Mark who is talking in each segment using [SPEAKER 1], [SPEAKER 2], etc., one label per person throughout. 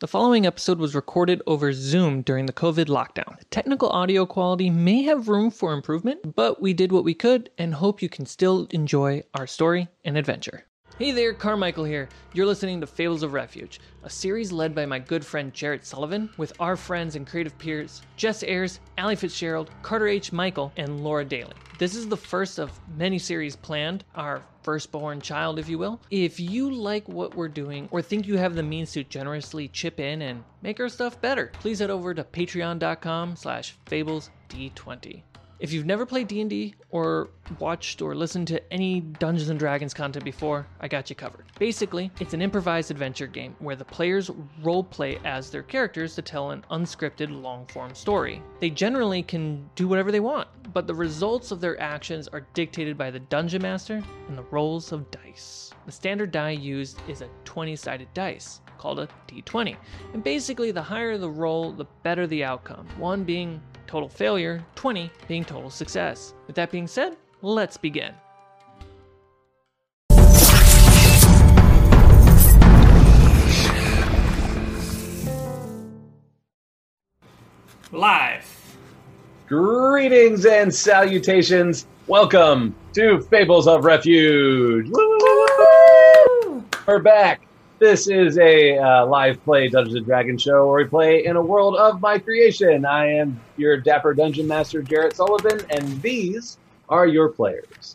[SPEAKER 1] The following episode was recorded over Zoom during the COVID lockdown. The technical audio quality may have room for improvement, but we did what we could and hope you can still enjoy our story and adventure. Hey there, Carmichael here. You're listening to Fables of Refuge, a series led by my good friend Jarrett Sullivan with our friends and creative peers Jess Ayers, Allie Fitzgerald, Carter H. Michael, and Laura Daly. This is the first of many series planned, our firstborn child, if you will. If you like what we're doing or think you have the means to generously chip in and make our stuff better, please head over to patreon.com slash fablesd20. If you've never played D&D or watched or listened to any Dungeons and Dragons content before, I got you covered. Basically, it's an improvised adventure game where the players roleplay as their characters to tell an unscripted long-form story. They generally can do whatever they want, but the results of their actions are dictated by the dungeon master and the rolls of dice. The standard die used is a 20-sided dice called a d20. And basically, the higher the roll, the better the outcome. 1 being total failure, 20 being total success. With that being said, let's begin. Live.
[SPEAKER 2] Greetings and salutations. Welcome to Fables of Refuge. Woo! We're back. This is a uh, live play Dungeons and Dragons show where we play in a world of my creation. I am your dapper dungeon master, Jarrett Sullivan, and these are your players.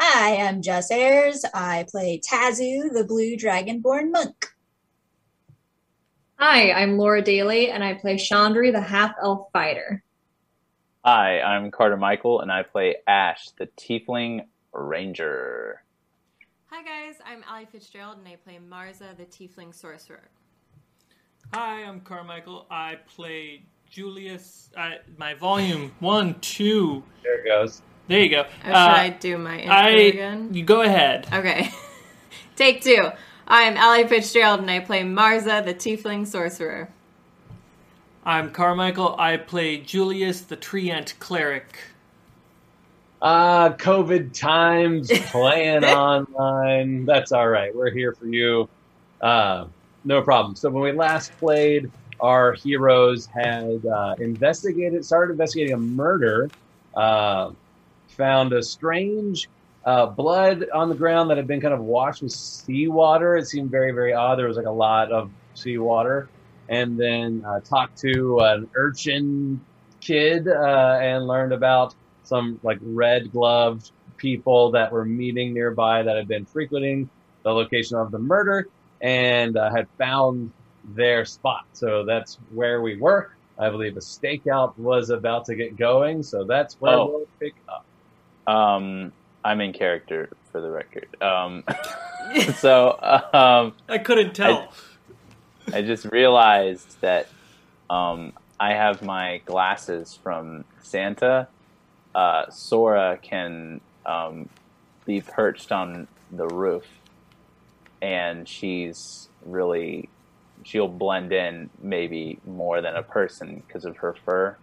[SPEAKER 3] Hi, I'm Jess Ayers. I play Tazu, the blue dragonborn monk.
[SPEAKER 4] Hi, I'm Laura Daly, and I play Chandri, the half elf fighter.
[SPEAKER 5] Hi, I'm Carter Michael, and I play Ash, the Tiefling Ranger.
[SPEAKER 6] Hi guys, I'm Allie Fitzgerald and I play Marza, the Tiefling Sorcerer.
[SPEAKER 1] Hi, I'm Carmichael. I play Julius. I, my volume one, two.
[SPEAKER 2] There it goes.
[SPEAKER 1] There you go.
[SPEAKER 6] Oh, should I
[SPEAKER 1] Uh,
[SPEAKER 6] do my intro
[SPEAKER 1] I.
[SPEAKER 6] again?
[SPEAKER 1] You go ahead.
[SPEAKER 6] Okay. Take two. I'm Allie Fitzgerald and I play Marza, the Tiefling Sorcerer.
[SPEAKER 1] I'm Carmichael. I play Julius, the Treant cleric.
[SPEAKER 2] Ah, COVID times, playing online. That's all right. We're here for you. Uh, no problem. So when we last played, our heroes had uh, investigated, started investigating a murder, uh, found a strange uh, blood on the ground that had been kind of washed with seawater. It seemed very, very odd. There was like a lot of seawater. And then uh, talked to an urchin kid uh, and learned about some like red gloved people that were meeting nearby that had been frequenting the location of the murder and uh, had found their spot. So that's where we were. I believe a stakeout was about to get going, so that's where
[SPEAKER 5] Oh.
[SPEAKER 2] we'll pick up.
[SPEAKER 5] Um, I'm in character for the record. Um, so um,
[SPEAKER 1] I couldn't tell.
[SPEAKER 5] I just realized that um, I have my glasses from Santa. Uh, Sora can um, be perched on the roof, and she's really she'll blend in maybe more than a person because of her fur,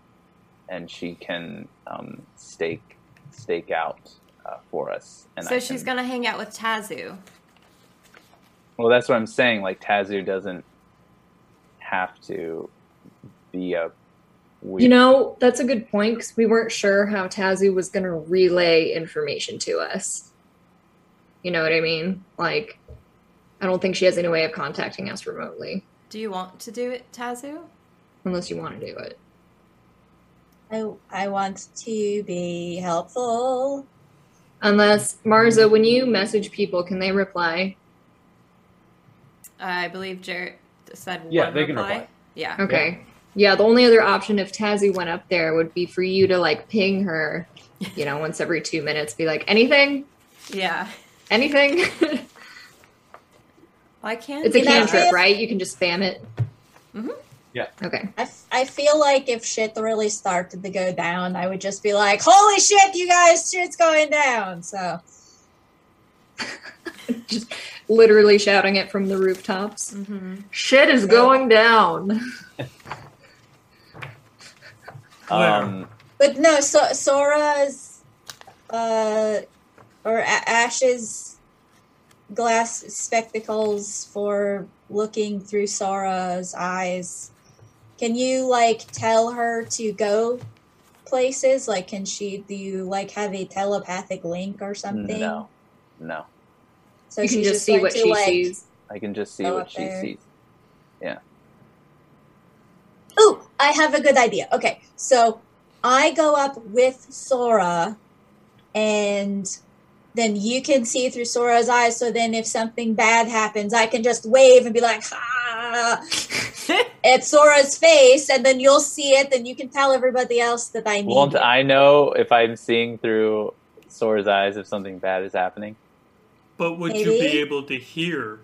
[SPEAKER 5] and she can um, stake stake out uh, for us. And
[SPEAKER 6] so
[SPEAKER 5] I
[SPEAKER 6] she's
[SPEAKER 5] can-
[SPEAKER 6] gonna hang out with Tazu.
[SPEAKER 5] well, that's what I'm saying. Like Tazu doesn't have to be a. Weird.
[SPEAKER 4] You know, that's a good point because we weren't sure how Tazu was going to relay information to us. You know what I mean? Like, I don't think she has any way of contacting us remotely
[SPEAKER 6] Do you want to do it, Uh, Tazu?
[SPEAKER 4] unless you want to do it.
[SPEAKER 3] I, I want to be helpful.
[SPEAKER 4] Unless, Marza, when you message people, can they reply?
[SPEAKER 6] I believe Jarrett said
[SPEAKER 2] Yeah,
[SPEAKER 6] one
[SPEAKER 2] they can
[SPEAKER 6] reply.
[SPEAKER 2] reply.
[SPEAKER 6] Yeah.
[SPEAKER 4] Okay. Yeah. the only other option if Tazu went up there would be for you to like ping her, you know, once every two minutes, be like, anything?
[SPEAKER 6] Yeah.
[SPEAKER 4] Anything?
[SPEAKER 6] Well, I can't.
[SPEAKER 4] it's a
[SPEAKER 6] do that.
[SPEAKER 4] cantrip, right? You can just spam it. Mm-hmm.
[SPEAKER 6] Mhm.
[SPEAKER 2] Yeah.
[SPEAKER 4] Okay.
[SPEAKER 3] I, f- I feel like if shit really started to go down, I would just be like, holy shit, you guys, shit's going down. So,
[SPEAKER 4] Just literally shouting it from the rooftops.
[SPEAKER 6] Mhm.
[SPEAKER 4] Shit is going down.
[SPEAKER 5] Um,
[SPEAKER 3] but no, so- Sora's uh, or A- Ash's glass spectacles for looking through Sora's eyes. Can you like tell her to go places? Like, can she? Do you like have a telepathic link or something?
[SPEAKER 5] No, no.
[SPEAKER 3] So
[SPEAKER 4] you can
[SPEAKER 3] she's
[SPEAKER 4] just, see
[SPEAKER 3] going
[SPEAKER 4] what
[SPEAKER 3] to,
[SPEAKER 4] she
[SPEAKER 3] like-
[SPEAKER 4] sees.
[SPEAKER 5] I can just see
[SPEAKER 3] Go
[SPEAKER 5] what
[SPEAKER 3] up
[SPEAKER 5] she
[SPEAKER 3] there.
[SPEAKER 5] sees.
[SPEAKER 3] Ooh, I have a good idea. Okay, so I go up with Sora, and then you can see through Sora's eyes. So then, if something bad happens, I can just wave and be like, "Ah!" at Sora's face, and then you'll see it, and you can tell everybody else that I need.
[SPEAKER 5] Won't
[SPEAKER 3] it.
[SPEAKER 5] I know if I'm seeing through Sora's eyes if something bad is happening?
[SPEAKER 7] But would you
[SPEAKER 3] Maybe.
[SPEAKER 7] be able to hear?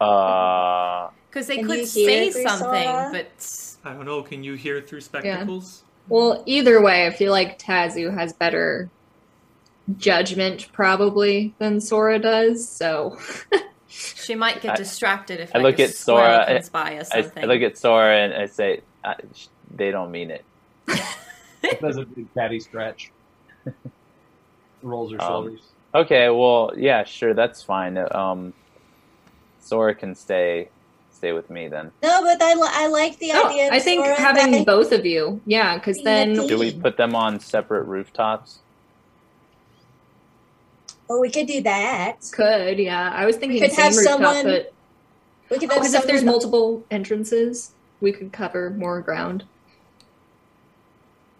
[SPEAKER 5] Uh,
[SPEAKER 6] Because they
[SPEAKER 3] Can you
[SPEAKER 6] could
[SPEAKER 3] hear
[SPEAKER 6] say
[SPEAKER 3] through
[SPEAKER 6] something,
[SPEAKER 3] Sora?
[SPEAKER 6] but
[SPEAKER 7] I don't know. Can you hear through spectacles?
[SPEAKER 4] Well, either way, I feel like Tazu has better judgment probably than Sora does. So
[SPEAKER 6] she might get
[SPEAKER 5] I-
[SPEAKER 6] distracted if
[SPEAKER 5] I
[SPEAKER 6] like,
[SPEAKER 5] look
[SPEAKER 6] a
[SPEAKER 5] at
[SPEAKER 6] squirrel
[SPEAKER 5] Sora,
[SPEAKER 6] comes by or
[SPEAKER 5] I,
[SPEAKER 6] something.
[SPEAKER 5] I look at Sora and I say, I, sh- they don't mean it.
[SPEAKER 2] Does a big catty stretch. Rolls her
[SPEAKER 5] Um,
[SPEAKER 2] shoulders.
[SPEAKER 5] Okay, well, yeah, sure, that's fine. Um, Sora can stay stay with me then.
[SPEAKER 3] No, but I, li- I like the
[SPEAKER 4] Oh,
[SPEAKER 3] idea. Of
[SPEAKER 4] I think
[SPEAKER 3] Sora
[SPEAKER 4] having
[SPEAKER 3] like-
[SPEAKER 4] both of you, yeah, because
[SPEAKER 3] Yeah,
[SPEAKER 4] then
[SPEAKER 3] please.
[SPEAKER 5] Do we put them on separate rooftops?
[SPEAKER 3] Well, we could do that.
[SPEAKER 4] could yeah. I was thinking
[SPEAKER 3] could
[SPEAKER 4] same
[SPEAKER 3] have
[SPEAKER 4] rooftop,
[SPEAKER 3] someone-
[SPEAKER 4] but
[SPEAKER 3] We could have
[SPEAKER 4] because Oh, if there's
[SPEAKER 3] someone-
[SPEAKER 4] multiple entrances, we could cover more ground.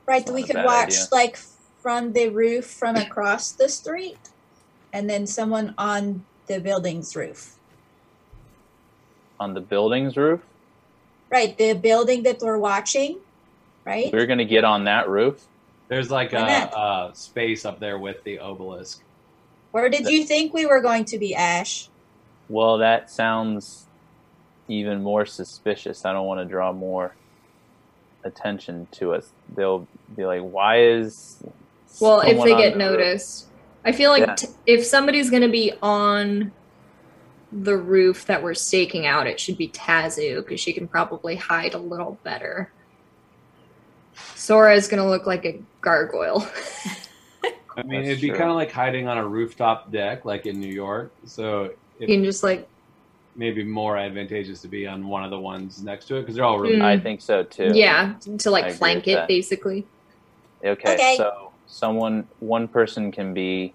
[SPEAKER 3] Right,
[SPEAKER 5] It's
[SPEAKER 3] we
[SPEAKER 5] not a
[SPEAKER 3] could
[SPEAKER 5] bad
[SPEAKER 3] watch
[SPEAKER 5] idea.
[SPEAKER 3] like from the roof from across the street, and then someone on the building's roof.
[SPEAKER 5] On the building's roof?
[SPEAKER 3] Right, the building that we're watching. Right.
[SPEAKER 5] We're going to get on that roof?
[SPEAKER 2] There's like a,
[SPEAKER 3] Why
[SPEAKER 2] a space up there with the obelisk.
[SPEAKER 3] Where did you think we were going to be, Ash?
[SPEAKER 5] Well, that sounds even more suspicious. I don't want to draw more attention to us. They'll be like, "Why is?"
[SPEAKER 4] Well, if
[SPEAKER 5] someone
[SPEAKER 4] they
[SPEAKER 5] on
[SPEAKER 4] get
[SPEAKER 5] the roof?"
[SPEAKER 4] noticed, I feel like
[SPEAKER 5] Yeah.
[SPEAKER 4] t- if somebody's going to be on the roof that we're staking out, it should be Tazu because she can probably hide a little better. Sora is going to look like a gargoyle.
[SPEAKER 2] I mean,
[SPEAKER 5] That's
[SPEAKER 2] it'd be
[SPEAKER 5] true.
[SPEAKER 2] kind of like hiding on a rooftop deck, like in New York. So
[SPEAKER 4] you
[SPEAKER 2] it
[SPEAKER 4] can just like
[SPEAKER 2] may be more advantageous to be on one of the ones next to it because they're all really
[SPEAKER 4] Mm.
[SPEAKER 5] I think so too.
[SPEAKER 4] yeah, to
[SPEAKER 5] I agree
[SPEAKER 4] like
[SPEAKER 5] with
[SPEAKER 4] flank it
[SPEAKER 5] that.
[SPEAKER 4] basically.
[SPEAKER 5] Okay,
[SPEAKER 3] Okay.
[SPEAKER 5] So someone, one person can be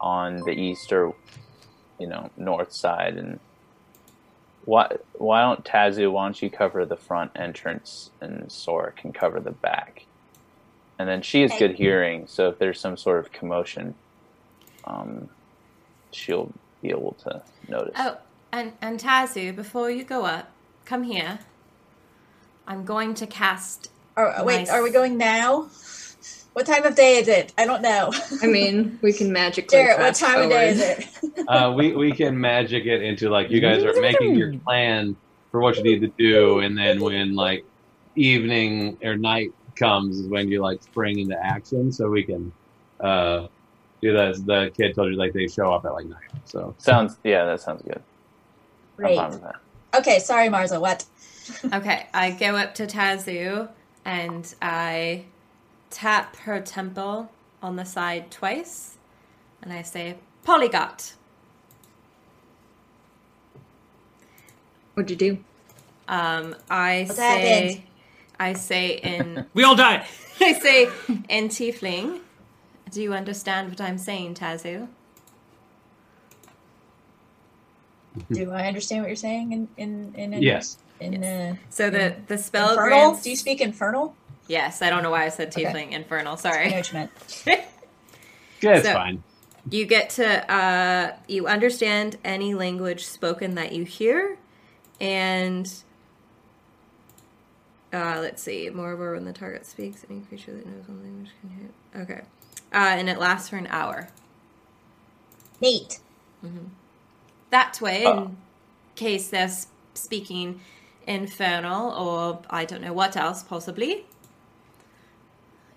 [SPEAKER 5] on the east or, you know, north side, and why why don't Tazu? Why don't you cover the front entrance, and Sora can cover the back, and then she has
[SPEAKER 3] Okay.
[SPEAKER 5] good hearing. So if there's some sort of commotion, um, she'll be able to notice.
[SPEAKER 6] Oh, and and Tazu, before you go up, come here. I'm going to cast.
[SPEAKER 3] Or wait,
[SPEAKER 6] Nice.
[SPEAKER 3] are we going now? What time of day is it? I don't know.
[SPEAKER 4] I mean, we can magically.
[SPEAKER 3] Jarrett, what
[SPEAKER 4] fast
[SPEAKER 3] time of day is
[SPEAKER 4] forward.
[SPEAKER 3] it?
[SPEAKER 2] uh, we we can magic it into like you guys are making your plan for what you need to do, and then when like evening or night comes is when you like spring into action. So we can uh, do that. As the kid told you, like they show up at like night. So
[SPEAKER 5] Sounds yeah, that sounds good. I'm fine
[SPEAKER 3] Great.
[SPEAKER 5] with that.
[SPEAKER 3] Okay, sorry, Marza. What?
[SPEAKER 6] Okay, I go up to Tazu and I tap her temple on the side twice, and I say polygot.
[SPEAKER 4] What'd you do?
[SPEAKER 6] Um, I
[SPEAKER 3] What
[SPEAKER 6] say,
[SPEAKER 3] happened?
[SPEAKER 6] I say in,
[SPEAKER 7] We all die.
[SPEAKER 6] I say in Tiefling. Do you understand what I'm saying, Tazu?
[SPEAKER 3] Do I understand what you're saying? In in in, in
[SPEAKER 2] yes,
[SPEAKER 3] in uh,
[SPEAKER 6] So the the spell
[SPEAKER 3] infernal?
[SPEAKER 6] grants-
[SPEAKER 3] Do you speak infernal?
[SPEAKER 6] Yes, I don't know why I said
[SPEAKER 3] Okay.
[SPEAKER 6] Tiefling Infernal.
[SPEAKER 3] I know
[SPEAKER 6] Sorry.
[SPEAKER 3] what you meant.
[SPEAKER 2] yeah, it's
[SPEAKER 6] So-
[SPEAKER 2] fine.
[SPEAKER 6] You get to uh, you understand any language spoken that you hear, and uh, let's see. Moreover, when the target speaks, any creature that knows one language can hit. Okay, uh, and it lasts for an hour.
[SPEAKER 3] Neat.
[SPEAKER 6] That way,
[SPEAKER 5] Uh.
[SPEAKER 6] in case they're s- speaking Infernal or I don't know what else, possibly,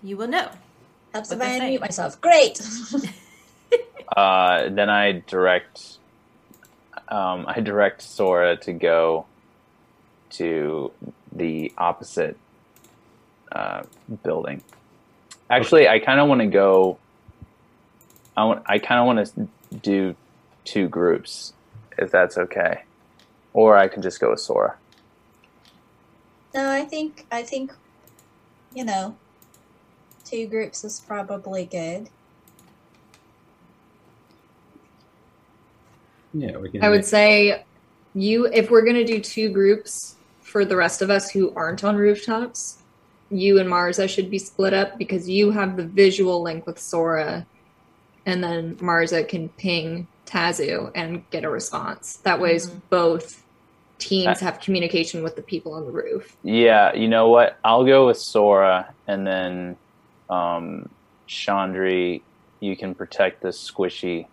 [SPEAKER 6] you will know.
[SPEAKER 3] Helps if
[SPEAKER 6] What'd
[SPEAKER 3] I
[SPEAKER 6] they say?
[SPEAKER 3] unmute myself. Great.
[SPEAKER 5] Uh, then I direct, um, I direct Sora to go to the opposite uh, building. Actually, I kind of want to go. I want. I kind of want to do two groups, if that's okay. Or I can just go with Sora.
[SPEAKER 3] No, I think I think you know two groups is probably good.
[SPEAKER 2] Yeah, we can.
[SPEAKER 4] I would say you if we're gonna do two groups for the rest of us who aren't on rooftops, you and Marza should be split up because you have the visual link with Sora and then Marza can ping Tazu and get a response. That way
[SPEAKER 6] Mhm.
[SPEAKER 4] both teams have communication with the people on the roof.
[SPEAKER 5] Yeah, you know what? I'll go with Sora, and then um, Chandri, you can protect the squishy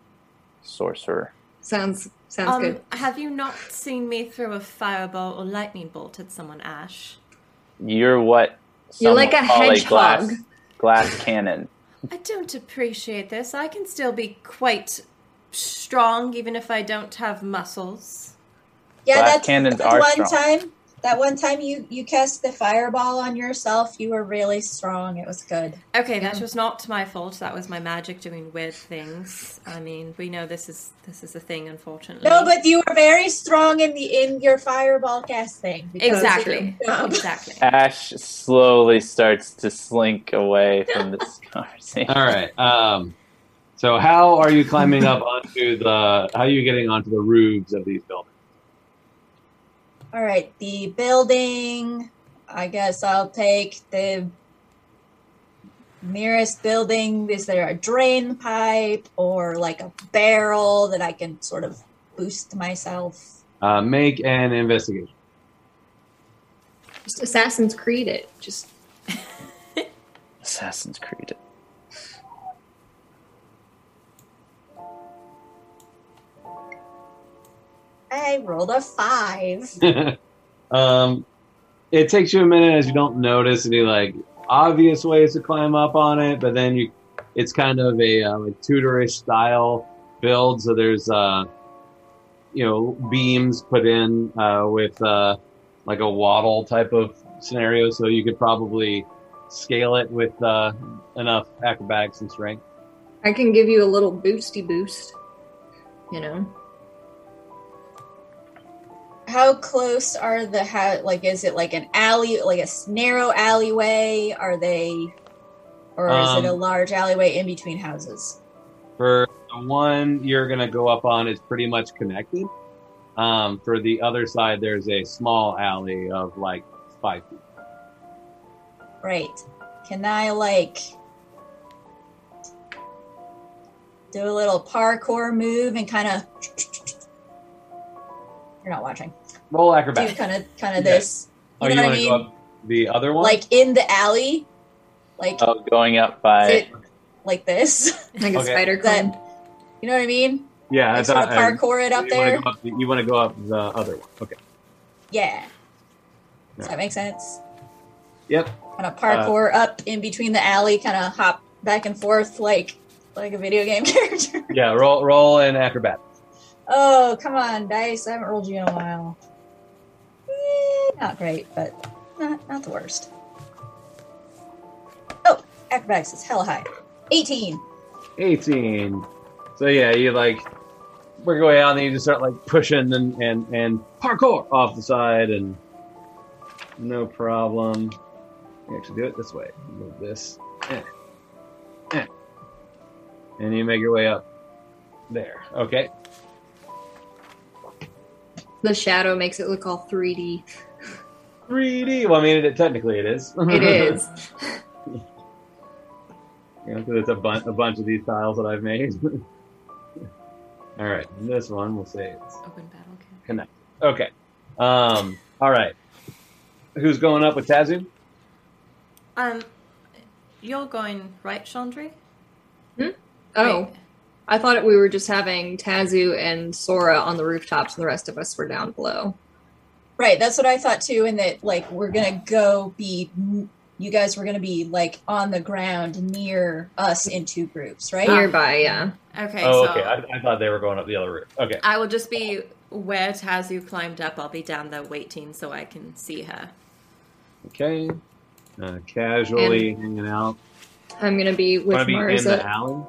[SPEAKER 5] sorcerer.
[SPEAKER 4] Sounds sounds
[SPEAKER 6] Um,
[SPEAKER 4] good.
[SPEAKER 6] have you not seen me throw a fireball or lightning bolt at someone, Ash?
[SPEAKER 5] You're what?
[SPEAKER 4] You're
[SPEAKER 5] some
[SPEAKER 4] like
[SPEAKER 5] would
[SPEAKER 4] a
[SPEAKER 5] call
[SPEAKER 4] hedgehog.
[SPEAKER 5] glass, glass cannon.
[SPEAKER 6] I don't appreciate this. I can still be quite strong, even if I don't have muscles.
[SPEAKER 3] Yeah,
[SPEAKER 5] Glass
[SPEAKER 3] that's
[SPEAKER 5] cannons
[SPEAKER 3] that
[SPEAKER 5] are
[SPEAKER 3] one
[SPEAKER 5] strong.
[SPEAKER 3] time. That one time you you cast the fireball on yourself, you were really strong. It was good.
[SPEAKER 6] Okay, that
[SPEAKER 4] Yeah.
[SPEAKER 6] was not my fault. That was my magic doing weird things. I mean, we know this is this is a thing, unfortunately.
[SPEAKER 3] No, but you were very strong in the in your fireball casting. because of your um,
[SPEAKER 6] exactly,
[SPEAKER 3] job.
[SPEAKER 6] exactly.
[SPEAKER 5] Ash slowly starts to slink away from this conversation.
[SPEAKER 2] All right. Um, so how are you climbing up onto the? How are you getting onto the roofs of these buildings?
[SPEAKER 3] All right, the building. I guess I'll take the nearest building. Is there a drain pipe or like a barrel that I can sort of boost myself?
[SPEAKER 2] Uh, make an investigation.
[SPEAKER 4] Just Assassin's Creed it. Just
[SPEAKER 5] Assassin's Creed.
[SPEAKER 3] I rolled a five.
[SPEAKER 2] um, it takes you a minute as you don't notice any like obvious ways to climb up on it, but then you, it's kind of a uh, like Tudorish style build. So there's uh, you know, beams put in uh, with uh, like a waddle type of scenario. So you could probably scale it with uh, enough acrobatics and strength.
[SPEAKER 4] I can give you a little boosty boost. You know.
[SPEAKER 3] How close are the how? Like, is it like an alley, like a s- narrow alleyway? Are they, or is it a
[SPEAKER 2] Um,
[SPEAKER 3] large alleyway in between houses?
[SPEAKER 2] For the one you're gonna go up on is pretty much connected. Um, for the other side, there's a small alley of like five feet.
[SPEAKER 3] Right. Can I like do a little parkour move and kind of You're not watching.
[SPEAKER 2] Roll
[SPEAKER 3] Do
[SPEAKER 2] acrobatics.
[SPEAKER 3] kind of kind of
[SPEAKER 2] Yeah.
[SPEAKER 3] this.
[SPEAKER 2] Oh,
[SPEAKER 3] You
[SPEAKER 2] you
[SPEAKER 3] know what
[SPEAKER 2] want
[SPEAKER 3] I
[SPEAKER 2] to go
[SPEAKER 3] mean?
[SPEAKER 2] up the other one?
[SPEAKER 3] Like in the alley. Like
[SPEAKER 5] Oh, going up by.
[SPEAKER 3] sit like this.
[SPEAKER 4] Like a
[SPEAKER 2] Okay.
[SPEAKER 4] spider
[SPEAKER 3] That-
[SPEAKER 4] climb.
[SPEAKER 3] You know what I mean?
[SPEAKER 2] yeah,
[SPEAKER 3] Like
[SPEAKER 2] that's
[SPEAKER 3] sort of parkour it up
[SPEAKER 2] you
[SPEAKER 3] there.
[SPEAKER 2] Want to go up the, you want to go up the other one? Okay.
[SPEAKER 3] Yeah.
[SPEAKER 2] Yeah.
[SPEAKER 3] Does
[SPEAKER 2] Uh,
[SPEAKER 3] that make sense?
[SPEAKER 2] Yep.
[SPEAKER 3] Kind of parkour up in between the alley, kind of hop back and forth like like a video game character.
[SPEAKER 2] Yeah. Roll, roll in acrobatics.
[SPEAKER 3] Oh, come on, dice. I haven't rolled you in a while. Eh, not great, but not, not the worst. Oh, acrobatics is hella high. 18.
[SPEAKER 2] 18. So yeah, you like work your way out, and then you just start like pushing and and and parkour off the side, and no problem. You actually do it this way. Move this, Eh. Eh. and you make your way up there. Okay.
[SPEAKER 4] The shadow makes it look all 3D.
[SPEAKER 2] 3D. Well, I mean, it, technically it is.
[SPEAKER 4] It is.
[SPEAKER 2] you know, 'cause it's a, bun- a bunch of these tiles that I've made. All right, this one we'll say it's
[SPEAKER 6] Open battle. Okay.
[SPEAKER 2] Okay. Um. All right. Who's going up with Tazu?
[SPEAKER 6] Um, you're going right, Chandri?
[SPEAKER 4] Oh,
[SPEAKER 6] Wait.
[SPEAKER 4] I thought we were just having Tazu and Sora on the rooftops, and the rest of us were down below.
[SPEAKER 3] Right, that's what I thought too, and that, like, we're gonna go be. You guys were gonna be, like, on the ground near us in two groups, right?
[SPEAKER 4] Nearby, yeah.
[SPEAKER 6] Okay.
[SPEAKER 2] oh,
[SPEAKER 6] so
[SPEAKER 2] okay. I, I thought they were going up the other route. Okay.
[SPEAKER 6] I will just be where Tazu climbed up. I'll be down there waiting so I can see her.
[SPEAKER 2] Okay. Uh, casually hanging out.
[SPEAKER 4] I'm gonna be with
[SPEAKER 2] Want to be in the
[SPEAKER 4] Marza.
[SPEAKER 2] alley?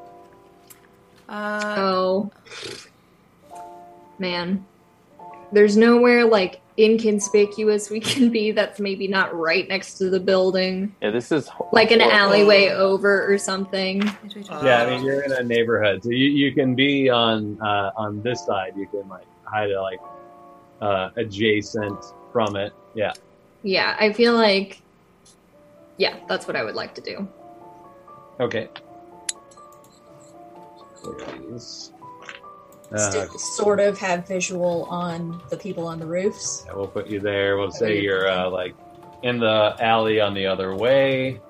[SPEAKER 6] Uh,
[SPEAKER 4] Oh. Man. There's nowhere like inconspicuous we can be that's maybe not right next to the building.
[SPEAKER 5] Yeah, this is ho-
[SPEAKER 4] Like an
[SPEAKER 5] horrible.
[SPEAKER 4] alleyway over or something.
[SPEAKER 6] did we
[SPEAKER 7] Uh,
[SPEAKER 2] Yeah, I mean you're in a neighborhood, so you, you can be on uh, on this side. You can like hide uh, like uh, adjacent from it. Yeah.
[SPEAKER 4] Yeah, I feel like yeah, that's what I would like to do.
[SPEAKER 2] Okay. Please. Uh,
[SPEAKER 3] Still sort of have visual on the people on the roofs.
[SPEAKER 2] yeah, we'll put you there. We'll say you're uh, like in the alley on the other way.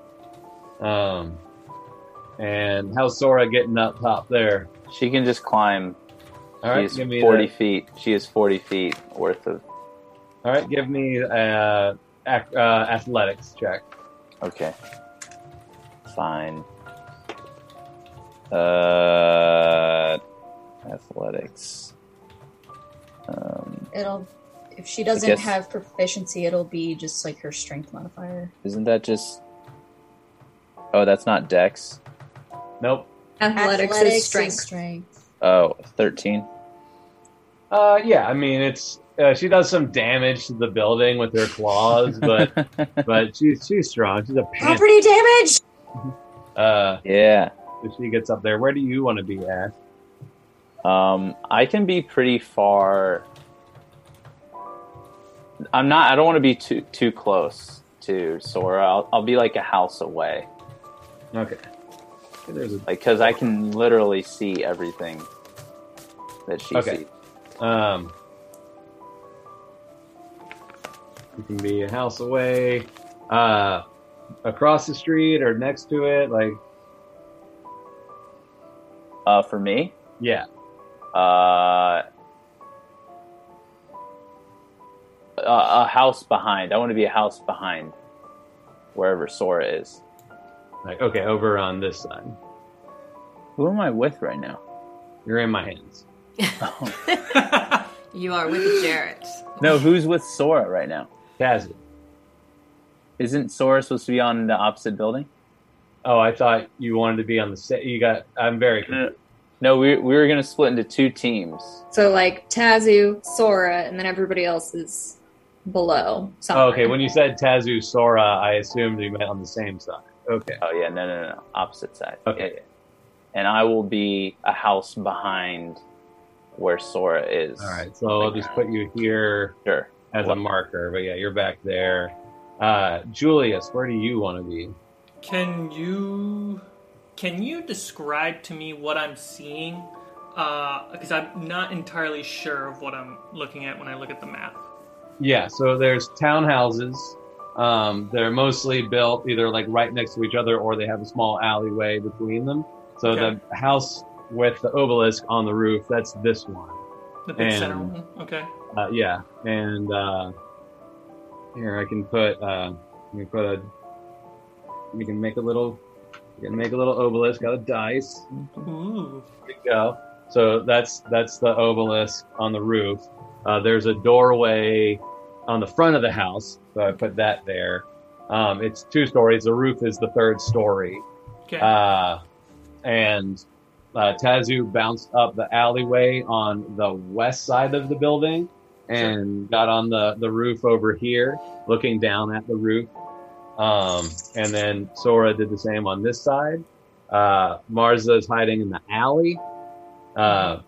[SPEAKER 2] Um, and how's Sora getting up top there?
[SPEAKER 5] She can just climb.
[SPEAKER 2] All right,
[SPEAKER 5] she
[SPEAKER 2] give
[SPEAKER 5] is
[SPEAKER 2] me
[SPEAKER 5] forty
[SPEAKER 2] the-
[SPEAKER 5] feet. She is forty feet worth of.
[SPEAKER 2] all right, give me uh, ac- uh, athletics check.
[SPEAKER 5] Okay. Fine. Uh, athletics. Um,
[SPEAKER 3] It'll if she doesn't
[SPEAKER 5] guess-
[SPEAKER 3] have proficiency, it'll be just like her strength modifier.
[SPEAKER 5] isn't that just? Oh, that's not Dex.
[SPEAKER 2] Nope.
[SPEAKER 4] Athletics, is strength.
[SPEAKER 3] and strength.
[SPEAKER 5] Oh, 13.
[SPEAKER 2] Uh, yeah, I mean it's uh, she does some damage to the building with her claws, but but she's she's strong. She's a panther.
[SPEAKER 3] Property damage.
[SPEAKER 2] Uh,
[SPEAKER 5] yeah.
[SPEAKER 2] if she gets up there, where do you want to be at?
[SPEAKER 5] Um, I can be pretty far. I'm not. I don't want to be too too close to Sora. I'll, I'll be like a house away,
[SPEAKER 2] Okay. There's a,
[SPEAKER 5] like because I can literally see everything that she
[SPEAKER 2] Okay.
[SPEAKER 5] sees.
[SPEAKER 2] um. You can be a house away, uh, across the street or next to it. Like,
[SPEAKER 5] Uh, for me,
[SPEAKER 2] yeah,
[SPEAKER 5] uh, a, a house behind. I want to be a house behind wherever Sora is.
[SPEAKER 2] like okay, over on this side.
[SPEAKER 5] Who am I with right now?
[SPEAKER 2] You're in my hands.
[SPEAKER 6] you are with Jarrett.
[SPEAKER 5] No, who's with Sora right now?
[SPEAKER 2] Tazzy.
[SPEAKER 5] Isn't Sora supposed to be on the opposite building?
[SPEAKER 2] Oh, I thought you wanted to be on the set. You got. I'm very.
[SPEAKER 5] No, no, we, we were going to split into two teams.
[SPEAKER 4] So like Tazu, Sora, and then everybody else is below. Somewhere.
[SPEAKER 2] Oh, okay, when you said Tazu Sora, I assumed you meant on the same side. Okay.
[SPEAKER 5] Oh, yeah, no, no, no, opposite side.
[SPEAKER 2] Okay.
[SPEAKER 5] Yeah, yeah. And I will be a house behind where Sora is.
[SPEAKER 2] All right. So I'll just put you here
[SPEAKER 5] Sure.
[SPEAKER 2] as a marker, but yeah, you're back there. Uh, Julius, where do you want to be?
[SPEAKER 7] Can you can you describe to me what I'm seeing? Because I'm not entirely sure of what I'm looking at when I look at the map.
[SPEAKER 2] Yeah. So there's townhouses. Um, they're mostly built either like right next to each other, or they have a small alleyway between them. So
[SPEAKER 7] Okay.
[SPEAKER 2] the house with the obelisk on the roof—that's this one.
[SPEAKER 7] The big center
[SPEAKER 2] And-
[SPEAKER 7] one. Okay.
[SPEAKER 2] Uh, yeah, and uh, here I can put uh, we put a we can make a little we can make a little obelisk out of dice.
[SPEAKER 7] Ooh.
[SPEAKER 2] There you go. So that's that's the obelisk on the roof. Uh, there's a doorway on the front of the house, so I put that there. Um, it's two stories. The roof is the third story.
[SPEAKER 7] Okay.
[SPEAKER 2] Uh, and uh, Tazu bounced up the alleyway on the west side of the building and got on the, the roof over here, looking down at the roof. Um, and then Sora did the same on this side. Uh, Marza is hiding in the alley. Uh,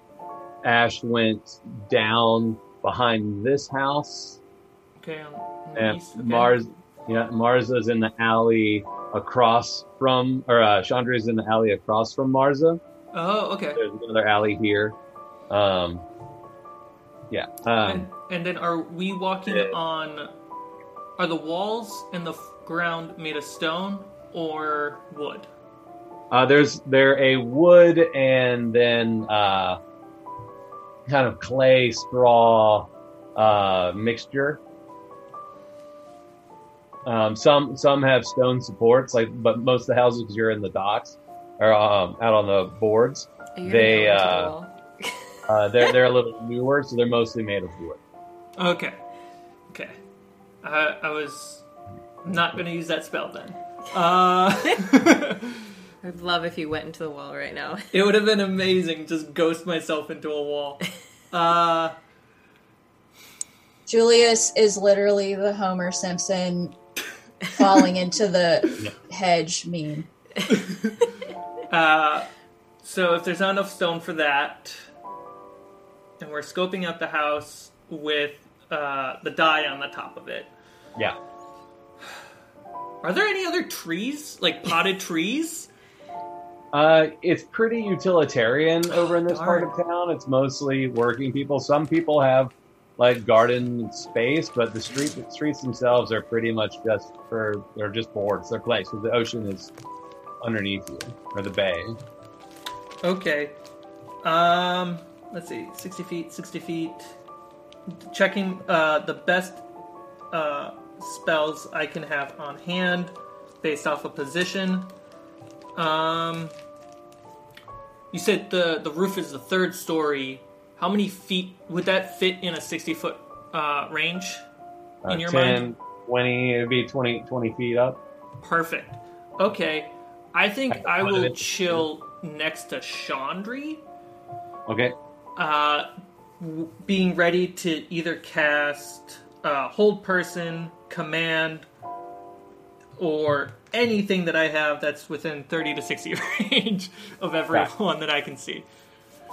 [SPEAKER 2] Ash went down behind this house
[SPEAKER 7] okay. on- on the
[SPEAKER 2] and
[SPEAKER 7] east, okay.
[SPEAKER 2] Mars, yeah, Marza's in the alley across from, or uh, Chandra's in the alley across from Marza.
[SPEAKER 7] Oh, okay.
[SPEAKER 2] There's another alley here. Um, yeah.
[SPEAKER 7] and,
[SPEAKER 2] Um,
[SPEAKER 7] and then are we walking
[SPEAKER 2] Yeah.
[SPEAKER 7] on? Are the walls and the f- ground made of stone or wood?
[SPEAKER 2] uh, there's there a wood and then uh, kind of clay straw uh, mixture. Um, some some have stone supports, like but most of the houses, because you're in the docks, are um, out on the boards.
[SPEAKER 6] Are you
[SPEAKER 2] They,
[SPEAKER 6] gonna go into
[SPEAKER 2] uh,
[SPEAKER 6] the wall?
[SPEAKER 2] Uh, they're they're a little newer, so they're mostly made of wood.
[SPEAKER 7] Okay. Okay. I, I was not going to use that spell then. Uh,
[SPEAKER 6] I'd love if you went into the wall right now.
[SPEAKER 7] It would have been amazing. Just ghost myself into a wall. Uh,
[SPEAKER 3] Julius is literally the Homer Simpson falling into the hedge meme.
[SPEAKER 7] uh, so if there's not enough stone for that, and we're scoping out the house with uh, the die on the top of it.
[SPEAKER 2] Yeah.
[SPEAKER 7] Are there any other trees, like potted trees?
[SPEAKER 2] Uh, it's pretty utilitarian over in this
[SPEAKER 7] Darn.
[SPEAKER 2] part of town. It's mostly working people. Some people have like garden space, but the street the streets themselves are pretty much just for they're just boards. They're place because the ocean is underneath you or the bay.
[SPEAKER 7] Okay. Um, let's see, sixty feet, sixty feet. Checking uh, the best uh, spells I can have on hand based off of position. Um, you said the the roof is the third story. How many feet would that fit in a sixty foot uh, range?
[SPEAKER 2] Uh,
[SPEAKER 7] In your
[SPEAKER 2] 10,
[SPEAKER 7] mind?
[SPEAKER 2] 20, it'd be 20, 20 feet up.
[SPEAKER 7] Perfect. Okay, I think
[SPEAKER 2] I
[SPEAKER 7] I
[SPEAKER 2] wanted
[SPEAKER 7] will
[SPEAKER 2] it to-
[SPEAKER 7] chill next to Chandri.
[SPEAKER 2] Okay.
[SPEAKER 7] uh, w- being ready to either cast uh, hold person, command, or anything that I have that's within 30 to 60 range of everyone that I can see.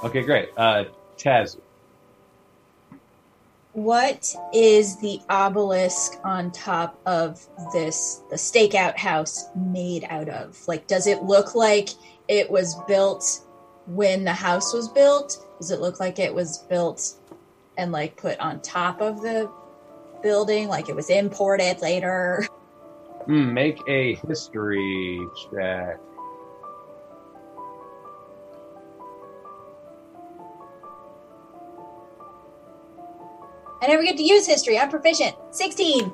[SPEAKER 2] Okay, great. Uh, Taz,
[SPEAKER 3] What is the obelisk on top of this, the stakeout house made out of? Like, does it look like it was built when the house was built? Does it look like it was built and like put on top of the building? Like it was imported later?
[SPEAKER 2] mm, make a history check.
[SPEAKER 3] I never get to use history. I'm proficient. 16.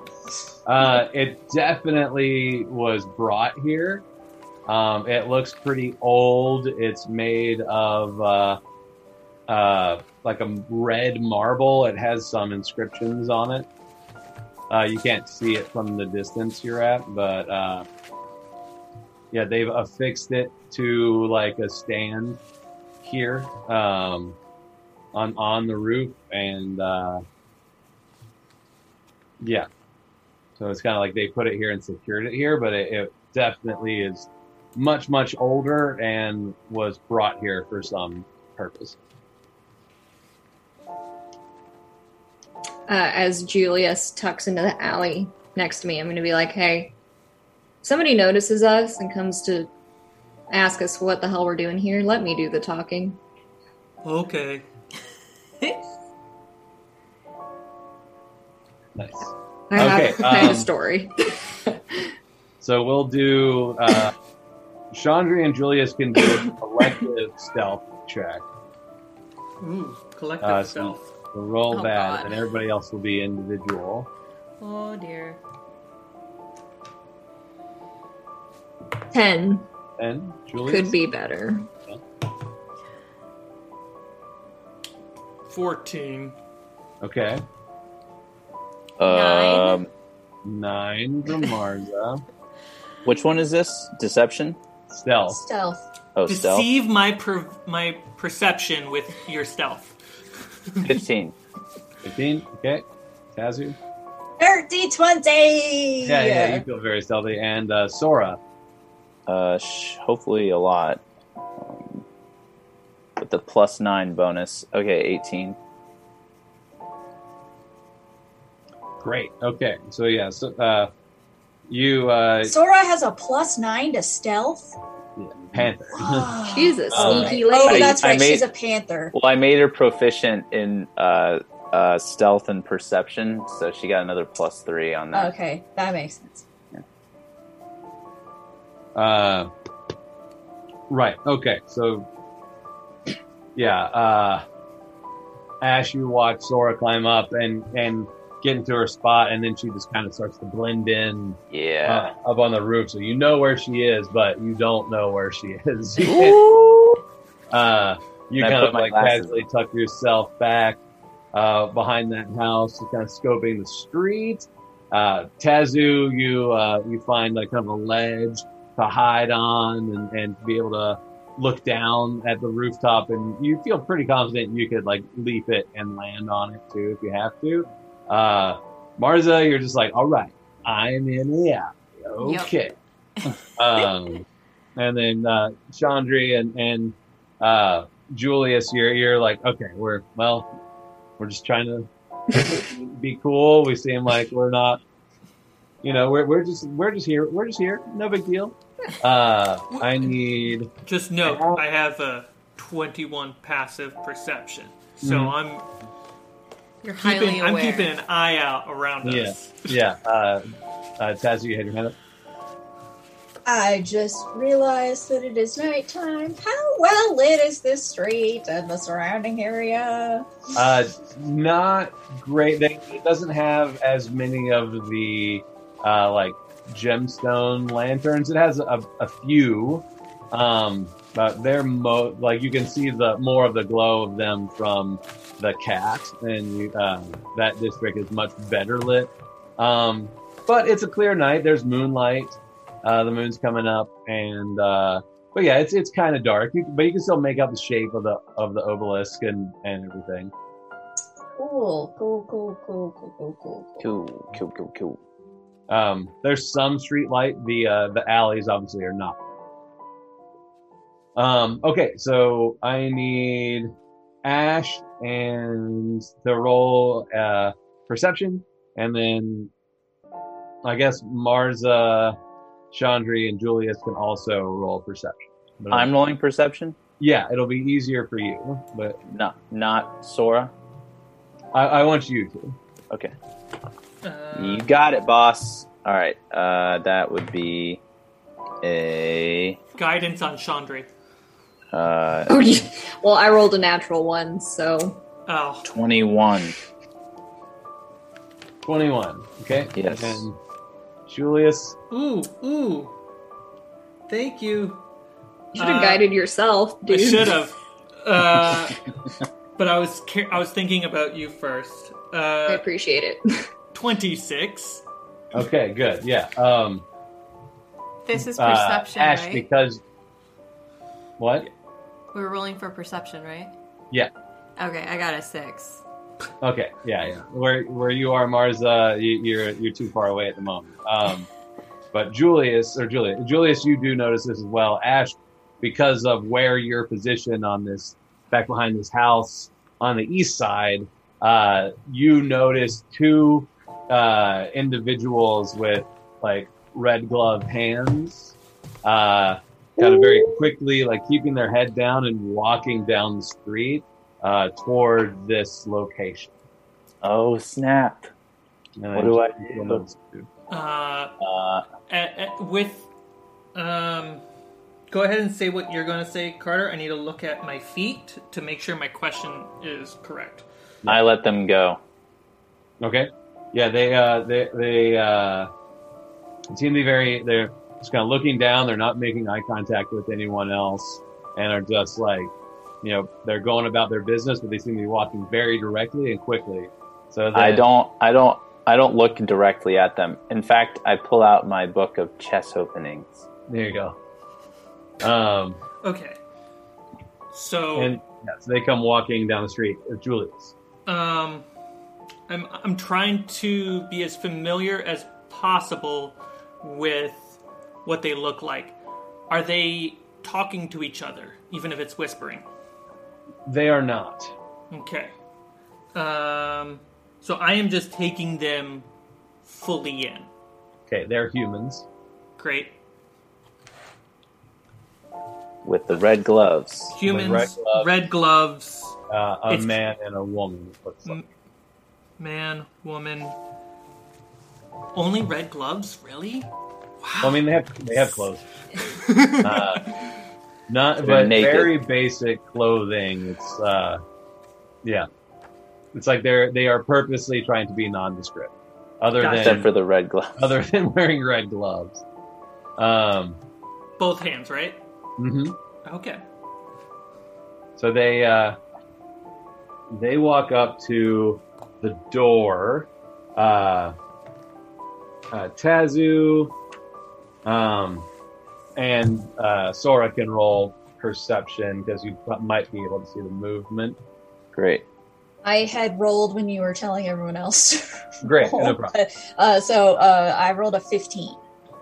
[SPEAKER 2] Uh, it definitely was brought here. Um, it looks pretty old. It's made of uh, uh, like a red marble. It has some inscriptions on it. Uh, you can't see it from the distance you're at, but uh, yeah, they've affixed it to like a stand here um, on on the roof, and uh, yeah. So it's kind of like they put it here and secured it here, but it, it definitely is much, much older and was brought here for some purpose.
[SPEAKER 4] uh, as Julius tucks into the alley next to me, I'm going to be like, hey, if somebody notices us and comes to ask us what the hell we're doing here, let me do the talking.
[SPEAKER 7] Okay.
[SPEAKER 2] Nice.
[SPEAKER 4] I have
[SPEAKER 2] Okay,
[SPEAKER 4] a kind
[SPEAKER 2] um,
[SPEAKER 4] of story.
[SPEAKER 2] So we'll do. Uh, Chandra and Julius can do a collective stealth check.
[SPEAKER 7] Ooh, collective
[SPEAKER 2] Uh, so-
[SPEAKER 7] stealth.
[SPEAKER 2] We'll roll
[SPEAKER 6] Oh,
[SPEAKER 2] that,
[SPEAKER 6] God.
[SPEAKER 2] and everybody else will be individual.
[SPEAKER 6] Oh dear.
[SPEAKER 4] 10
[SPEAKER 2] And Julius
[SPEAKER 4] could be better.
[SPEAKER 7] 14.
[SPEAKER 2] okay.
[SPEAKER 6] Nine.
[SPEAKER 5] Um,
[SPEAKER 2] Nine from Marza.
[SPEAKER 5] which one is this? Deception?
[SPEAKER 2] stealth.
[SPEAKER 3] Stealth.
[SPEAKER 5] Oh, stealth.
[SPEAKER 7] Deceive my per- my perception with your stealth.
[SPEAKER 5] Fifteen.
[SPEAKER 2] Fifteen. Okay. Tazu.
[SPEAKER 3] 30, 20.
[SPEAKER 2] Yeah, yeah, You feel very stealthy. And uh, Sora.
[SPEAKER 5] Uh, sh- hopefully a lot. Um, with the plus nine bonus. Okay, eighteen.
[SPEAKER 2] Great. Okay. So yeah. So uh, you uh,
[SPEAKER 3] Sora has a plus nine to stealth.
[SPEAKER 2] Panther.
[SPEAKER 4] She's a
[SPEAKER 5] Oh.
[SPEAKER 4] sneaky
[SPEAKER 3] Oh,
[SPEAKER 4] lady.
[SPEAKER 3] that's
[SPEAKER 5] I
[SPEAKER 3] right.
[SPEAKER 5] made-
[SPEAKER 3] She's a panther.
[SPEAKER 2] Oh,
[SPEAKER 5] Well, I made her proficient in uh, uh, stealth and perception, so she got another plus three on that.
[SPEAKER 3] Okay, that makes sense.
[SPEAKER 2] uh, right. Okay. So yeah. Uh, Ash, you watch Sora climb up and and get into her spot, and then she just kind of starts to blend in
[SPEAKER 5] Yeah.
[SPEAKER 2] uh, up on the roof. So you know where she is, but you don't know where she is. You can't- Uh, you
[SPEAKER 5] And
[SPEAKER 2] kind
[SPEAKER 5] I put
[SPEAKER 2] of
[SPEAKER 5] my
[SPEAKER 2] like
[SPEAKER 5] glasses
[SPEAKER 2] casually tuck yourself back uh, behind that house, just kind of scoping the street. Uh, Tazu, you uh, you find like kind of a ledge to hide on and, and be able to look down at the rooftop and you feel pretty confident you could like leap it and land on it too if you have to. Uh, Marza, you're just like, all right, I'm in the app. Okay. um, and then uh, Chandri and, and uh, Julius, you're, you're like, okay, we're, well, we're just trying to be cool. We seem like we're not, you know, we're, we're just, we're just here. We're just here. No big deal. Uh, I need
[SPEAKER 7] Just note, I have a 21 passive perception, so
[SPEAKER 2] Mhm.
[SPEAKER 7] I'm
[SPEAKER 6] You're highly
[SPEAKER 7] keeping,
[SPEAKER 6] aware.
[SPEAKER 7] I'm keeping an eye out around
[SPEAKER 2] Yeah.
[SPEAKER 7] us.
[SPEAKER 2] Yeah, uh, uh, Taz, you had your hand up.
[SPEAKER 3] I just realized that it is nighttime. How well lit is this street and the surrounding area?
[SPEAKER 2] Uh, not great. They, it doesn't have as many of the uh, like gemstone lanterns. It has a, a few, um, but they're mo- like you can see the more of the glow of them from the cat, and you, um, that district is much better lit. Um, but it's a clear night. There's moonlight. Uh, the moon's coming up, and uh, but yeah, it's it's kind of dark. You, but you can still make out the shape of the of the obelisk and and everything.
[SPEAKER 3] Cool, cool, cool, cool, cool, cool, cool. cool.
[SPEAKER 5] Cool, cool, cool, cool.
[SPEAKER 2] Um, there's some street light. The uh, the alleys obviously are not. Um, okay, so I need Ash and to roll uh, perception, and then I guess Marza, Chandri, and Julius can also roll perception. But
[SPEAKER 5] I'm rolling perception.
[SPEAKER 2] yeah, it'll be easier for you, but
[SPEAKER 5] Not, not Sora.
[SPEAKER 2] I, I want you to.
[SPEAKER 5] Okay,
[SPEAKER 7] Uh,
[SPEAKER 5] you got it, boss. All right, uh, that would be a
[SPEAKER 7] guidance on Chandri.
[SPEAKER 5] uh,
[SPEAKER 4] Oh, yeah. well, I rolled a natural one,
[SPEAKER 2] Uh,
[SPEAKER 4] so
[SPEAKER 7] Oh,
[SPEAKER 5] twenty-one.
[SPEAKER 2] 21. Okay.
[SPEAKER 5] Yes.
[SPEAKER 2] And Julius.
[SPEAKER 7] ooh, ooh. Thank you.
[SPEAKER 4] you should have
[SPEAKER 7] Uh,
[SPEAKER 4] guided yourself, dude.
[SPEAKER 7] I should have. Uh, but I was ca- I was thinking about you first.
[SPEAKER 4] I
[SPEAKER 7] Uh,
[SPEAKER 4] appreciate it.
[SPEAKER 7] 26.
[SPEAKER 2] Okay. Good. Yeah. Um.
[SPEAKER 6] This is
[SPEAKER 2] uh,
[SPEAKER 6] perception,
[SPEAKER 2] Ash,
[SPEAKER 6] right?
[SPEAKER 2] because. What?
[SPEAKER 6] We were rolling for perception, right?
[SPEAKER 2] Yeah.
[SPEAKER 6] Okay, I got a six.
[SPEAKER 2] Okay. Yeah. Yeah. Where Where you are, Marza, you, you're you're too far away at the moment. Um. But Julius or Julius, Julius, you do notice this as well, Ash, because of where your position on this back behind this house on the east side. Uh, you notice two uh, individuals with like red gloved hands, uh, kind of very quickly, like keeping their head down and walking down the street uh, toward this location.
[SPEAKER 5] Oh snap!
[SPEAKER 2] And
[SPEAKER 5] What do I
[SPEAKER 2] don't
[SPEAKER 5] do?
[SPEAKER 2] know what to do?
[SPEAKER 7] Uh,
[SPEAKER 5] Uh,
[SPEAKER 7] at, at- with um go ahead and say what you're going to say carter i need to look at my feet to make sure my question is correct
[SPEAKER 5] I let them go.
[SPEAKER 2] Okay. Yeah, they uh, they they uh, seem to be very. They're just kind of looking down. They're not making eye contact with anyone else, and are just like, you know, they're going about their business, but they seem to be walking very directly and quickly. So that,
[SPEAKER 5] I don't. I don't. I don't look directly at them. In fact, I pull out my book of chess openings.
[SPEAKER 2] There you go. Um,
[SPEAKER 7] okay so
[SPEAKER 2] and yeah, so they come walking down the street. Uh, Julius.
[SPEAKER 7] um i'm i'm trying to be as familiar as possible with what they look like are they talking to each other even if it's whispering
[SPEAKER 2] They are not.
[SPEAKER 7] Okay. Um, so I am just taking them fully in.
[SPEAKER 2] Okay, they're humans.
[SPEAKER 7] Great.
[SPEAKER 5] with the red gloves.
[SPEAKER 7] Humans,
[SPEAKER 2] red
[SPEAKER 7] red
[SPEAKER 2] gloves.
[SPEAKER 7] gloves,
[SPEAKER 2] Uh, a
[SPEAKER 7] It's-
[SPEAKER 2] man and a woman. it Looks like.
[SPEAKER 7] Mm. man, woman. Only red gloves? Really?
[SPEAKER 2] Well, I mean, they have they have clothes. uh, not
[SPEAKER 5] They're
[SPEAKER 2] but
[SPEAKER 5] naked.
[SPEAKER 2] very basic clothing. It's uh, yeah, it's like they're they are purposely trying to be nondescript, other
[SPEAKER 7] Gotcha.
[SPEAKER 2] than
[SPEAKER 5] Except for the red gloves.
[SPEAKER 2] other than wearing red gloves. Um,
[SPEAKER 7] Both hands, right?
[SPEAKER 2] mhm.
[SPEAKER 7] Okay.
[SPEAKER 2] So they uh, they walk up to the door. Uh, uh, Tazu, um, and uh, Sora can roll perception because you p- might be able to see the movement.
[SPEAKER 5] Great.
[SPEAKER 3] I had rolled when you were telling everyone else.
[SPEAKER 2] Great,
[SPEAKER 3] Oh.
[SPEAKER 2] no problem.
[SPEAKER 3] Uh, so uh, I rolled a 15.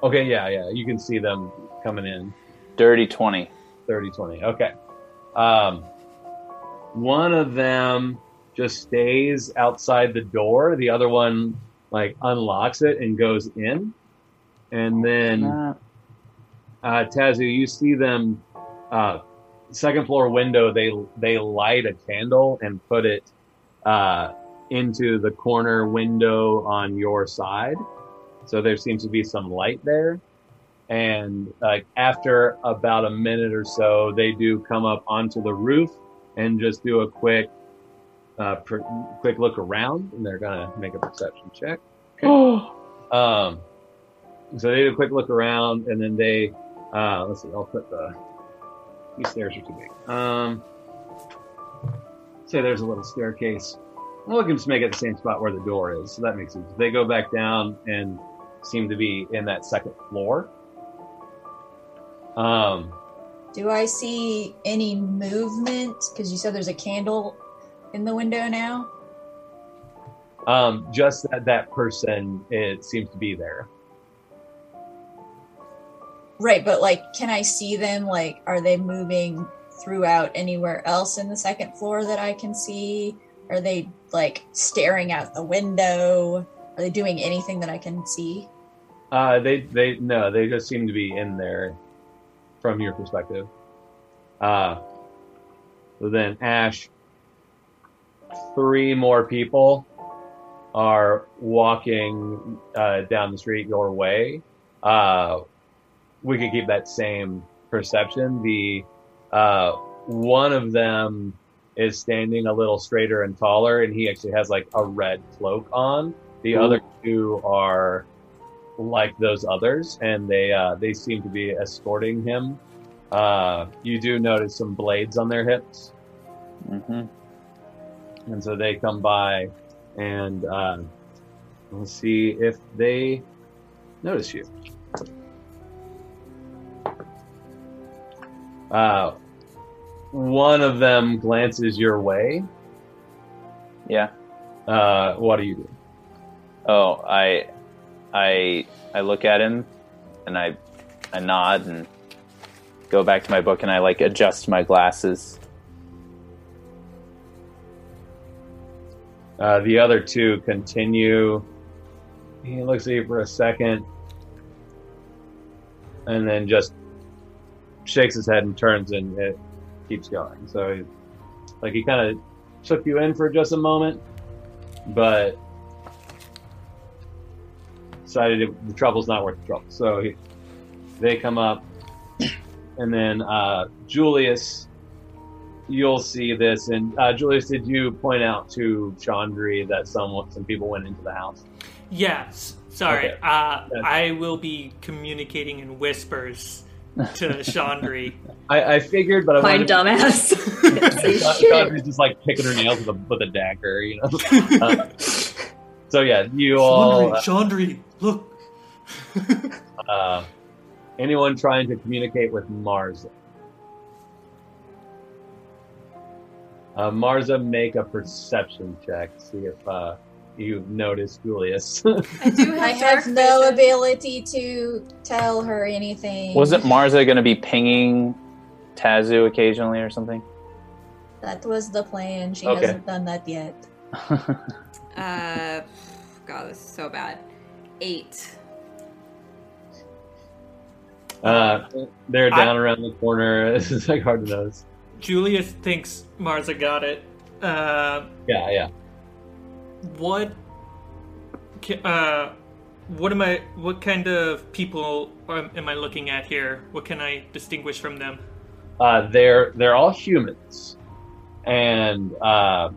[SPEAKER 2] Okay, yeah, yeah, you can see them coming in.
[SPEAKER 5] Dirty 20.
[SPEAKER 2] 30 20 okay um, one of them just stays outside the door the other one like unlocks it and goes in and then uh, Tazu, you see them uh, second floor window. They they light a candle and put it uh, into the corner window on your side. So there seems to be some light there. And like after about a minute or so, they do come up onto the roof and just do a quick uh, per, quick look around, and they're gonna make a perception check. Um, so they do a quick look around, and then they, uh, let's see, I'll put the, these stairs are too big. Um, say there's a little staircase. Well, we can just make it the same spot where the door is, so that makes sense. They go back down and seem to be in that second floor. Um,
[SPEAKER 3] Do I see any movement? Because you said there's a candle in the window now.
[SPEAKER 2] um, just that that person, it seems to be there.
[SPEAKER 3] Right, but like, can I see them? Like, are they moving throughout anywhere else in the second floor that I can see? Are they like staring out the window? Are they doing anything that I can see?
[SPEAKER 2] Uh, they they no, they just seem to be in there from your perspective. Uh, then Ash, three more people are walking uh, down the street your way. Uh, we could keep that same perception. The uh, one of them is standing a little straighter and taller, and he actually has like a red cloak on. The other two are like those others, and they uh, they seem to be escorting him. Uh, you do notice some blades on their hips,
[SPEAKER 5] hmm
[SPEAKER 2] and so they come by, and uh, we'll see if they notice you. Uh, one of them glances your way.
[SPEAKER 5] Yeah.
[SPEAKER 2] Uh, what do you do?
[SPEAKER 5] Oh, I, I, I look at him, and I, I nod and go back to my book, and I like adjust my glasses.
[SPEAKER 2] Uh, the other two continue. He looks at you for a second, and then just shakes his head and turns, and it keeps going. So, he- like he kind of took you in for just a moment, but decided it, the trouble's not worth the trouble. So he, they come up, and then uh, Julius you'll see this. And uh, Julius, did you point out to Chandri that some some people went into the house?
[SPEAKER 7] Yes. Sorry.
[SPEAKER 2] Okay.
[SPEAKER 7] Uh,
[SPEAKER 2] That's-
[SPEAKER 7] I will be communicating in whispers to Chandri.
[SPEAKER 2] I, I figured, but I
[SPEAKER 4] My
[SPEAKER 2] wanted to-
[SPEAKER 4] dumbass. Say
[SPEAKER 2] Chan-
[SPEAKER 4] shit.
[SPEAKER 2] Chandri's just like picking her nails with a with a dagger, you know. Uh, so yeah, you all.
[SPEAKER 7] Chandri, look.
[SPEAKER 2] Uh, anyone trying to communicate with Marza? Uh, Marza, make a perception check. See if uh, you notice Julius.
[SPEAKER 6] I do have,
[SPEAKER 3] I have
[SPEAKER 6] dark
[SPEAKER 3] no
[SPEAKER 6] vision.
[SPEAKER 3] ability to tell her anything.
[SPEAKER 5] Wasn't Marza going to be pinging Tazu occasionally or something?
[SPEAKER 3] That was the plan. She
[SPEAKER 5] Okay.
[SPEAKER 3] hasn't done that yet.
[SPEAKER 6] Uh, God, this is so bad. Eight.
[SPEAKER 2] Uh, they're
[SPEAKER 7] I-
[SPEAKER 2] down around the corner. it's like hard to notice.
[SPEAKER 7] Julius thinks Marza got it. Uh,
[SPEAKER 2] Yeah, yeah.
[SPEAKER 7] what? ca- Uh, what am I? What kind of people am am I looking at here? What can I distinguish from them?
[SPEAKER 2] Uh, they're they're all humans, and uh,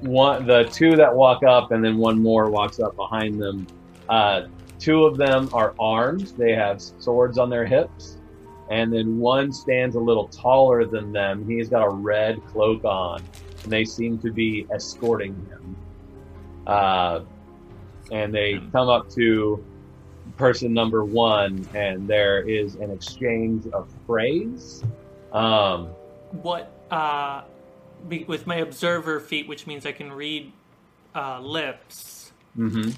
[SPEAKER 2] one the two that walk up, and then one more walks up behind them. Uh, two of them are armed; they have swords on their hips, and then one stands a little taller than them. He's got a red cloak on, and they seem to be escorting him. Uh, and they come up to person number one, and there is an exchange of praise. Um,
[SPEAKER 7] what uh be, with my observer feat which means i can read uh lips
[SPEAKER 2] mhm.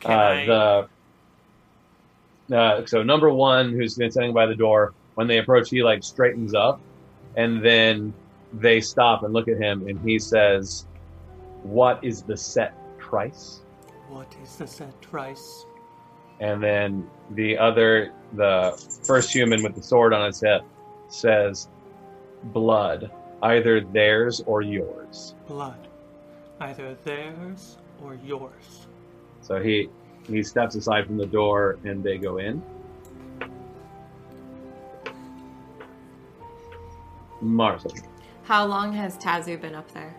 [SPEAKER 7] can i
[SPEAKER 2] uh, the uh, so number one who's been sitting by the door when they approach he like straightens up and then they stop and look at him and he says what is the set price
[SPEAKER 7] what is the set price
[SPEAKER 2] and then the other the first human with the sword on his hip says blood either theirs or yours
[SPEAKER 7] blood either theirs or yours
[SPEAKER 2] so he he steps aside from the door and they go in Martha.
[SPEAKER 6] How long has Tazu been up there?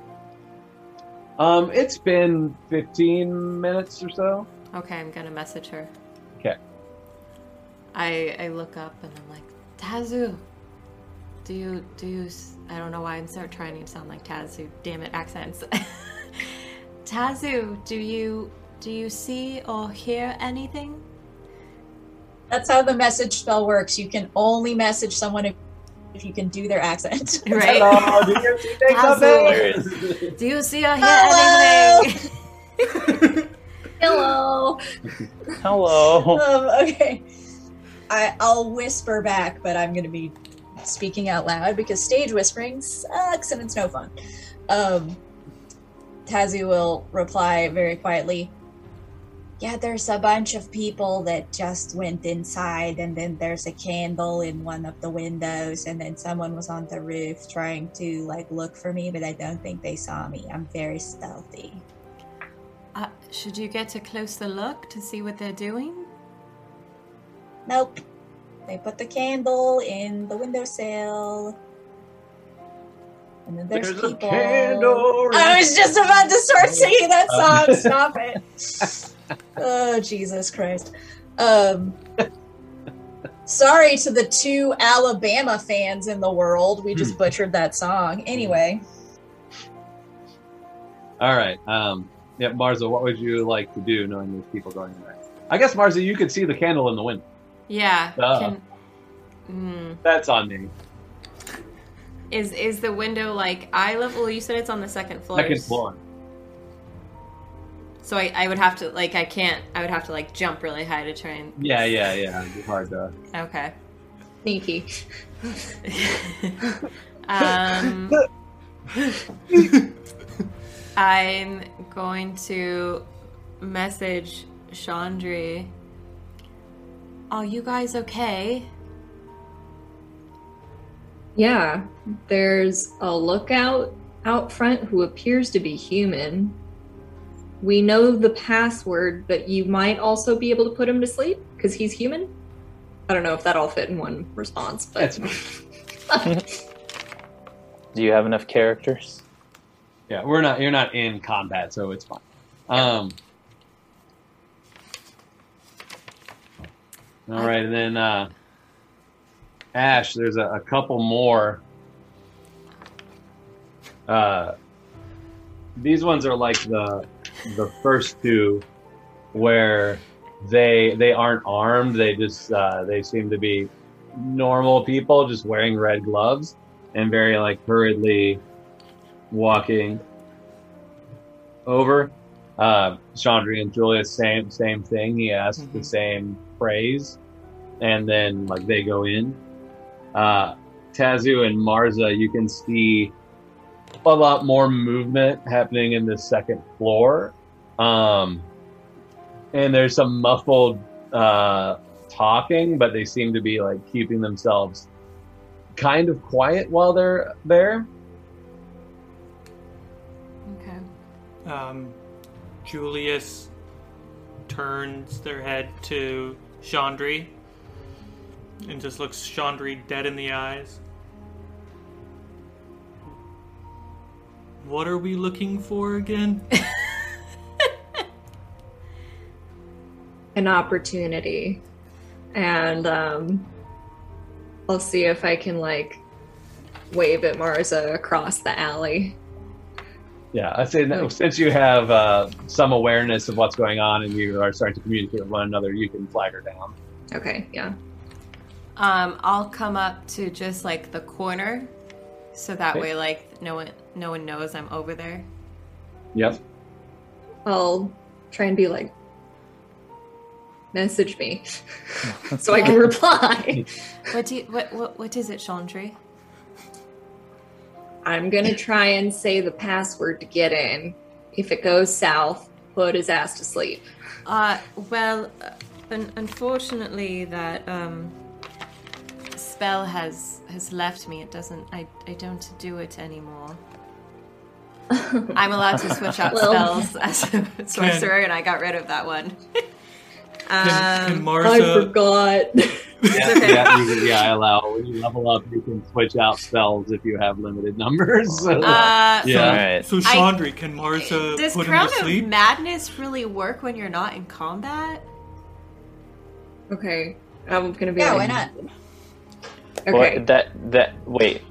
[SPEAKER 2] Um, it's been 15 minutes or so.
[SPEAKER 6] Okay, I'm gonna message her.
[SPEAKER 2] 'Kay.
[SPEAKER 6] I I look up and I'm like, Tazu, do you do you? s- I don't know why I'm start trying to sound like Tazu. Damn it, accents. Tazu, do you do you see or hear anything?
[SPEAKER 3] That's how the message spell works. You can only message someone if, if you can do their accent.
[SPEAKER 6] Right?
[SPEAKER 2] Hello, do you see things up there?
[SPEAKER 6] Do you see or hear
[SPEAKER 3] Hello?
[SPEAKER 6] anything?
[SPEAKER 3] Hello.
[SPEAKER 5] Hello.
[SPEAKER 3] Um, okay. I, I'll whisper back, but I'm going to be speaking out loud because stage whispering sucks and it's no fun. Um, Tazu will reply very quietly. Yeah, there's a bunch of people that just went inside, and then there's a candle in one of the windows, and then someone was on the roof trying to like look for me, but I don't think they saw me. I'm very stealthy.
[SPEAKER 6] Uh, should you get a closer look to see what they're doing?
[SPEAKER 3] Nope. They put the candle in the windowsill. And then there's,
[SPEAKER 2] There's a
[SPEAKER 3] people.
[SPEAKER 2] candle.
[SPEAKER 3] I was just about to start singing that song. Stop it. Oh, Jesus Christ. Um, sorry to the two Alabama fans in the world. We
[SPEAKER 2] Hmm.
[SPEAKER 3] just butchered that song. Anyway,
[SPEAKER 2] All right. Um, yeah, Marza, what would you like to do knowing there's people going in there? I guess, Marza, you could see the candle in the window.
[SPEAKER 6] Yeah.
[SPEAKER 2] Duh.
[SPEAKER 6] Can, mm,
[SPEAKER 2] That's on me.
[SPEAKER 6] is is the window like eye level? Well, you said it's on the second floor.
[SPEAKER 2] Second floor.
[SPEAKER 6] So I, I would have to like I can't. I would have to like jump really high to try and.
[SPEAKER 2] Yeah, yeah, yeah. It's hard to.
[SPEAKER 6] Okay.
[SPEAKER 4] Sneaky.
[SPEAKER 6] um, I'm going to message Chandri. Are you guys okay?
[SPEAKER 4] Yeah, there's a lookout out front who appears to be human. We know the password, but you might also be able to put him to sleep because he's human. I don't know if that all fit in one response, but
[SPEAKER 2] That's-
[SPEAKER 5] Do you have enough characters?
[SPEAKER 2] Yeah, we're not. You're not in combat, so it's fine. Um. All right, and then uh, Ash, there's a, a couple more. Uh, these ones are like the the first two, where they they aren't armed. They just uh, they seem to be normal people, just wearing red gloves and very like hurriedly walking over. Uh, Chandri and Julia, same same thing. He asks the
[SPEAKER 7] Mhm.
[SPEAKER 2] same phrase, and then like they go in. Uh, Tazu and Marza, you can see a lot more movement happening in the second floor, um, and there's some muffled uh, talking, but they seem to be like keeping themselves kind of quiet while they're there.
[SPEAKER 6] Okay.
[SPEAKER 7] um julius turns their head to chandri and just looks chandri dead in the eyes what are we looking for again
[SPEAKER 4] an opportunity. And um, I'll see if I can like wave at Marza across the alley.
[SPEAKER 2] Yeah, I say
[SPEAKER 6] Oh.
[SPEAKER 2] now, since you have uh, some awareness of what's going on and you are starting to communicate with one another, you can flag her down.
[SPEAKER 4] Okay, yeah.
[SPEAKER 6] Um, I'll come up to just like the corner, so that
[SPEAKER 2] Okay.
[SPEAKER 6] way like no one no one knows I'm over there.
[SPEAKER 2] Yep.
[SPEAKER 4] I'll try and be like, message me so I can reply.
[SPEAKER 6] What do you, what, what what is it, Chandri?
[SPEAKER 4] I'm gonna try and say the password to get in. If it goes south, put his ass to sleep.
[SPEAKER 6] Uh, well, uh, un- unfortunately, that um, spell has has left me. It doesn't. I I don't do it anymore. I'm allowed to switch out
[SPEAKER 4] Well-
[SPEAKER 6] spells as a sorcerer, and I got rid of that one.
[SPEAKER 7] Can, can
[SPEAKER 6] um,
[SPEAKER 4] I
[SPEAKER 7] Marza
[SPEAKER 4] forgot.
[SPEAKER 2] Yeah, yeah, you, yeah, I allow. When you level up, you can switch out spells if you have limited numbers.
[SPEAKER 7] So,
[SPEAKER 6] uh,
[SPEAKER 2] Yeah.
[SPEAKER 5] Alright.
[SPEAKER 7] so
[SPEAKER 6] I-
[SPEAKER 7] Chandri, can Marza
[SPEAKER 6] does
[SPEAKER 7] put him
[SPEAKER 6] Crown
[SPEAKER 7] to
[SPEAKER 6] of
[SPEAKER 7] sleep?
[SPEAKER 6] Madness really work when you're not in combat?
[SPEAKER 4] okay, I'm gonna be
[SPEAKER 3] Yeah, why
[SPEAKER 4] like,
[SPEAKER 3] not?
[SPEAKER 4] okay.
[SPEAKER 5] Well, that that wait.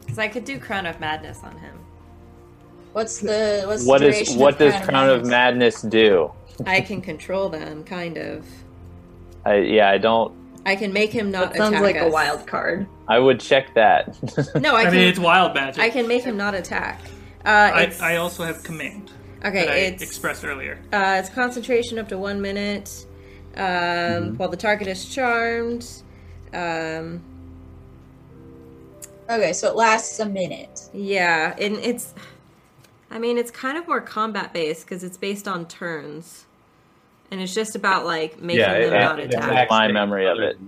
[SPEAKER 6] Because I could do Crown of Madness on him.
[SPEAKER 3] What's the what's
[SPEAKER 5] What
[SPEAKER 3] the
[SPEAKER 5] is
[SPEAKER 3] duration
[SPEAKER 5] what
[SPEAKER 3] of
[SPEAKER 5] does Crown of Madness do?
[SPEAKER 6] I can control them, kind of.
[SPEAKER 5] I, yeah, I don't.
[SPEAKER 6] I can make him not
[SPEAKER 4] That sounds
[SPEAKER 6] attack
[SPEAKER 4] like a
[SPEAKER 6] us.
[SPEAKER 4] wild card.
[SPEAKER 5] I would check that.
[SPEAKER 6] No, I,
[SPEAKER 7] I
[SPEAKER 6] can.
[SPEAKER 7] mean, it's wild magic.
[SPEAKER 6] I can make him not attack. Uh,
[SPEAKER 7] I,
[SPEAKER 6] it's-
[SPEAKER 7] I also have command that I
[SPEAKER 6] Okay, it's
[SPEAKER 7] expressed earlier.
[SPEAKER 6] uh, it's concentration up to one minute. Um,
[SPEAKER 4] Mm-hmm.
[SPEAKER 6] While the target is charmed. Um,
[SPEAKER 3] Okay, so it lasts a minute.
[SPEAKER 6] yeah, and it's. I mean, it's kind of more combat based because it's based on turns, and it's just about like making them
[SPEAKER 5] it-
[SPEAKER 6] not
[SPEAKER 5] it-
[SPEAKER 6] attack.
[SPEAKER 5] my memory of it.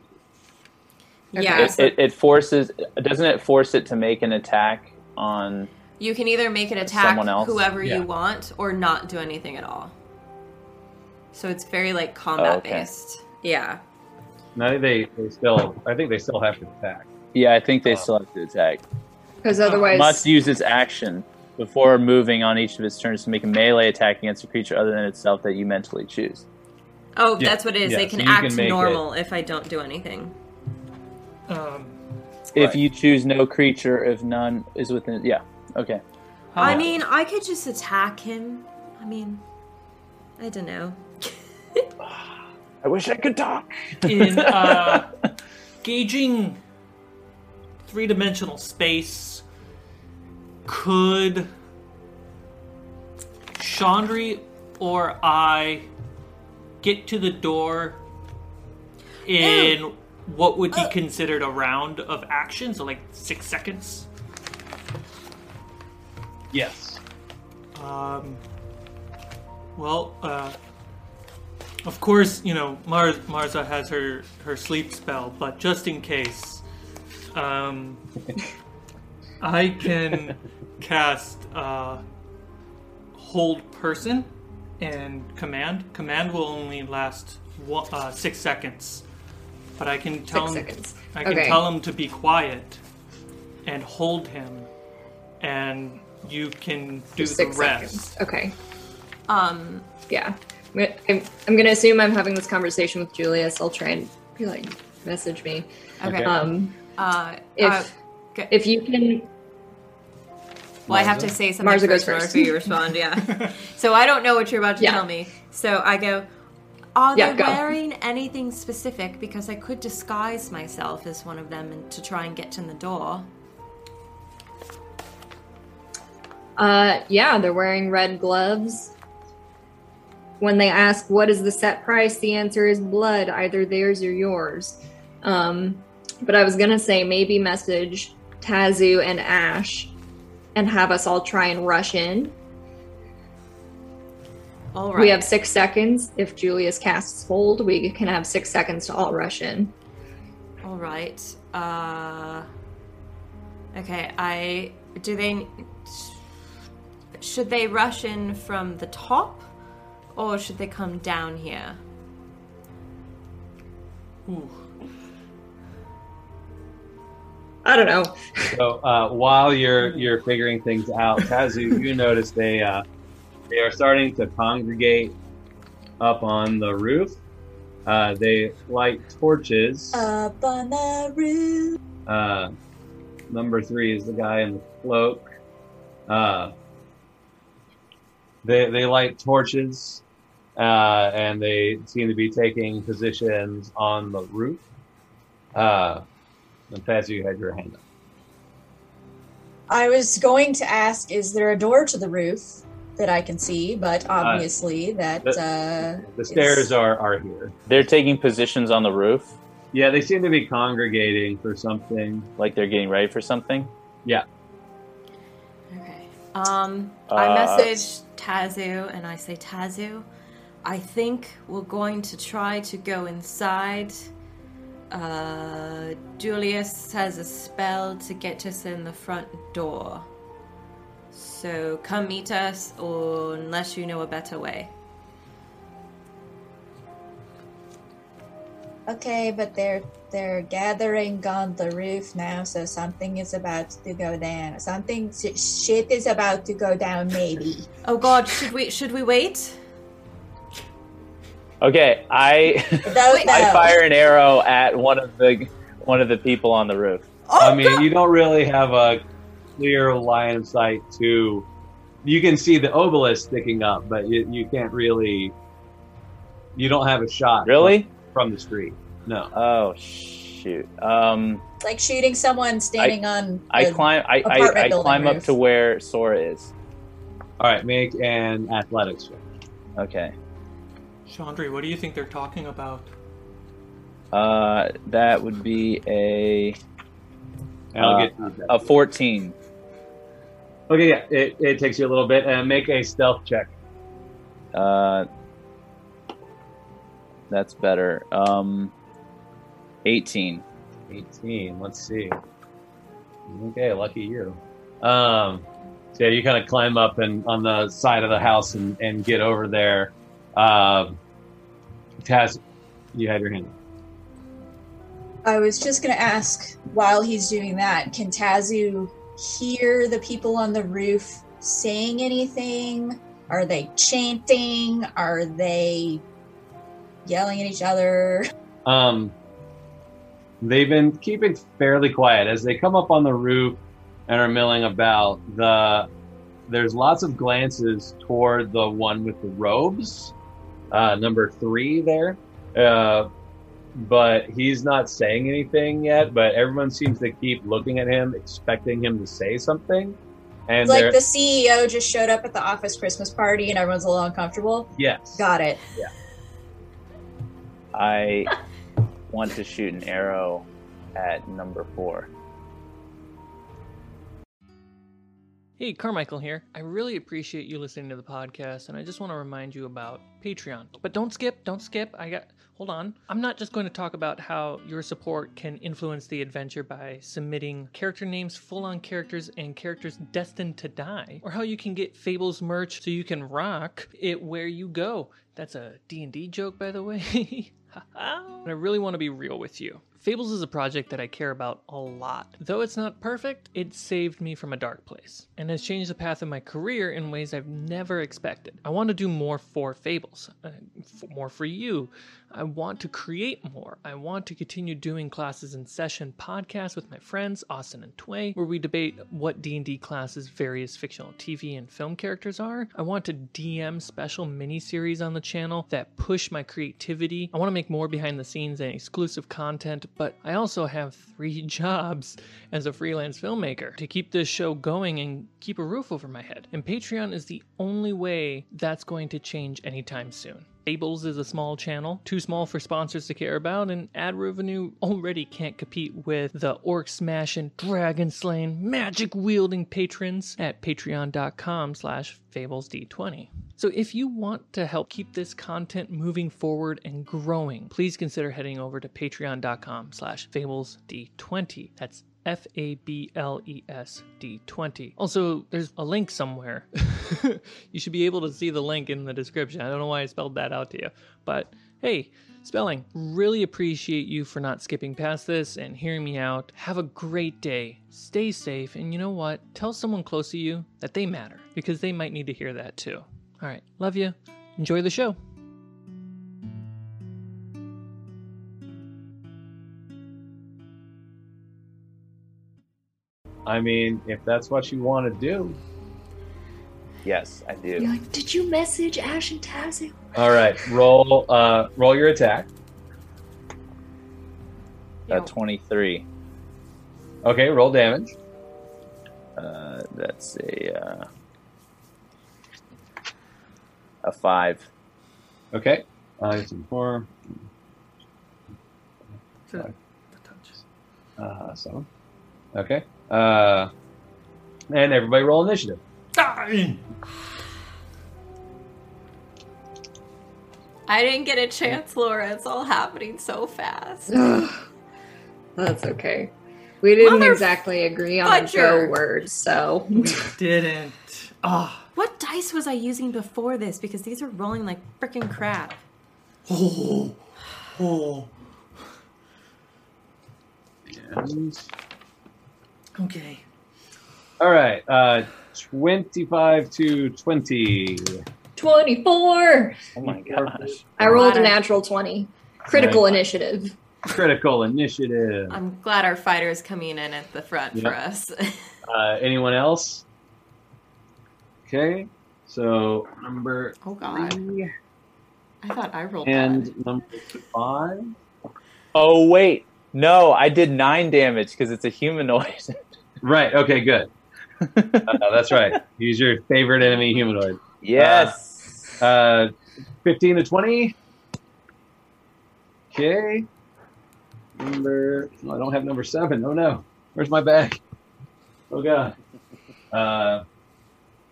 [SPEAKER 6] Yeah,
[SPEAKER 5] it, it, it forces. Doesn't it force it to make an attack on?
[SPEAKER 6] you can either make it attack
[SPEAKER 5] Someone else?
[SPEAKER 6] whoever
[SPEAKER 2] Yeah.
[SPEAKER 6] you want or not do anything at all. So it's very
[SPEAKER 2] Oh,
[SPEAKER 6] like combat based. Yeah.
[SPEAKER 2] No, they, they still. I think they still have to attack.
[SPEAKER 5] Yeah, I think they still have to attack.
[SPEAKER 4] Because
[SPEAKER 7] Oh,
[SPEAKER 4] otherwise,
[SPEAKER 5] Must use its action before moving on each of its turns to make a melee attack against a creature other than itself that you mentally choose.
[SPEAKER 6] Oh,
[SPEAKER 2] Yeah,
[SPEAKER 6] that's what it is.
[SPEAKER 2] yeah,
[SPEAKER 6] They
[SPEAKER 2] so
[SPEAKER 6] can
[SPEAKER 2] you
[SPEAKER 6] act
[SPEAKER 2] can make
[SPEAKER 6] normal if I don't do anything.
[SPEAKER 7] Um,
[SPEAKER 5] If
[SPEAKER 2] Right.
[SPEAKER 5] you choose no creature, if none is within, yeah, okay.
[SPEAKER 7] how-
[SPEAKER 6] I mean, I could just attack him. I mean, I don't know.
[SPEAKER 5] I wish I could talk.
[SPEAKER 7] in uh, gauging three dimensional space, could Chandri or I get to the door in what would be considered a round of action? So, like six seconds?
[SPEAKER 2] Yes.
[SPEAKER 7] Um, well, uh, of course, you know Mar- Marza has her her sleep spell, but just in case, um, I can cast uh, hold person and command. Command will only last one, uh, six seconds, but I can tell
[SPEAKER 4] six
[SPEAKER 7] him
[SPEAKER 4] seconds.
[SPEAKER 7] I can
[SPEAKER 4] okay.
[SPEAKER 7] tell him to be quiet and hold him, and you can do
[SPEAKER 4] For
[SPEAKER 7] the
[SPEAKER 4] six
[SPEAKER 7] rest.
[SPEAKER 4] seconds. Okay.
[SPEAKER 6] Um,
[SPEAKER 4] yeah I'm gonna- I'm, I'm gonna assume i'm having this conversation with julius i'll try and be like message me
[SPEAKER 6] okay.
[SPEAKER 2] Okay.
[SPEAKER 4] um
[SPEAKER 6] Uh,
[SPEAKER 4] if
[SPEAKER 6] uh, okay.
[SPEAKER 4] if you can
[SPEAKER 6] well, I have to say something
[SPEAKER 4] Marza goes
[SPEAKER 6] first in order
[SPEAKER 4] first.
[SPEAKER 6] for you to respond. Yeah. so I don't know what you're about to
[SPEAKER 4] Yeah.
[SPEAKER 6] tell me. So I go. Are
[SPEAKER 4] Yeah,
[SPEAKER 6] they
[SPEAKER 4] go.
[SPEAKER 6] wearing anything specific? Because I could disguise myself as one of them and to try and get in the door.
[SPEAKER 4] uh yeah they're wearing red gloves when they ask what is the set price the answer is blood either theirs or yours um but i was gonna say maybe message tazu and ash and have us all try and rush in
[SPEAKER 6] All right.
[SPEAKER 4] We have six seconds. If Julius casts hold, we can have six seconds to all rush in.
[SPEAKER 6] All right. Uh, okay. I do they should they rush in from the top, or should they come down here?
[SPEAKER 7] Ooh.
[SPEAKER 4] I don't know.
[SPEAKER 2] So uh, while you're you're figuring things out, Tazu, you notice they uh, they are starting to congregate up on the roof. Uh, they light torches.
[SPEAKER 3] Up on the roof.
[SPEAKER 2] Uh, number three is the guy in the cloak. Uh, They they light torches, uh, and they seem to be taking positions on the roof. Uh, and Taz, you had your hand up.
[SPEAKER 3] I was going to ask, is there a door to the roof that I can see?
[SPEAKER 5] Uh,
[SPEAKER 3] But obviously, that uh,
[SPEAKER 2] The
[SPEAKER 3] is-
[SPEAKER 2] stairs are are here.
[SPEAKER 5] They're taking positions on the roof,
[SPEAKER 2] Yeah, they seem to be congregating for something.
[SPEAKER 5] like they're getting ready for something.
[SPEAKER 6] Okay. Um,
[SPEAKER 5] Uh,
[SPEAKER 6] I message Tazu and I say, Tazu, I think we're going to try to go inside. Uh, Julius has a spell to get us in the front door. So come meet us, or unless you know a better way.
[SPEAKER 3] uh, okay, but they're they're gathering on the roof now, so something is about to go down. Something sh- shit is about to go down, maybe.
[SPEAKER 6] Oh God, should we should we wait?
[SPEAKER 5] Okay, I
[SPEAKER 3] Though,
[SPEAKER 5] I
[SPEAKER 3] though.
[SPEAKER 5] fire an arrow at one of the one of the people on the roof.
[SPEAKER 2] I mean, you don't really have a clear line of sight to. You can see the obelisk sticking up, but you, you can't really. You don't have a shot.
[SPEAKER 5] Really?
[SPEAKER 2] From the street. No.
[SPEAKER 5] Oh shoot. Um,
[SPEAKER 3] It's like shooting someone standing on.
[SPEAKER 5] I
[SPEAKER 3] the-
[SPEAKER 5] climb. I,
[SPEAKER 3] apartment
[SPEAKER 5] I, I
[SPEAKER 3] building
[SPEAKER 5] climb up
[SPEAKER 3] roof.
[SPEAKER 5] to where Sora is.
[SPEAKER 2] All right, make an athletics check.
[SPEAKER 5] Okay.
[SPEAKER 7] Chandri, what do you think they're talking about?
[SPEAKER 5] Uh, that would be a
[SPEAKER 2] And I'll
[SPEAKER 5] Uh, oh.
[SPEAKER 2] get to that.
[SPEAKER 5] a fourteen.
[SPEAKER 2] Okay, yeah, it, it takes you a little bit. And make a stealth check.
[SPEAKER 5] Uh, that's better. Um, eighteen.
[SPEAKER 2] 18. Let's see. Okay, lucky you. Um, so yeah, you kind of climb up and on the side of the house and, and get over there. Um, Taz, you had your hand. up.
[SPEAKER 3] I was just going to ask while he's doing that, can Tazu hear the people on the roof saying anything? Are they chanting? Are they yelling at each other?
[SPEAKER 2] Um, they've been keeping fairly quiet as they come up on the roof and are milling about. The there's lots of glances toward the one with the robes, uh, number three there, uh, but he's not saying anything yet. But everyone seems to keep looking at him, expecting him to say something. And
[SPEAKER 3] It's like
[SPEAKER 2] they're-
[SPEAKER 3] the CEO just showed up at the office Christmas party and everyone's a little uncomfortable.
[SPEAKER 2] yes,
[SPEAKER 3] Got it.
[SPEAKER 5] I want to shoot an arrow at number four.
[SPEAKER 1] Hey, Carmichael here. I really appreciate you listening to the podcast, and I just want to remind you about Patreon. But don't skip, don't skip. I got, hold on. I'm not just going to talk about how your support can influence the adventure by submitting character names, full on characters, and characters destined to die, or how you can get Fables merch so you can rock it where you go. That's a D&D joke, by the way. and I really want to be real with you. Fables is a project that I care about a lot. Though it's not perfect, it saved me from a dark place and has changed the path of my career in ways I've never expected. I want to do more for Fables, uh, f- more for you. I want to create more. I want to continue doing classes in session podcasts with my friends Austin and Tway, where we debate what D&D classes various fictional TV and film characters are. I want to DM special miniseries on the channel that push my creativity. I want to make more behind the scenes and exclusive content, but I also have three jobs as a freelance filmmaker to keep this show going and keep a roof over my head. And Patreon is the only way that's going to change anytime soon. Fables is a small channel, too small for sponsors to care about, and ad revenue already can't compete with the orc smashing, dragon slaying, magic wielding patrons at patreon.com slash fablesd20. So if you want to help keep this content moving forward and growing, please consider heading over to patreon.com slash fablesd20. That's F A B L E S D 20. Also, there's a link somewhere. you should be able to see the link in the description. I don't know why I spelled that out to you, but hey, spelling. Really appreciate you for not skipping past this and hearing me out. Have a great day. Stay safe, and you know what? Tell someone close to you that they matter because they might need to hear that too. All right, love you. Enjoy the show.
[SPEAKER 2] I mean if that's what you want to do.
[SPEAKER 5] Yes, I do. Uh,
[SPEAKER 4] You're like, did you message Ash and Tazzy?
[SPEAKER 2] All right, roll uh, roll your attack.
[SPEAKER 5] A 23.
[SPEAKER 2] Okay, roll damage.
[SPEAKER 5] Uh, that's a uh, a five.
[SPEAKER 2] Okay, five and four,
[SPEAKER 7] To the touch.
[SPEAKER 2] uh, seven. Okay, uh, and everybody roll initiative.
[SPEAKER 6] I didn't get a chance, Laura. It's all happening so fast.
[SPEAKER 4] Ugh. That's okay. We didn't
[SPEAKER 6] Mother
[SPEAKER 4] exactly agree on a
[SPEAKER 6] fudger.
[SPEAKER 4] go word, so
[SPEAKER 7] We didn't. Ah.
[SPEAKER 6] What dice was I using before this? Because these are rolling like freaking crap.
[SPEAKER 7] Oh. Oh. Okay.
[SPEAKER 2] All right, uh, twenty-five to twenty.
[SPEAKER 4] 24.
[SPEAKER 5] Oh my gosh.
[SPEAKER 4] I rolled
[SPEAKER 6] Ladder.
[SPEAKER 4] a natural 20. Critical initiative.
[SPEAKER 2] Critical initiative.
[SPEAKER 6] I'm glad our fighter is coming in at the front for us.
[SPEAKER 2] Uh, anyone else? Okay, so number
[SPEAKER 6] oh god.
[SPEAKER 2] three
[SPEAKER 6] I thought I rolled bad.
[SPEAKER 2] and number five.
[SPEAKER 5] Oh wait, no, I did nine damage because it's a humanoid.
[SPEAKER 2] Right. Okay. Good. Uh, that's right. He's your favorite enemy humanoid.
[SPEAKER 5] yes.
[SPEAKER 2] Uh, fifteen to twenty. Okay. Number. No, I don't have number seven. Oh no. Where's my bag? Oh god. Uh,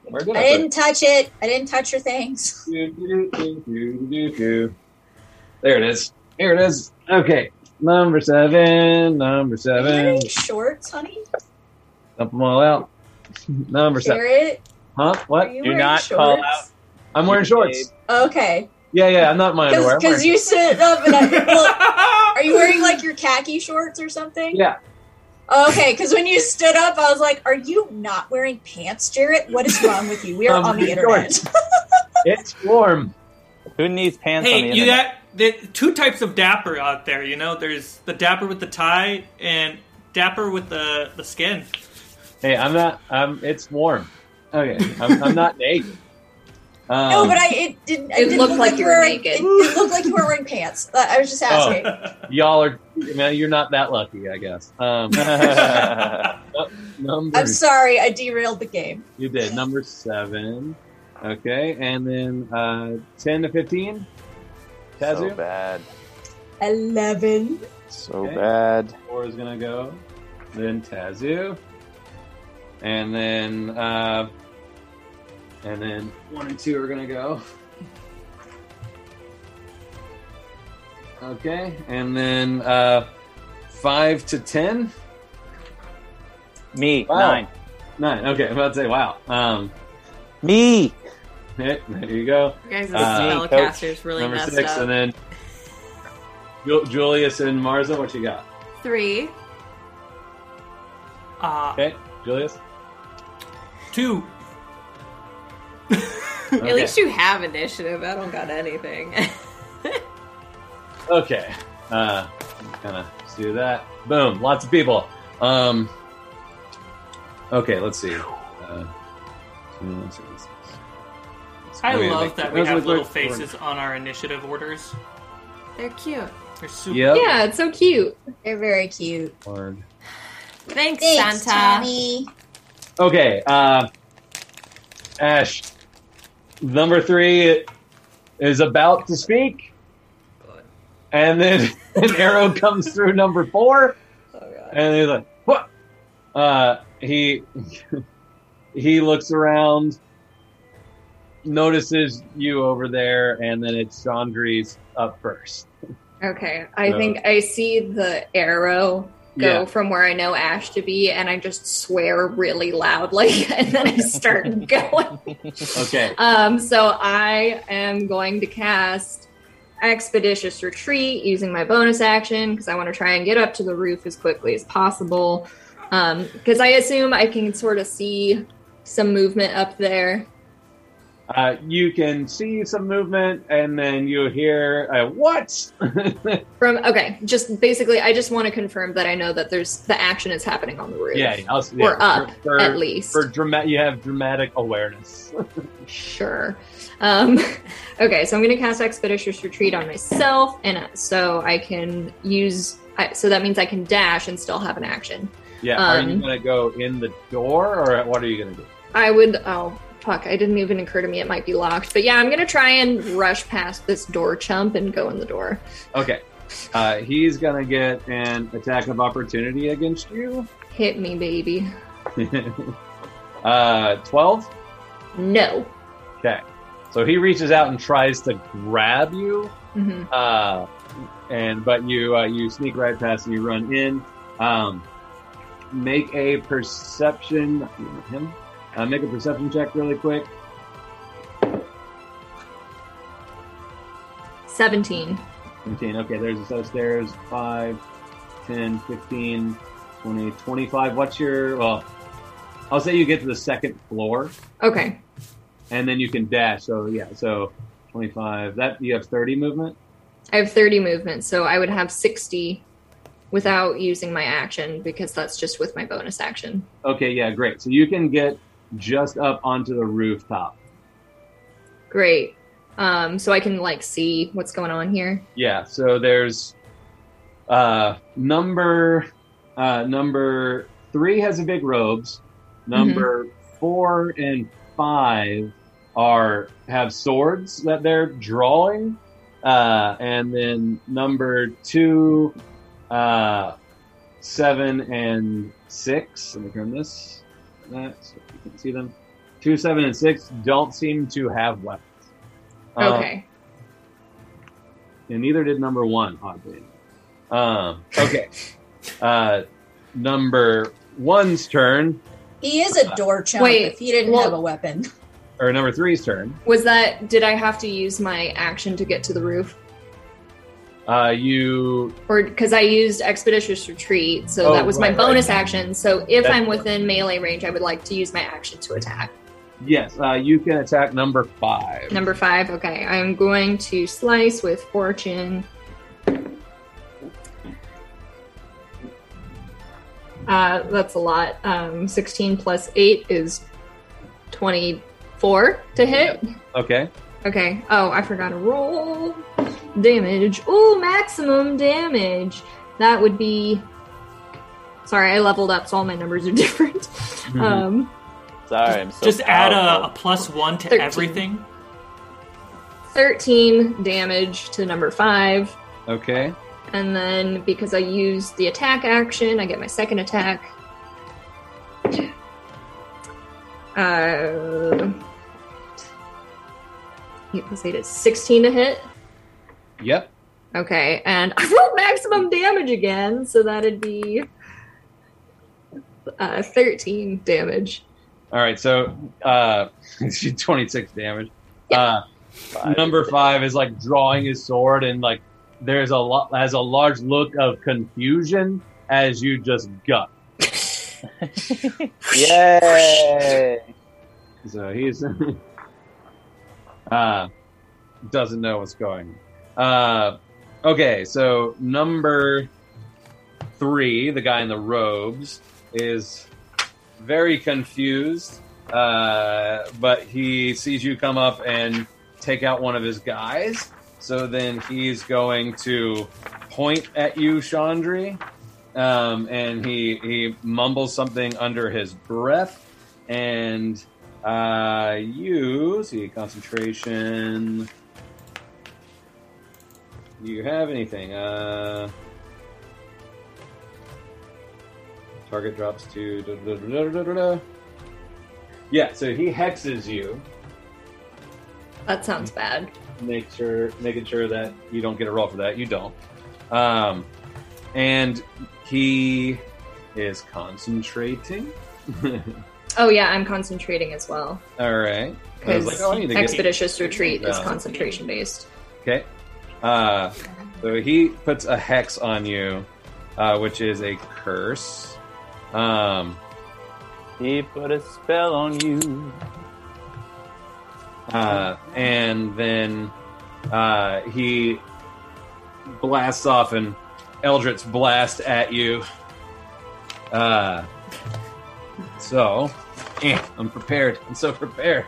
[SPEAKER 2] where did
[SPEAKER 3] I
[SPEAKER 2] I put it?
[SPEAKER 3] didn't touch it. I didn't touch your things.
[SPEAKER 2] Do, do, do, do, do, do. There it is. Here it is. Okay. Number seven. Number
[SPEAKER 3] Are you
[SPEAKER 2] seven.
[SPEAKER 3] wearing shorts, honey?
[SPEAKER 2] Dump them all out. Number seven.
[SPEAKER 3] Jarrett,
[SPEAKER 2] Huh?
[SPEAKER 3] are
[SPEAKER 2] What?
[SPEAKER 3] you
[SPEAKER 5] Do
[SPEAKER 3] wearing
[SPEAKER 5] not
[SPEAKER 3] shorts?
[SPEAKER 5] call out.
[SPEAKER 2] I'm wearing shorts.
[SPEAKER 3] Okay,
[SPEAKER 2] Yeah, yeah. I'm not in my underwear. I'm wearing-
[SPEAKER 3] because you stood up and I. Well, are you wearing like your khaki shorts or something? Oh,
[SPEAKER 2] Yeah.
[SPEAKER 3] Okay, because when you stood up, I was like, "Are you not wearing pants, Jarrett? What is wrong with you? We are
[SPEAKER 2] Um,
[SPEAKER 3] on the
[SPEAKER 2] shorts.
[SPEAKER 3] internet."
[SPEAKER 2] It's warm.
[SPEAKER 5] Who needs pants on the
[SPEAKER 7] Hey, you
[SPEAKER 5] internet?
[SPEAKER 7] got there, two types of dapper out there. You know, there's the dapper with the tie and dapper with the the skin.
[SPEAKER 2] Hey, I'm not. I'm. It's warm. Okay, I'm, I'm not naked. Um,
[SPEAKER 3] no, but I it didn't.
[SPEAKER 4] It
[SPEAKER 3] didn't
[SPEAKER 4] looked
[SPEAKER 3] look
[SPEAKER 4] like you were
[SPEAKER 3] wearing-
[SPEAKER 4] naked.
[SPEAKER 3] It, it looked like you were wearing pants. Uh, I was
[SPEAKER 2] Oh.
[SPEAKER 3] just asking.
[SPEAKER 2] y'all are. Man, you're not that lucky, I guess. Um,
[SPEAKER 7] Uh,
[SPEAKER 5] Um.
[SPEAKER 2] number
[SPEAKER 3] I'm sorry, I derailed the game.
[SPEAKER 2] you did number seven. Okay, and then uh, ten to fifteen. Tazu
[SPEAKER 5] so bad.
[SPEAKER 3] Eleven.
[SPEAKER 5] So
[SPEAKER 2] Okay.
[SPEAKER 5] bad.
[SPEAKER 2] four is gonna go. Then Tazu, and then uh, and then one and two are gonna go. Okay, and then uh, five to ten.
[SPEAKER 5] Me
[SPEAKER 2] Wow.
[SPEAKER 5] nine.
[SPEAKER 2] Nine. Okay, I'm about to say wow. Um,
[SPEAKER 5] Me.
[SPEAKER 2] there you go.
[SPEAKER 6] You guys, the
[SPEAKER 2] Uh,
[SPEAKER 6] spellcasters really
[SPEAKER 2] Number
[SPEAKER 6] messed
[SPEAKER 2] six,
[SPEAKER 6] up.
[SPEAKER 2] and then Ju- Julius and Marza. What you got?
[SPEAKER 6] Three.
[SPEAKER 7] Ah,
[SPEAKER 2] Okay, Julius.
[SPEAKER 7] two.
[SPEAKER 2] Okay.
[SPEAKER 6] At least you have initiative. I don't got anything.
[SPEAKER 2] Okay. Uh, kind of do that. Boom. Lots of people. Um, okay, let's see. Uh, let's see.
[SPEAKER 7] I
[SPEAKER 2] Okay,
[SPEAKER 7] love
[SPEAKER 2] like-
[SPEAKER 7] that we
[SPEAKER 2] those are
[SPEAKER 7] have
[SPEAKER 2] the
[SPEAKER 7] little
[SPEAKER 2] good-
[SPEAKER 7] faces on our initiative orders.
[SPEAKER 6] They're cute.
[SPEAKER 7] They're super.
[SPEAKER 2] Yep.
[SPEAKER 4] Yeah, it's so cute.
[SPEAKER 3] They're very cute.
[SPEAKER 2] Word.
[SPEAKER 6] Thanks,
[SPEAKER 3] Thanks,
[SPEAKER 6] Santa.
[SPEAKER 3] Tommy.
[SPEAKER 2] Okay. Uh, Ash, number three is about to speak. And then an arrow comes through number four. And he's like, what? Uh, he he looks around, notices you over there, and then it's Chandri's up first.
[SPEAKER 4] Okay, I
[SPEAKER 2] No.
[SPEAKER 4] think I see the arrow go
[SPEAKER 2] Yeah.
[SPEAKER 4] from where I know Ash to be, and I just swear really loudly, and then I start going.
[SPEAKER 2] Okay.
[SPEAKER 4] Um, so I am going to cast Expeditious Retreat using my bonus action because I want to try and get up to the roof as quickly as possible. Um, Because I assume I can sort of see some movement up there.
[SPEAKER 2] Uh, you can see some movement, and then you hear uh, what?
[SPEAKER 4] From okay, just basically, I just want to confirm that I know that there's the action is happening on the roof.
[SPEAKER 2] yeah, yeah, I'll see-
[SPEAKER 4] Or
[SPEAKER 2] yeah,
[SPEAKER 4] up,
[SPEAKER 2] for,
[SPEAKER 4] at least.
[SPEAKER 2] For dramatic, you have dramatic awareness.
[SPEAKER 4] Sure. Um, okay, so I'm going to cast Expeditious Retreat on myself, and uh, so I can use. I, so that means I can dash and still have an action.
[SPEAKER 2] yeah, are you
[SPEAKER 4] Um,
[SPEAKER 2] gonna go in the door, or what are you gonna do?
[SPEAKER 4] I would. Oh, fuck. I didn't even occur to me it might be locked. But yeah, I'm going to try and rush past this door chump and go in the door.
[SPEAKER 2] Okay, uh, he's gonna get an attack of opportunity against you.
[SPEAKER 4] Hit me, baby.
[SPEAKER 2] uh, Twelve.
[SPEAKER 4] No.
[SPEAKER 2] Okay, so he reaches out and tries to grab you.
[SPEAKER 4] hmm
[SPEAKER 2] Uh, and but you uh, you sneak right past and you run in. Um, make a perception. Him. Uh, make a perception check really quick.
[SPEAKER 4] 17.
[SPEAKER 2] 15. Okay, there's a set of stairs. 5, 10, 15, 20, 25. What's your. Well, I'll say you get to the second floor
[SPEAKER 4] Okay.
[SPEAKER 2] and then you can dash. So, yeah, so 25. That You have 30 movement?
[SPEAKER 4] I have 30 movement, so I would have 60 without using my action because that's just with my bonus action.
[SPEAKER 2] Okay, yeah, great. So you can get just up onto the rooftop.
[SPEAKER 4] Great. Um, so I can like see what's going on here.
[SPEAKER 2] Yeah, so there's uh number uh number 3 has a big robes. Number 4 and 5 are have swords that they're drawing. Uh and then number 2 uh 7 and 6, let me turn this that so you can see them. 2 7 and 6 don't seem to have weapons. Um,
[SPEAKER 4] Okay.
[SPEAKER 2] and neither did number one, oddly. enough. Um, okay. uh, number one's turn,
[SPEAKER 3] He is a door chump.
[SPEAKER 4] Wait,
[SPEAKER 3] if he didn't
[SPEAKER 4] well-
[SPEAKER 3] have a weapon,
[SPEAKER 2] or number three's turn.
[SPEAKER 4] Was that did I have to use my action to get to the roof?
[SPEAKER 2] Uh, you,
[SPEAKER 4] Or because I used expeditious retreat, so
[SPEAKER 2] Oh,
[SPEAKER 4] that was
[SPEAKER 2] right,
[SPEAKER 4] my
[SPEAKER 2] right.
[SPEAKER 4] bonus action. So if
[SPEAKER 2] That's-
[SPEAKER 4] I'm within melee range, I would like to use my action to attack.
[SPEAKER 2] yes, uh, you can attack number five.
[SPEAKER 4] Number five, okay. I'm going to slice with fortune. Uh, that's a lot. Um, 16 plus 8 is 24 to hit.
[SPEAKER 2] okay.
[SPEAKER 4] Okay. Oh, I forgot to roll. Damage. Ooh, maximum damage. That would be. Sorry, I leveled up, so all my numbers are different. Um,
[SPEAKER 5] Sorry, I'm so
[SPEAKER 7] Just add a, a
[SPEAKER 5] powerful.
[SPEAKER 7] plus one to
[SPEAKER 4] Thirteen.
[SPEAKER 7] everything.
[SPEAKER 4] 13 damage to number 5.
[SPEAKER 2] Okay.
[SPEAKER 4] And then because I use the attack action, I get my second attack. Uh, 8 plus 8 is 16 to hit.
[SPEAKER 2] Yep.
[SPEAKER 4] Okay, and I rolled maximum damage again, so that'd be uh, 13 damage.
[SPEAKER 2] All right. So, uh, 26 damage.
[SPEAKER 4] Yeah.
[SPEAKER 2] Uh,
[SPEAKER 5] Five.
[SPEAKER 2] number five is like drawing his sword and like there's a lot has a large look of confusion as you just gut.
[SPEAKER 5] Yay!
[SPEAKER 2] So he's uh doesn't know what's going. Uh okay, so number 3, the guy in the robes is very confused. Uh but he sees you come up and take out one of his guys. So then he's going to point at you, Chandri. Um, and he he mumbles something under his breath and uh, you see concentration. Do you have anything? Uh, target drops to. Da, da, da, da, da, da. Yeah, so he hexes you,
[SPEAKER 4] That sounds bad.
[SPEAKER 2] make sure making sure that you don't get a roll for that. You don't. Um, and he is concentrating.
[SPEAKER 4] Oh, yeah, I'm concentrating as well.
[SPEAKER 2] All right. I was
[SPEAKER 4] Because
[SPEAKER 2] like, oh, I need to get
[SPEAKER 4] Expeditious Retreat is
[SPEAKER 2] Yeah.
[SPEAKER 4] concentration based.
[SPEAKER 2] Okay. Uh, so he puts a hex on you, uh, which is a curse. Um,
[SPEAKER 5] He put a spell on you.
[SPEAKER 2] Uh, and then uh, he blasts off an Eldritch blast at you. Uh, so, eh, I'm prepared. I'm so prepared.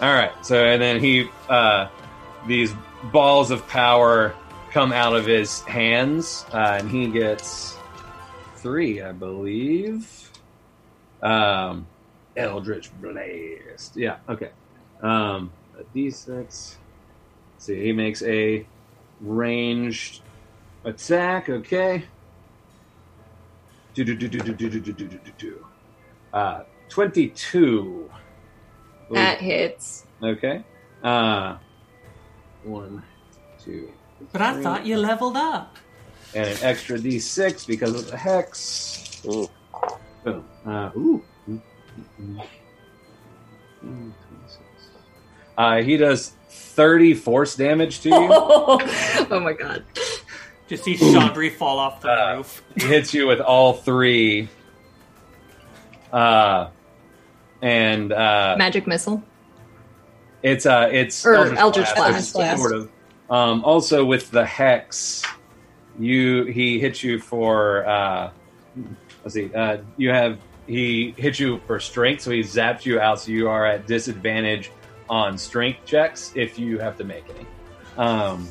[SPEAKER 2] All right. So, and then he, uh, these balls of power come out of his hands, uh, and he gets three, I believe. Um, Eldritch Blast. Yeah. Okay. Um, a D6. Let's see, he makes a ranged attack. Okay. Do do do do do do do do do do do do. Uh, twenty-two.
[SPEAKER 4] That hits.
[SPEAKER 2] Okay. Uh, one, two,
[SPEAKER 7] But I thought you leveled up.
[SPEAKER 2] and an extra d6 because of the hex.
[SPEAKER 5] Ooh.
[SPEAKER 2] Boom. Uh, ooh. Mm, mm, mm. Uh, he does 30 force damage to you.
[SPEAKER 6] Mm-hmm.
[SPEAKER 4] oh my god.
[SPEAKER 7] Just see Chandri fall off the
[SPEAKER 2] Uh,
[SPEAKER 7] roof.
[SPEAKER 2] he hits you with all three. Uh, and uh,
[SPEAKER 4] Magic missile.
[SPEAKER 2] It's uh, it's
[SPEAKER 4] Or Eldritch
[SPEAKER 3] Blast. Blast.
[SPEAKER 2] sort of. Um, also with the hex, you he hits you for uh, let's see, uh, you have he hits you for strength, so he zaps you out, so you are at disadvantage on strength checks if you have to make any. Um,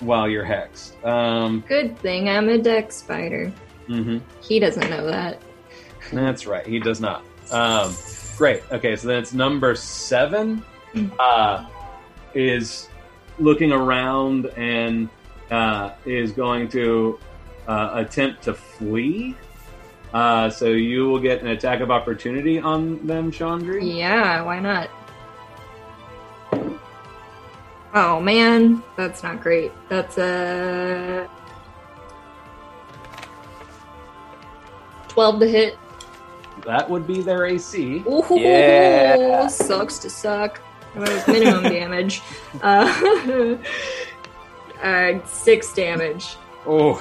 [SPEAKER 2] while you're hexed. Um,
[SPEAKER 4] Good thing I'm a deck spider.
[SPEAKER 2] mhm.
[SPEAKER 4] He doesn't know that.
[SPEAKER 2] That's right. He does not. Um, great. Okay, so then it's number seven.
[SPEAKER 4] Mm.
[SPEAKER 2] Uh, is looking around and uh, is going to uh, attempt to flee. Uh, so you will get an attack of opportunity on them, Chandri.
[SPEAKER 4] Yeah, why not? Oh man, that's not great. That's uh, a 12 to hit.
[SPEAKER 2] That would be their AC.
[SPEAKER 4] Ooh,
[SPEAKER 5] Yeah.
[SPEAKER 4] sucks to suck. That was minimum damage. Uh, uh, six damage.
[SPEAKER 2] Oh,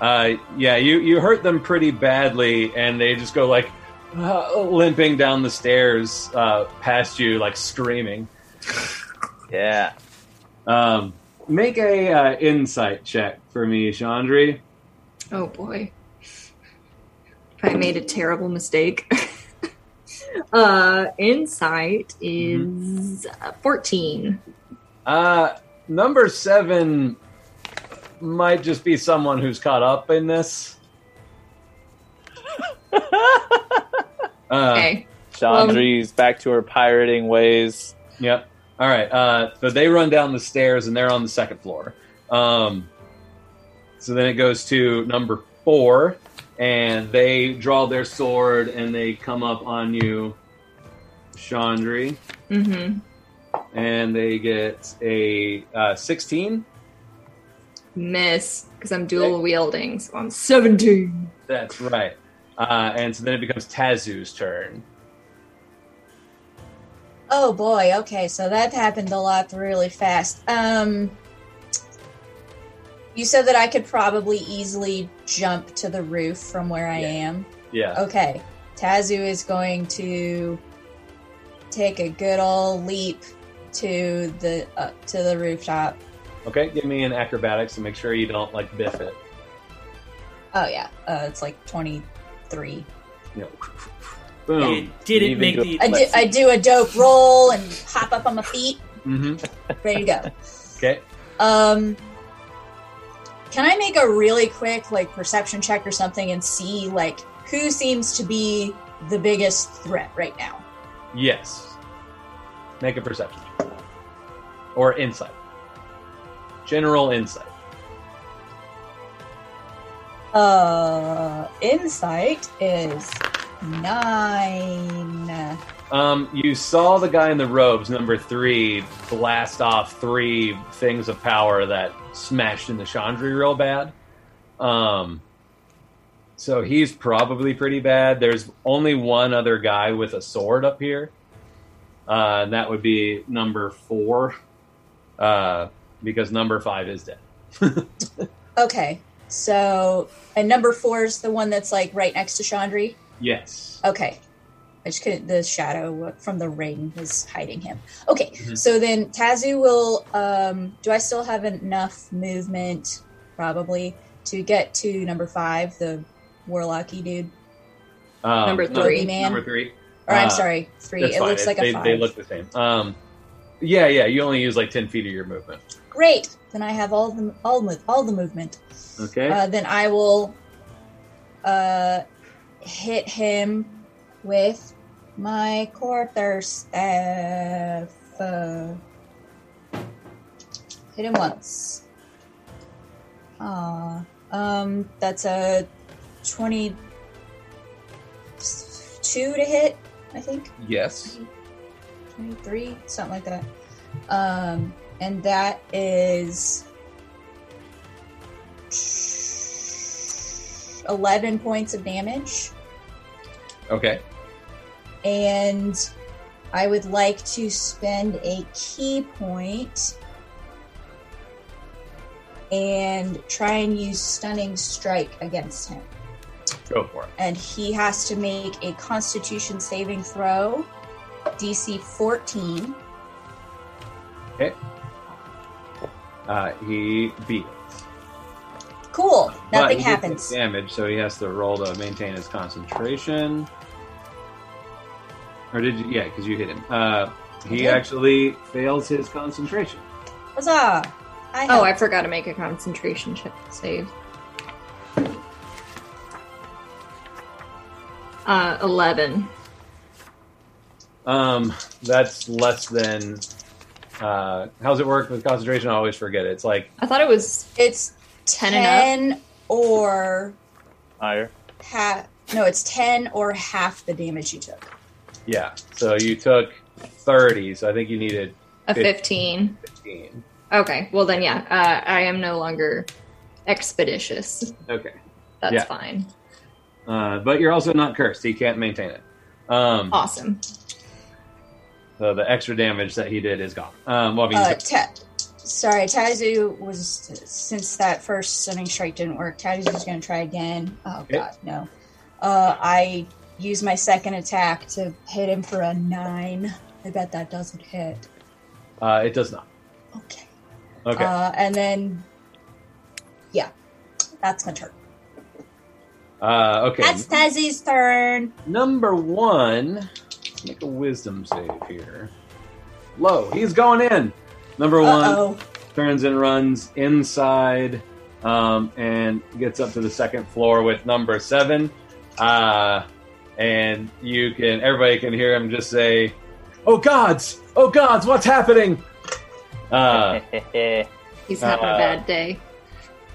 [SPEAKER 2] uh, yeah. You you hurt them pretty badly, and they just go like uh, limping down the stairs uh, past you, like screaming.
[SPEAKER 5] Yeah.
[SPEAKER 2] Um, make a uh, insight check for me, Chandri.
[SPEAKER 4] Oh boy. I made a terrible mistake. uh, insight is uh 14.
[SPEAKER 2] Uh, number seven might just be someone who's caught up in this. uh,
[SPEAKER 4] Okay.
[SPEAKER 5] Chandri's back to her pirating ways.
[SPEAKER 2] Yep. All right. Uh, so they run down the stairs and they're on the second floor. Um, so then it goes to number four, and they draw their sword and they come up on you, Chandri.
[SPEAKER 4] Mm-hmm.
[SPEAKER 2] and they get a uh, 16.
[SPEAKER 4] Miss, because I'm dual wielding, so I'm 17.
[SPEAKER 2] That's right. Uh, and so then it becomes Tazu's turn.
[SPEAKER 3] Oh boy. Okay, so that happened a lot really fast. Um, you said that I could probably easily jump to the roof from where I
[SPEAKER 2] Yeah.
[SPEAKER 3] am.
[SPEAKER 2] Yeah.
[SPEAKER 3] Okay, Tazu is going to take a good old leap to the up to the rooftop.
[SPEAKER 2] Okay. Give me an acrobatics to make sure you don't like biff it.
[SPEAKER 3] Oh yeah, uh, it's like twenty three.
[SPEAKER 2] You know, boom.
[SPEAKER 7] You didn't
[SPEAKER 5] Even
[SPEAKER 7] make
[SPEAKER 5] do-
[SPEAKER 7] the.
[SPEAKER 3] I do,
[SPEAKER 5] Let's see.
[SPEAKER 3] I do a dope roll and hop up on my feet,
[SPEAKER 2] hmm
[SPEAKER 3] ready to go.
[SPEAKER 2] Okay.
[SPEAKER 3] Um, can I make a really quick like perception check or something and see like who seems to be the biggest threat right now?
[SPEAKER 2] Yes. Make a perception check. or insight. General insight.
[SPEAKER 3] Uh, insight is nine.
[SPEAKER 2] Um, you saw the guy in the robes, number three, blast off three things of power that smashed into Chandri real bad. Um, so he's probably pretty bad. There's only one other guy with a sword up here, uh, and that would be number four, uh, because number five is dead.
[SPEAKER 3] Okay, so and number four is the one that's like right next to Chandri.
[SPEAKER 2] Yes.
[SPEAKER 3] Okay, I just couldn't. The shadow from the ring was hiding him. Okay,
[SPEAKER 2] Mm-hmm.
[SPEAKER 3] so then Tazu will. Um, do I still have enough movement, probably, to get to number five, the warlocky dude?
[SPEAKER 2] Um,
[SPEAKER 4] Number
[SPEAKER 2] no,
[SPEAKER 4] three.
[SPEAKER 3] man.
[SPEAKER 2] Number three.
[SPEAKER 3] Or
[SPEAKER 2] Uh,
[SPEAKER 3] I'm sorry, three.
[SPEAKER 2] That's
[SPEAKER 3] It
[SPEAKER 2] fine.
[SPEAKER 3] looks like
[SPEAKER 2] they,
[SPEAKER 3] a five.
[SPEAKER 2] they look the same. Um, yeah, yeah. You only use like ten feet of your movement.
[SPEAKER 3] Great. Then I have all the all move all the movement.
[SPEAKER 2] Okay.
[SPEAKER 3] Uh, then I will uh, hit him with my quarter staff. Uh, hit him once. Ah, um, that's a twenty-two to hit, I think.
[SPEAKER 2] yes.
[SPEAKER 3] 23 something like that um and that is 11 points of damage
[SPEAKER 2] Okay.
[SPEAKER 3] and i would like to spend a key point and try and use stunning strike against him
[SPEAKER 2] Go for it.
[SPEAKER 3] and he has to make a constitution saving throw dc 14
[SPEAKER 2] Uh, he beat. it.
[SPEAKER 3] cool
[SPEAKER 2] But
[SPEAKER 3] nothing
[SPEAKER 2] he did take
[SPEAKER 3] happens
[SPEAKER 2] Damage, so he has to roll to maintain his concentration. Or did you? Yeah, because you hit him. Uh,
[SPEAKER 3] I
[SPEAKER 2] he
[SPEAKER 3] did.
[SPEAKER 2] actually fails his concentration.
[SPEAKER 3] Huzzah! I have
[SPEAKER 4] Oh, I forgot to make a concentration check save. Uh, eleven.
[SPEAKER 2] Um, that's less than. Uh, how's it work with concentration? I always forget. It's like
[SPEAKER 4] I thought it was
[SPEAKER 3] it's
[SPEAKER 4] ten and up.
[SPEAKER 3] ten or
[SPEAKER 5] Higher.
[SPEAKER 3] half. No, it's ten or half the damage you took.
[SPEAKER 2] yeah. So you took thirty. So I think you needed
[SPEAKER 4] A
[SPEAKER 2] fif-
[SPEAKER 4] fifteen.
[SPEAKER 2] fifteen.
[SPEAKER 4] Okay. Well then, yeah. Uh, I am no longer expeditious.
[SPEAKER 2] Okay.
[SPEAKER 4] That's
[SPEAKER 2] Yeah.
[SPEAKER 4] fine.
[SPEAKER 2] Uh, but you're also not cursed. He can't maintain it. Um,
[SPEAKER 4] Awesome.
[SPEAKER 2] So the extra damage that he did is gone. Um, well, I mean,
[SPEAKER 3] Uh, ta- sorry, Tazu was since that first stunning strike didn't work. Tazu's going to try again. Oh
[SPEAKER 2] Okay.
[SPEAKER 3] God, no! Uh, I use my second attack to hit him for a nine. I bet that doesn't hit.
[SPEAKER 2] uh, it does not.
[SPEAKER 3] Okay.
[SPEAKER 2] Okay.
[SPEAKER 3] Uh, and then, yeah, that's my turn.
[SPEAKER 2] Uh, okay.
[SPEAKER 3] That's Tazu's turn.
[SPEAKER 2] Number one, make a wisdom save here. Low. He's going in. Number one
[SPEAKER 3] Uh oh.
[SPEAKER 2] turns and runs inside um, and gets up to the second floor with number seven. Uh, and you can, everybody can hear him just say, Oh gods! Oh gods! What's happening? Uh,
[SPEAKER 4] He's having
[SPEAKER 2] uh,
[SPEAKER 4] a bad day.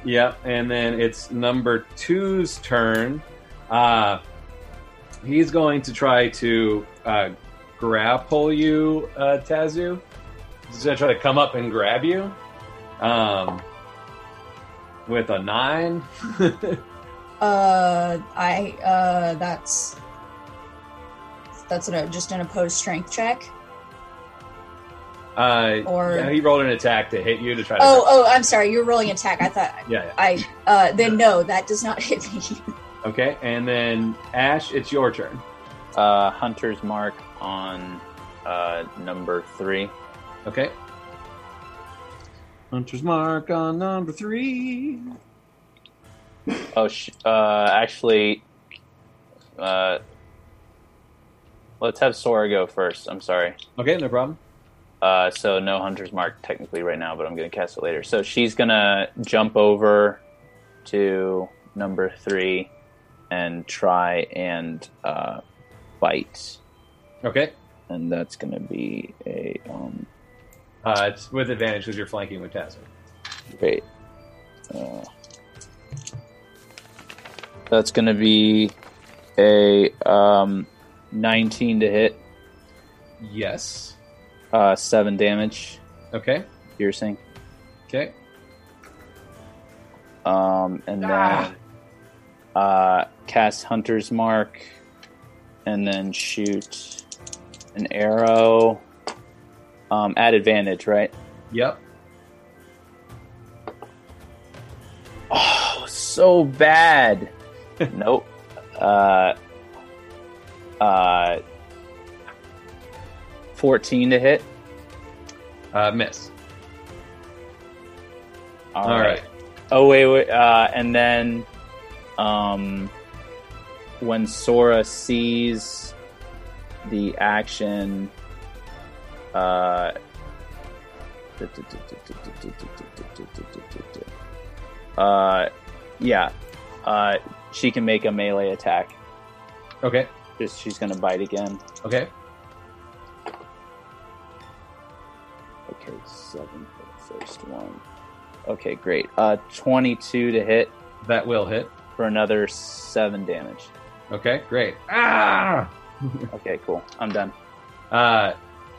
[SPEAKER 2] Yep, and then it's number two's turn. Uh, he's going to try to uh, grapple you, uh, Tazu. He's going to try to come up and grab you um, with a nine.
[SPEAKER 3] Uh, I uh, that's that's an, just an opposed strength check.
[SPEAKER 2] uh,
[SPEAKER 3] Or-
[SPEAKER 2] yeah, he rolled an attack to hit you to try to.
[SPEAKER 3] Oh, oh, I'm sorry. You're rolling attack. I thought
[SPEAKER 2] Yeah,
[SPEAKER 3] I. Uh, then no, that does not hit me.
[SPEAKER 2] yeah. Okay, and then Ash, it's your turn.
[SPEAKER 5] Uh, Hunter's mark on uh, number three.
[SPEAKER 2] Okay. Hunter's mark on number three.
[SPEAKER 5] Oh, sh- uh, actually, uh, let's have Sora go first. I'm sorry.
[SPEAKER 2] Okay, no problem.
[SPEAKER 5] Uh, so no hunter's mark technically right now, but I'm gonna cast it later. So she's gonna jump over to number three and try and uh, bite,
[SPEAKER 2] Okay.
[SPEAKER 5] and that's gonna be a um,
[SPEAKER 2] Uh, it's with advantage because you're flanking with Tazu.
[SPEAKER 5] great. Uh, that's gonna be a um, 19 to hit,
[SPEAKER 2] Yes.
[SPEAKER 5] uh, seven damage
[SPEAKER 2] Okay.
[SPEAKER 5] piercing,
[SPEAKER 2] Okay.
[SPEAKER 5] um, and then.
[SPEAKER 2] Ah.
[SPEAKER 5] uh, cast Hunter's Mark, and then shoot an arrow um, at advantage, right?
[SPEAKER 2] Yep.
[SPEAKER 5] Oh, so bad. nope. Uh, uh, 14 to hit.
[SPEAKER 2] Uh, miss.
[SPEAKER 5] All right. Oh wait, wait uh, and then um, when Sora sees the action, uh, uh, yeah, uh, she can make a melee attack.
[SPEAKER 2] Okay.
[SPEAKER 5] Just she's gonna bite again.
[SPEAKER 2] Okay.
[SPEAKER 5] Okay, seven for the first one. Okay, great. Uh, twenty-two to hit
[SPEAKER 2] That will hit.
[SPEAKER 5] for another seven damage.
[SPEAKER 2] Okay. Great. Ah!
[SPEAKER 5] Okay, cool. I'm done.
[SPEAKER 2] uh,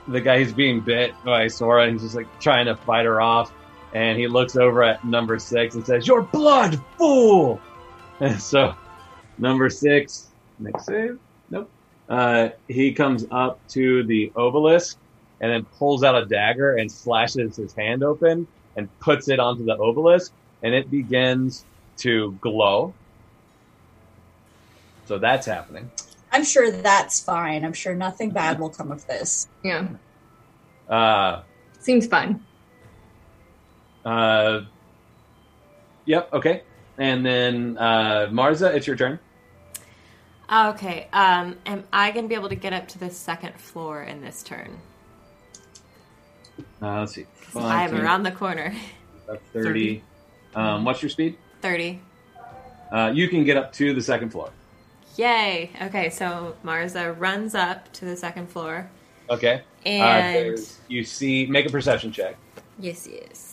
[SPEAKER 2] the guy who's being bit by Sora and he's just like trying to fight her off. And he looks over at number six and says, Your blood, fool! And so, number six, next save? Nope. Uh, he comes up to the obelisk and then pulls out a dagger and slashes his hand open and puts it onto the obelisk and it begins to glow. So that's happening.
[SPEAKER 3] I'm sure that's fine. I'm sure nothing bad will come of this.
[SPEAKER 4] Yeah.
[SPEAKER 2] Uh,
[SPEAKER 4] Seems fun.
[SPEAKER 2] Uh, yep. Okay. And then uh, Marza, it's your turn.
[SPEAKER 6] Okay. Um, am I going to be able to get up to the second floor in this turn?
[SPEAKER 2] Uh, let's see.
[SPEAKER 6] 'Cause I'm around the corner.
[SPEAKER 2] 30. Um, what's your speed?
[SPEAKER 6] 30.
[SPEAKER 2] Uh, you can get up to the second floor.
[SPEAKER 6] Yay. Okay, so Marza runs up to the second floor.
[SPEAKER 2] Okay. Uh,
[SPEAKER 6] And.
[SPEAKER 2] there's- you see, make a perception check.
[SPEAKER 6] yes, yes.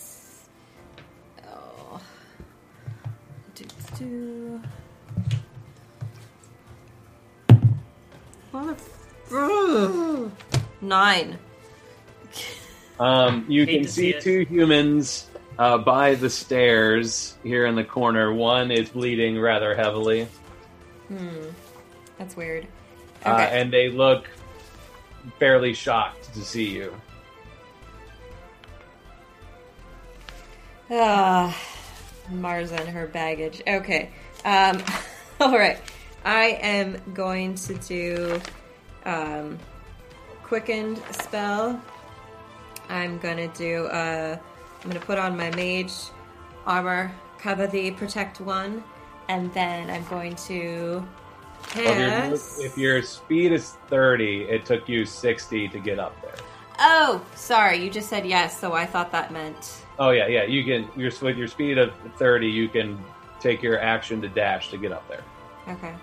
[SPEAKER 6] Oh. Do, do, do. What a- Nine.
[SPEAKER 2] Um, you
[SPEAKER 7] Hate
[SPEAKER 2] can
[SPEAKER 7] to see
[SPEAKER 2] see
[SPEAKER 7] it.
[SPEAKER 2] two humans uh, by the stairs here in the corner. One is bleeding rather heavily,
[SPEAKER 6] That's weird.
[SPEAKER 2] uh,
[SPEAKER 6] Okay.
[SPEAKER 2] and they look fairly shocked to see you.
[SPEAKER 6] Ah, Mars and her baggage. Okay. Um, all right. I am going to do um, quickened spell. I'm gonna do. Uh, I'm gonna put on my mage armor, cover the protect one, and then I'm going to.
[SPEAKER 2] Well, if your-
[SPEAKER 6] Pass.
[SPEAKER 2] If your speed is 30, it took you 60 to get up there.
[SPEAKER 6] Oh, sorry. You just said yes, so I thought that meant.
[SPEAKER 2] Oh yeah, yeah. You can your with your speed of thirty, you can take your action to dash to get up there.
[SPEAKER 6] Okay.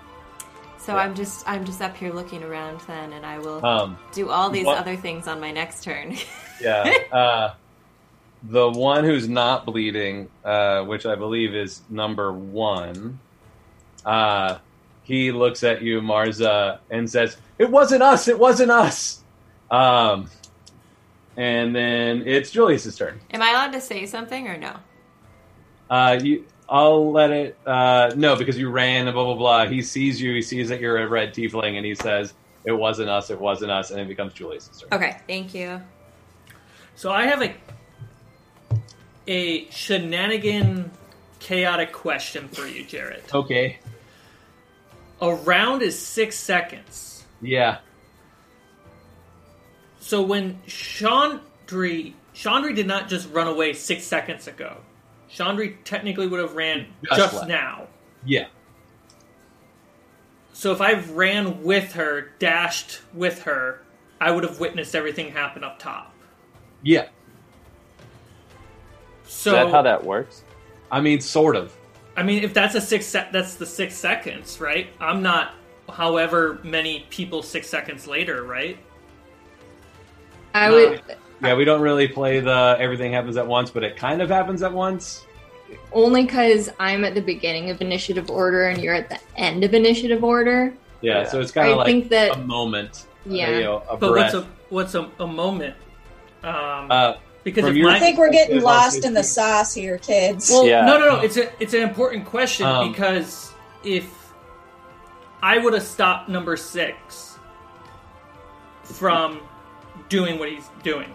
[SPEAKER 6] So
[SPEAKER 2] Yeah.
[SPEAKER 6] I'm just I'm just up here looking around then, and I will.
[SPEAKER 2] Um,
[SPEAKER 6] do all these
[SPEAKER 2] What-
[SPEAKER 6] other things on my next turn.
[SPEAKER 2] yeah. uh, the one who's not bleeding, uh, which I believe is number one, uh, he looks at you, Marza, and says, "It wasn't us. It wasn't us." Um, and then it's Julius's turn.
[SPEAKER 6] Am I allowed to say something or no?
[SPEAKER 2] Uh, you, I'll let it. Uh, no, because you ran and blah blah blah. He sees you. He sees that you're a red tiefling, and he says, "It wasn't us. It wasn't us." And it becomes Julius' turn.
[SPEAKER 6] Okay, thank you.
[SPEAKER 7] So I have a a shenanigan chaotic question for you, Jarrett.
[SPEAKER 2] Okay.
[SPEAKER 7] A round is six seconds.
[SPEAKER 2] Yeah.
[SPEAKER 7] So when Chandri Chandri did not just run away six seconds ago. Chandri technically would have ran
[SPEAKER 2] Just
[SPEAKER 7] just
[SPEAKER 2] left.
[SPEAKER 7] now.
[SPEAKER 2] Yeah.
[SPEAKER 7] So if I ran with her, dashed with her, I would have witnessed everything happen up top.
[SPEAKER 2] Yeah.
[SPEAKER 7] So
[SPEAKER 5] Is that how that works?
[SPEAKER 2] I mean, sort of.
[SPEAKER 7] I mean, if that's a six, sec that's the six seconds, right? I'm not, however many people six seconds later, right?
[SPEAKER 4] I would
[SPEAKER 2] Yeah. We don't really play the everything happens at once, but it kind of happens at once.
[SPEAKER 4] only because I'm at the beginning of initiative order and you're at the end of initiative order.
[SPEAKER 2] Yeah.
[SPEAKER 5] Yeah.
[SPEAKER 2] So it's kind of
[SPEAKER 4] I
[SPEAKER 2] like
[SPEAKER 4] think that-
[SPEAKER 2] a moment.
[SPEAKER 4] Yeah.
[SPEAKER 2] You know, a
[SPEAKER 7] But
[SPEAKER 2] breath.
[SPEAKER 7] what's a what's a, a moment? Um,
[SPEAKER 2] uh,
[SPEAKER 7] because
[SPEAKER 2] from
[SPEAKER 7] if
[SPEAKER 2] your-
[SPEAKER 7] my
[SPEAKER 3] I think we're getting
[SPEAKER 2] It's also
[SPEAKER 3] lost in the
[SPEAKER 2] huge.
[SPEAKER 3] sauce here, kids.
[SPEAKER 7] Well,
[SPEAKER 5] Yeah.
[SPEAKER 7] no, no, no. It's a, it's an important question
[SPEAKER 2] Um,
[SPEAKER 7] because if I would have stopped number six from doing what he's doing,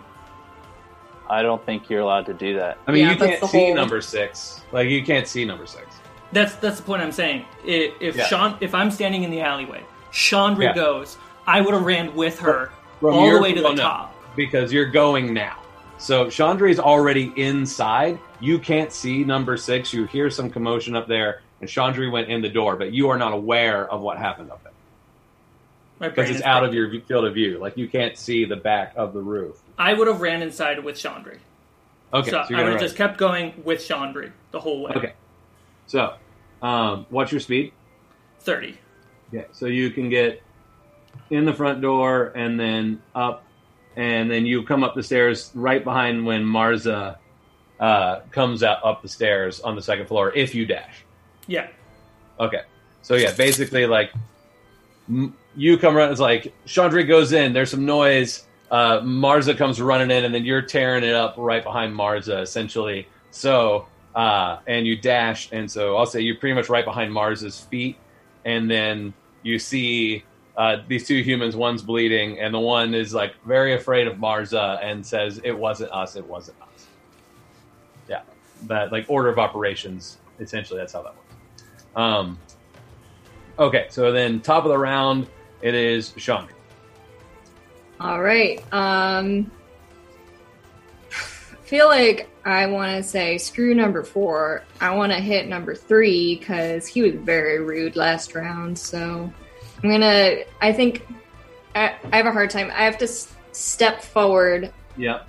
[SPEAKER 5] I don't think you're allowed to do that.
[SPEAKER 2] I mean,
[SPEAKER 4] Yeah,
[SPEAKER 2] you
[SPEAKER 4] that's
[SPEAKER 2] can't
[SPEAKER 4] the
[SPEAKER 2] see
[SPEAKER 4] whole-
[SPEAKER 2] number six. Like you can't see number six.
[SPEAKER 7] that's that's the point I'm saying. I- If
[SPEAKER 2] Yeah.
[SPEAKER 7] Sean, if I'm standing in the alleyway, Chandra
[SPEAKER 2] Yeah.
[SPEAKER 7] goes, I would have ran with her
[SPEAKER 2] From
[SPEAKER 7] all the
[SPEAKER 2] your-
[SPEAKER 7] way to
[SPEAKER 2] well,
[SPEAKER 7] the
[SPEAKER 2] no,
[SPEAKER 7] top.
[SPEAKER 2] because you're going now. So Chandra is already inside. You can't see number six. You hear some commotion up there, and Chandra went in the door, but you are not aware of what happened up there
[SPEAKER 7] My
[SPEAKER 2] because
[SPEAKER 7] brain
[SPEAKER 2] it's
[SPEAKER 7] is
[SPEAKER 2] out of
[SPEAKER 7] fried.
[SPEAKER 2] your v- field of view. Like you can't see the back of the roof.
[SPEAKER 7] I would have ran inside with Chandri.
[SPEAKER 2] Okay,
[SPEAKER 7] so,
[SPEAKER 2] so, you're
[SPEAKER 7] I would
[SPEAKER 2] gonna
[SPEAKER 7] have
[SPEAKER 2] run.
[SPEAKER 7] just kept going with Chandri the whole way.
[SPEAKER 2] Okay. so um, what's your speed?
[SPEAKER 7] Thirty.
[SPEAKER 2] Yeah, so you can get in the front door and then up, and then you come up the stairs right behind when Marza uh, comes out up the stairs on the second floor if you dash.
[SPEAKER 7] Yeah.
[SPEAKER 2] Okay, so yeah, basically like m- you come around. It's like Chandra goes in. There's some noise. Uh, Marza comes running in, and then you're tearing it up right behind Marza, essentially. So uh, and you dash, and so I'll say you're pretty much right behind Marza's feet, and then you see uh, these two humans. One's bleeding, and the one is like very afraid of Marza and says, "It wasn't us. It wasn't us." Yeah, that like order of operations. Essentially, that's how that works. Um, okay, so then top of the round, it is Chandra.
[SPEAKER 4] All right. Um, I feel like I want to say screw number four. I want to hit number three because he was very rude last round. So I'm gonna. I think I, I have a hard time. I have to s- step forward.
[SPEAKER 2] Yep,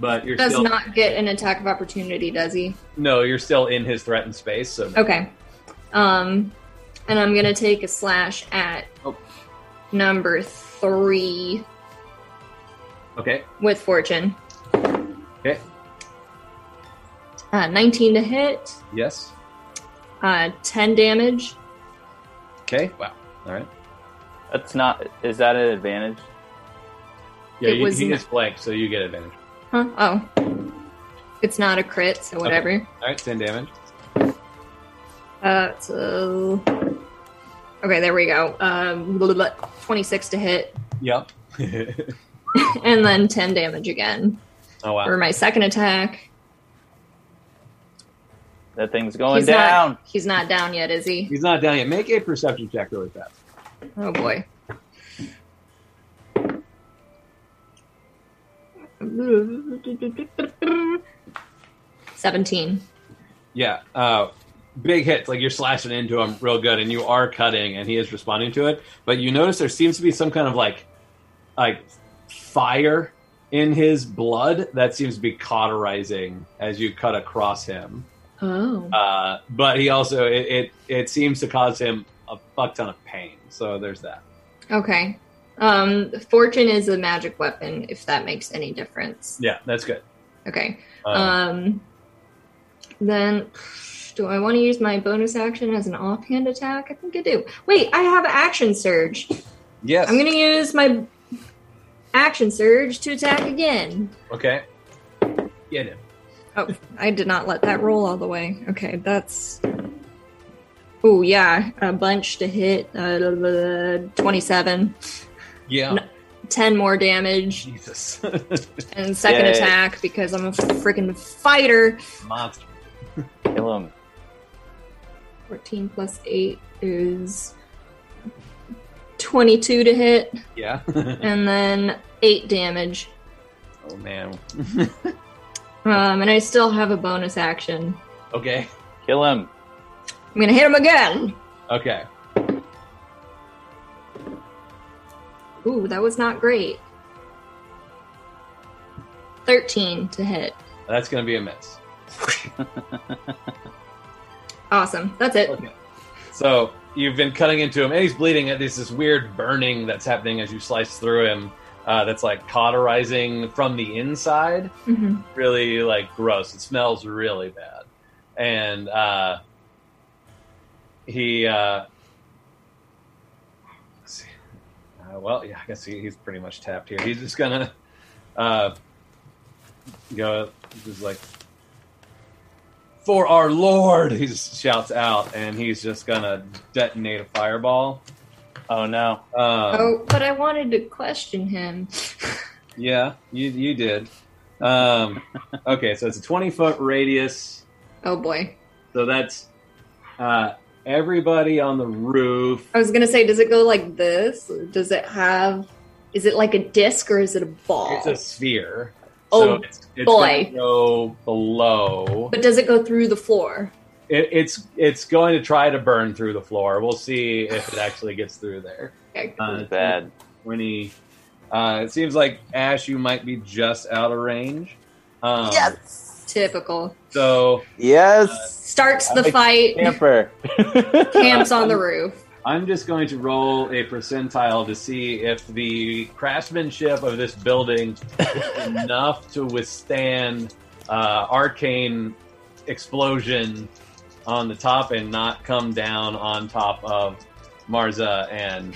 [SPEAKER 2] but you're
[SPEAKER 4] Does
[SPEAKER 2] still
[SPEAKER 4] not get an attack of opportunity, does he?
[SPEAKER 2] no, you're still in his threatened space. So
[SPEAKER 4] Okay. Um, and I'm gonna take a slash at
[SPEAKER 2] Oh.
[SPEAKER 4] number three
[SPEAKER 2] okay,
[SPEAKER 4] with fortune.
[SPEAKER 2] Okay.
[SPEAKER 4] Uh, 19 to hit,
[SPEAKER 2] yes,
[SPEAKER 4] uh, 10 damage.
[SPEAKER 2] okay, wow, all right.
[SPEAKER 5] That's not. Is that an advantage?
[SPEAKER 2] Yeah,
[SPEAKER 4] It
[SPEAKER 2] you,
[SPEAKER 4] was
[SPEAKER 2] he
[SPEAKER 4] not-
[SPEAKER 2] is flanked, so you get advantage.
[SPEAKER 4] Huh? Oh. It's not a crit, so whatever.
[SPEAKER 2] All right, ten damage.
[SPEAKER 4] Uh, so. Okay, there we go. Um, blah, blah, blah, 26 to hit,
[SPEAKER 2] Yep.
[SPEAKER 4] and then 10 damage again
[SPEAKER 2] oh wow.
[SPEAKER 4] for my second attack.
[SPEAKER 5] That thing's going
[SPEAKER 4] he's
[SPEAKER 5] down.
[SPEAKER 4] Not, he's not down yet, is he?
[SPEAKER 2] He's not down yet. Make a perception check really fast.
[SPEAKER 4] Oh boy. Seventeen.
[SPEAKER 2] Yeah, uh, big hits. Like you're slashing into him real good, and you are cutting, and he is responding to it. But you notice there seems to be some kind of like, like fire in his blood that seems to be cauterizing as you cut across him.
[SPEAKER 4] Oh.
[SPEAKER 2] Uh, but he also it, it it seems to cause him a fuck ton of pain. So there's that.
[SPEAKER 4] Okay. Um, fortune is a magic weapon, if that makes any difference.
[SPEAKER 2] Yeah, that's good.
[SPEAKER 4] Okay.
[SPEAKER 2] Uh,
[SPEAKER 4] Um, then, do I want to use my bonus action as an offhand attack? I think I do. Wait, I have action surge.
[SPEAKER 2] yes.
[SPEAKER 4] I'm gonna use my action surge to attack again.
[SPEAKER 2] okay. Get him.
[SPEAKER 4] Oh, I did not let that roll all the way. Okay, that's. Oh yeah, a bunch to hit. Uh, twenty-seven,
[SPEAKER 2] Yeah.
[SPEAKER 4] No. ten more damage,
[SPEAKER 2] Jesus.
[SPEAKER 4] and second
[SPEAKER 5] Yay.
[SPEAKER 4] attack because I'm a freaking fighter.
[SPEAKER 2] Monster.
[SPEAKER 5] Kill him.
[SPEAKER 4] Fourteen plus eight is twenty-two to hit,
[SPEAKER 2] Yeah.
[SPEAKER 4] and then eight damage.
[SPEAKER 2] oh man.
[SPEAKER 4] Um, and I still have a bonus action.
[SPEAKER 2] Okay.
[SPEAKER 5] Kill him.
[SPEAKER 4] I'm gonna hit him again.
[SPEAKER 2] Okay.
[SPEAKER 4] Ooh, that was not great. Thirteen to hit.
[SPEAKER 2] That's gonna be a miss.
[SPEAKER 4] Awesome. That's it.
[SPEAKER 2] Okay. So you've been cutting into him, and he's bleeding. And there's this weird burning that's happening as you slice through him. Uh, that's like cauterizing from the inside.
[SPEAKER 4] hmm
[SPEAKER 2] Really like gross. It smells really bad. And uh, he, uh, let's see. Uh, well, yeah, I guess he, he's pretty much tapped here. He's just gonna uh, go. Just like for our Lord, he just shouts out, and he's just gonna detonate a fireball.
[SPEAKER 5] Oh no.
[SPEAKER 2] Um,
[SPEAKER 4] oh, but I wanted to question him.
[SPEAKER 2] yeah, you you did. Um, okay, so it's a twenty foot radius.
[SPEAKER 4] Oh boy.
[SPEAKER 2] So that's uh, everybody on the roof.
[SPEAKER 4] I was gonna say, does it go like this? Does it have Is it like a disc or is it a ball?
[SPEAKER 2] It's a sphere.
[SPEAKER 4] Oh,
[SPEAKER 2] it's, it's
[SPEAKER 4] boy.
[SPEAKER 2] gonna Go below.
[SPEAKER 4] but does it go through the floor?
[SPEAKER 2] It, it's it's going to try to burn through the floor. We'll see if it actually gets through there.
[SPEAKER 4] Okay.
[SPEAKER 2] Uh,
[SPEAKER 5] bad.
[SPEAKER 2] Twenty. Uh, it seems like Ash, you might be just out of range. Um,
[SPEAKER 5] Yes.
[SPEAKER 4] Typical.
[SPEAKER 2] So
[SPEAKER 5] Yes.
[SPEAKER 4] Starts the
[SPEAKER 5] I-
[SPEAKER 4] fight,
[SPEAKER 5] Uh, Camper.
[SPEAKER 4] camps on the roof.
[SPEAKER 2] I'm just going to roll a percentile to see if the craftsmanship of this building is enough to withstand uh, arcane explosion on the top and not come down on top of Marza and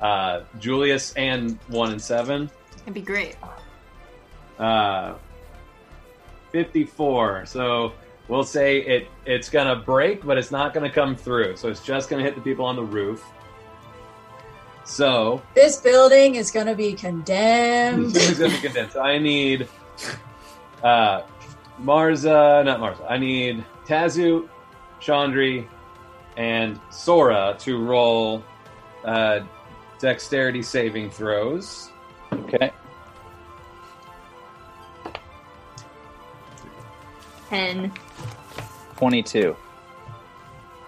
[SPEAKER 2] uh, Julius and one and seven.
[SPEAKER 6] It'd be great.
[SPEAKER 2] Uh, 54. So we'll say it it's gonna break, but it's not gonna come through. So it's just gonna hit the people on the roof. So
[SPEAKER 3] This building is going to be condemned.
[SPEAKER 2] it's gonna be condensed. I need uh, Marza, not Marza. I need Tazu, Chandri, and Sora to roll uh, dexterity saving throws.
[SPEAKER 5] Okay.
[SPEAKER 4] Ten.
[SPEAKER 5] Twenty-two.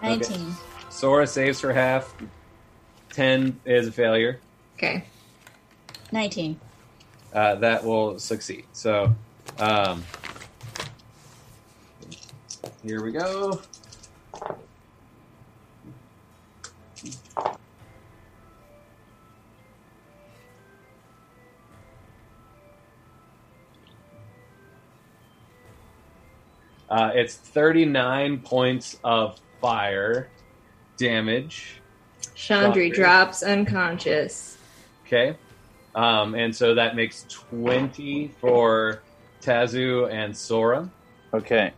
[SPEAKER 3] 19.
[SPEAKER 2] Sora saves for half. Ten is a failure.
[SPEAKER 4] Okay.
[SPEAKER 3] 19.
[SPEAKER 2] uh, that will succeed. So, um, here we go. Uh, it's 39 points of fire damage.
[SPEAKER 4] Chandri
[SPEAKER 2] Chandri.
[SPEAKER 4] drops unconscious.
[SPEAKER 2] Okay. Um, and so that makes 20 for Tazu and Sora.
[SPEAKER 5] Okay.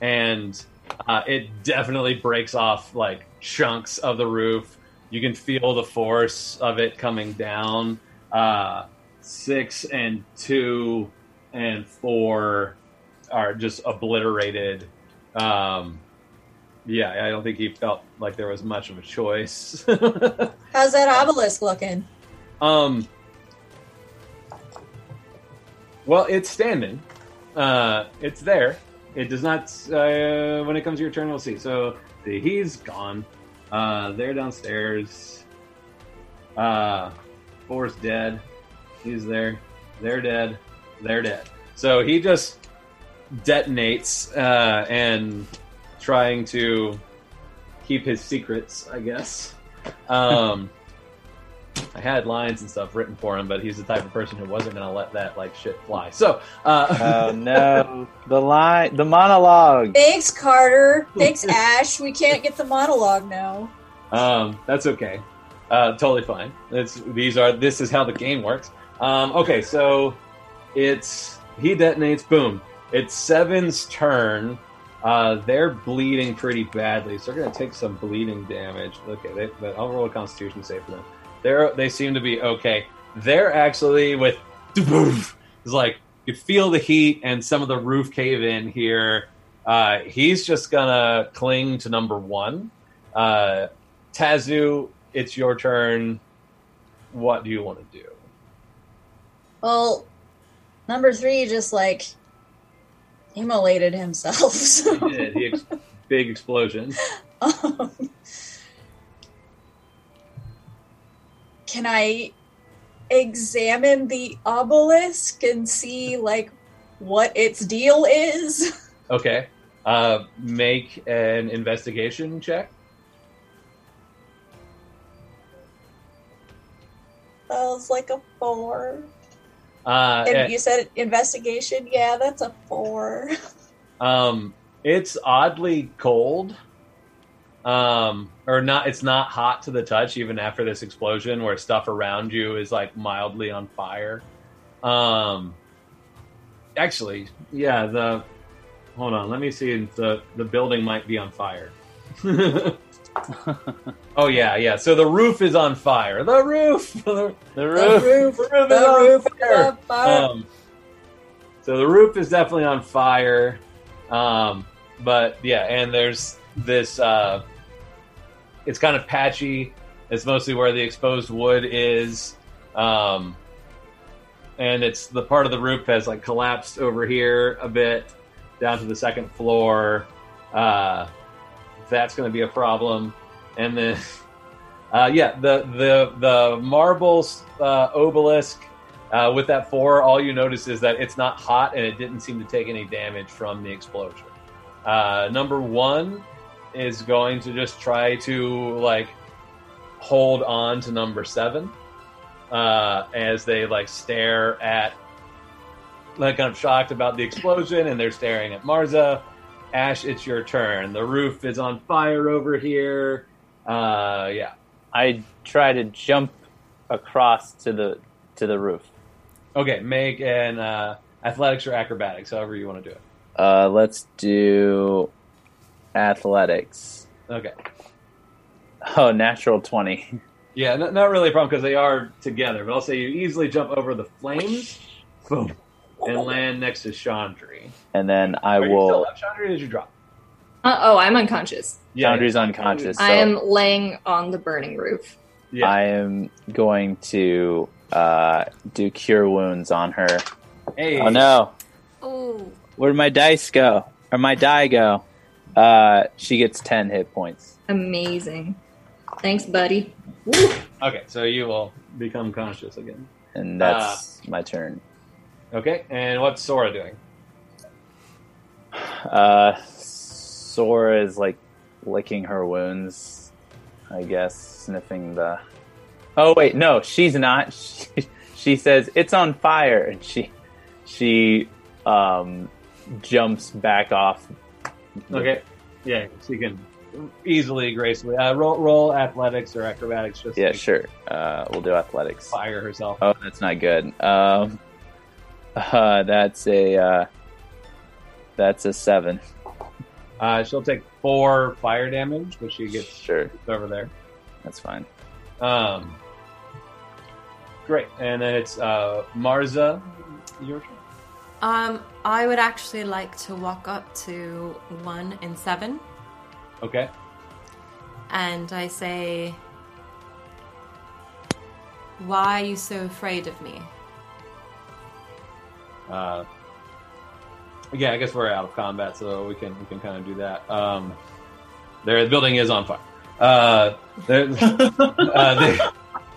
[SPEAKER 2] And uh, it definitely breaks off like chunks of the roof. You can feel the force of it coming down. Uh, six and two and four are just obliterated. Um, yeah, I don't think he felt like there was much of a choice.
[SPEAKER 3] How's that obelisk looking?
[SPEAKER 2] Um. Well, it's standing. Uh, it's there. It does not. Uh, when it comes to your turn, we'll see. So the, he's gone. Uh, they're downstairs. Uh, four's dead. He's there. They're dead. They're dead. So he just detonates uh, and trying to keep his secrets, I guess. Um. I had lines and stuff written for him, but he's the type of person who wasn't going to let that like shit fly. So, uh,
[SPEAKER 5] Oh no. the line. The monologue.
[SPEAKER 3] Thanks, Carter. Thanks, Ash. We can't get the monologue now.
[SPEAKER 2] um, that's okay. Uh, totally fine. It's, these are this is how the game works. Um, okay, so it's he detonates. Boom. It's Seven's turn. Uh, they're bleeding pretty badly, so they're going to take some bleeding damage. Okay, they, but I'll roll a Constitution save for them. They're they seem to be okay. They're actually with it's like you feel the heat and some of the roof cave in here. Uh, he's just gonna cling to number one. Uh, Tazu, it's your turn. What do you want to do?
[SPEAKER 3] Well, number three just like immolated himself. So.
[SPEAKER 2] He did. He ex- big explosion.
[SPEAKER 3] Um, can I examine the obelisk and see like what its deal is?
[SPEAKER 2] Okay. Uh, make an investigation check.
[SPEAKER 3] That was like a four.
[SPEAKER 2] Uh,
[SPEAKER 3] And
[SPEAKER 2] and-
[SPEAKER 3] you said investigation? Yeah, that's a four.
[SPEAKER 2] Um, it's oddly cold. Um, or not. It's not hot to the touch even after this explosion, where stuff around you is like mildly on fire. Um, actually, yeah. The hold on. Let me see. if The the building might be on fire. oh yeah, yeah. So the roof is on fire. The roof. The,
[SPEAKER 3] The
[SPEAKER 2] roof.
[SPEAKER 3] roof,
[SPEAKER 2] The roof is
[SPEAKER 3] the
[SPEAKER 2] on
[SPEAKER 3] roof,
[SPEAKER 2] fire.
[SPEAKER 3] the fire.
[SPEAKER 2] Um, so the roof is definitely on fire. Um, but yeah, and there's this, uh, it's kind of patchy. It's mostly where the exposed wood is. Um, and it's the part of the roof has like collapsed over here a bit down to the second floor. Uh, that's going to be a problem. And then, uh, yeah, the the the marble uh, obelisk uh, with that four. All you notice is that it's not hot, and it didn't seem to take any damage from the explosion. Uh, number one is going to just try to like hold on to number seven uh, as they like stare at like kind of shocked about the explosion and they're staring at Marza. Ash, it's your turn. The roof is on fire over here. Uh, yeah.
[SPEAKER 5] I try to jump across to the to the roof.
[SPEAKER 2] Okay, make an uh, athletics or acrobatics, however you want to do it.
[SPEAKER 5] Uh, let's do athletics.
[SPEAKER 2] Okay.
[SPEAKER 5] Oh, natural twenty.
[SPEAKER 2] Yeah, not, not really a problem because they are together, but I'll say you easily jump over the flames boom, and land next to Chandri.
[SPEAKER 5] And then I
[SPEAKER 2] Are you still
[SPEAKER 5] will.
[SPEAKER 2] up, Chandri, or did you drop?
[SPEAKER 4] Uh oh, I'm unconscious.
[SPEAKER 2] Yeah,
[SPEAKER 5] Chandri's unconscious. So
[SPEAKER 4] I am laying on the burning roof.
[SPEAKER 2] yeah.
[SPEAKER 5] I am going to uh, do cure wounds on her.
[SPEAKER 2] Hey.
[SPEAKER 5] Oh no!
[SPEAKER 6] Oh,
[SPEAKER 5] Where'd my dice go? Or my die go? Uh, she gets ten hit points.
[SPEAKER 4] Amazing. Thanks, buddy.
[SPEAKER 2] Okay, so you will become conscious again.
[SPEAKER 5] And
[SPEAKER 2] Ah.
[SPEAKER 5] that's my turn.
[SPEAKER 2] Okay, and what's Sora doing?
[SPEAKER 5] Uh, Sora is like licking her wounds, I guess, sniffing the. Oh wait, no, she's not. She, she says it's on fire, and she she um jumps back off. Mm-hmm.
[SPEAKER 2] Okay, yeah, so you can easily, gracefully uh, roll, roll athletics or acrobatics. Just
[SPEAKER 5] Yeah,
[SPEAKER 2] to
[SPEAKER 5] sure. Uh, we'll do athletics.
[SPEAKER 2] Fire herself.
[SPEAKER 5] Oh, that's not good. Um, uh, that's a uh, that's a seven.
[SPEAKER 2] Uh, she'll take four fire damage, which she gets
[SPEAKER 5] Sure,
[SPEAKER 2] over there.
[SPEAKER 5] that's fine.
[SPEAKER 2] Um, great, and then it's uh, Marza. Your turn.
[SPEAKER 6] um, I would actually like to walk up to one and seven,
[SPEAKER 2] Okay.
[SPEAKER 6] and I say, "Why are you so afraid of me?"
[SPEAKER 2] Uh, yeah, I guess we're out of combat, so we can we can kind of do that. Um, their the building is on fire. Uh, they're, uh, they,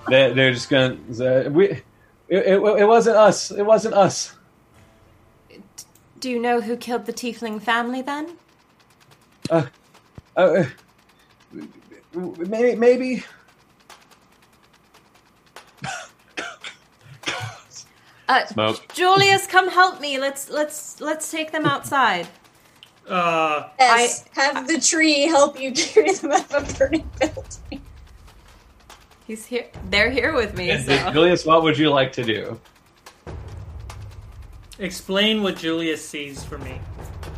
[SPEAKER 2] they're, they're just gonna. uh, we, it, it, it wasn't us. It wasn't us.
[SPEAKER 6] Do you know who killed the Tiefling family then?
[SPEAKER 2] Uh, maybe, maybe.
[SPEAKER 6] Uh,
[SPEAKER 2] Smoke.
[SPEAKER 6] Julius, come help me. Let's let's let's take them outside.
[SPEAKER 7] Uh,
[SPEAKER 3] Yes, have the tree help you carry them out of a burning building.
[SPEAKER 6] He's here. They're here with me. So.
[SPEAKER 2] Julius, what would you like to do?
[SPEAKER 7] explain what Julius sees for me.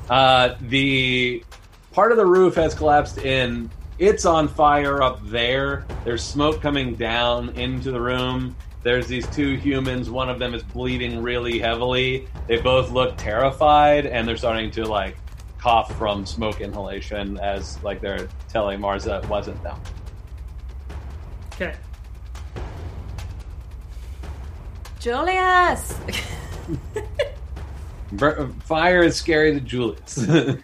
[SPEAKER 2] Uh, the part of the roof has collapsed in. It's on fire up there. There's smoke coming down into the room. There's these two humans. One of them is bleeding really heavily. They both look terrified, and they're starting to like cough from smoke inhalation as like they're telling Marza it wasn't them.
[SPEAKER 7] Okay.
[SPEAKER 6] Julius.
[SPEAKER 2] Bur- fire is scary to Julius.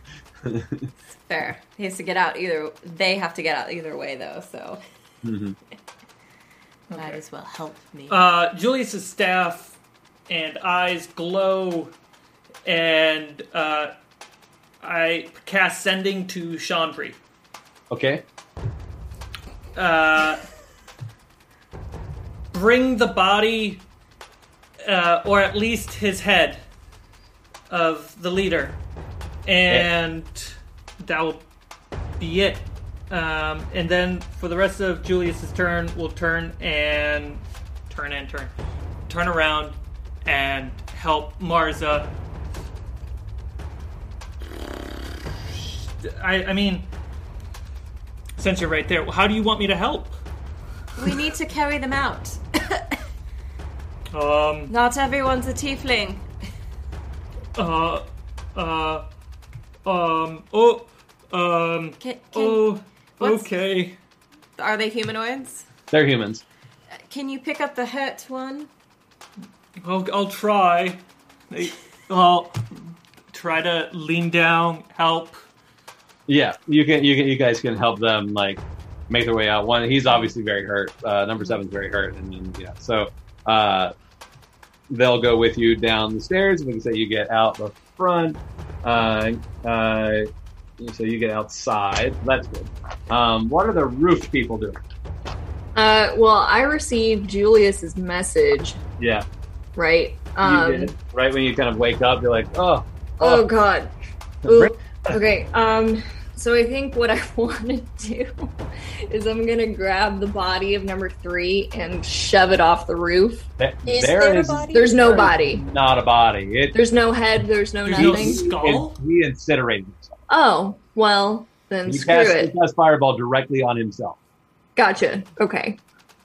[SPEAKER 6] Fair. He has to get out either. They have to get out either way though. So
[SPEAKER 2] Mhm.
[SPEAKER 6] might as well help me.
[SPEAKER 7] Uh, Julius's staff and eyes glow, and uh, I cast sending to Chandri.
[SPEAKER 2] Okay.
[SPEAKER 7] Uh, bring the body, uh, or at least his head, of the leader, and that will be it. Um, and then for the rest of Julius's turn, we'll turn and turn and turn, turn around and help Marza. I, I mean, since you're right there, how do you want me to help?
[SPEAKER 6] we need to carry them out.
[SPEAKER 7] Um,
[SPEAKER 6] Not everyone's a Tiefling.
[SPEAKER 7] uh, uh, um, oh, um,
[SPEAKER 6] Can, can,
[SPEAKER 7] oh,
[SPEAKER 6] what's-
[SPEAKER 7] okay.
[SPEAKER 6] Are they humanoids?
[SPEAKER 2] They're humans.
[SPEAKER 6] Can you pick up the hurt one?
[SPEAKER 7] I'll, I'll try. I'll try to lean down, help.
[SPEAKER 2] Yeah, you can. You can. You guys can help them like make their way out. One, he's obviously very hurt. Uh, number seven's very hurt, and then yeah, so uh, they'll go with you down the stairs. We can say you get out the front. Uh, uh, so you get outside. That's good. Um, what are the roof people doing?
[SPEAKER 4] Uh, well, I received Julius's message,
[SPEAKER 2] Yeah,
[SPEAKER 4] right? Um,
[SPEAKER 2] you did. Right when you kind of wake up, you're like, oh,
[SPEAKER 4] Oh god. Ooh. Okay. Um so I think what I want to do is I'm going to grab the body of number 3 and shove it off the roof.
[SPEAKER 2] th-
[SPEAKER 3] Is
[SPEAKER 2] there
[SPEAKER 3] there a
[SPEAKER 2] is
[SPEAKER 3] body?
[SPEAKER 4] There's no
[SPEAKER 2] There is
[SPEAKER 4] body.
[SPEAKER 2] not a body. It
[SPEAKER 4] There's no head, there's no
[SPEAKER 7] There's no
[SPEAKER 4] nothing.
[SPEAKER 7] skull?
[SPEAKER 2] He, he incinerated himself.
[SPEAKER 4] Oh, well, then
[SPEAKER 2] He
[SPEAKER 4] screw
[SPEAKER 2] cast,
[SPEAKER 4] it.
[SPEAKER 2] he cast fireball directly on himself.
[SPEAKER 4] Gotcha. Okay.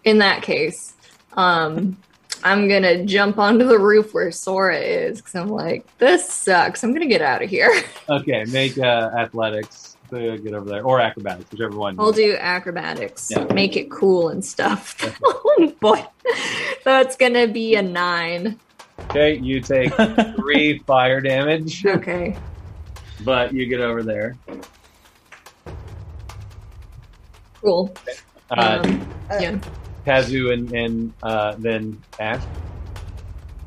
[SPEAKER 4] In that case, um I'm going to jump onto the roof where Sora is cuz I'm like, this sucks. I'm going to get out of here.
[SPEAKER 2] Okay, make uh, athletics to get over there, or acrobatics, whichever one. you-
[SPEAKER 4] I'll do acrobatics.
[SPEAKER 2] Yeah.
[SPEAKER 4] Make it cool and stuff. oh boy. That's gonna be a nine.
[SPEAKER 2] Okay, you take three fire damage,
[SPEAKER 4] Okay.
[SPEAKER 2] but you get over there.
[SPEAKER 4] Cool.
[SPEAKER 2] Uh,
[SPEAKER 4] um, yeah.
[SPEAKER 2] Kazu and, and uh, then Ash.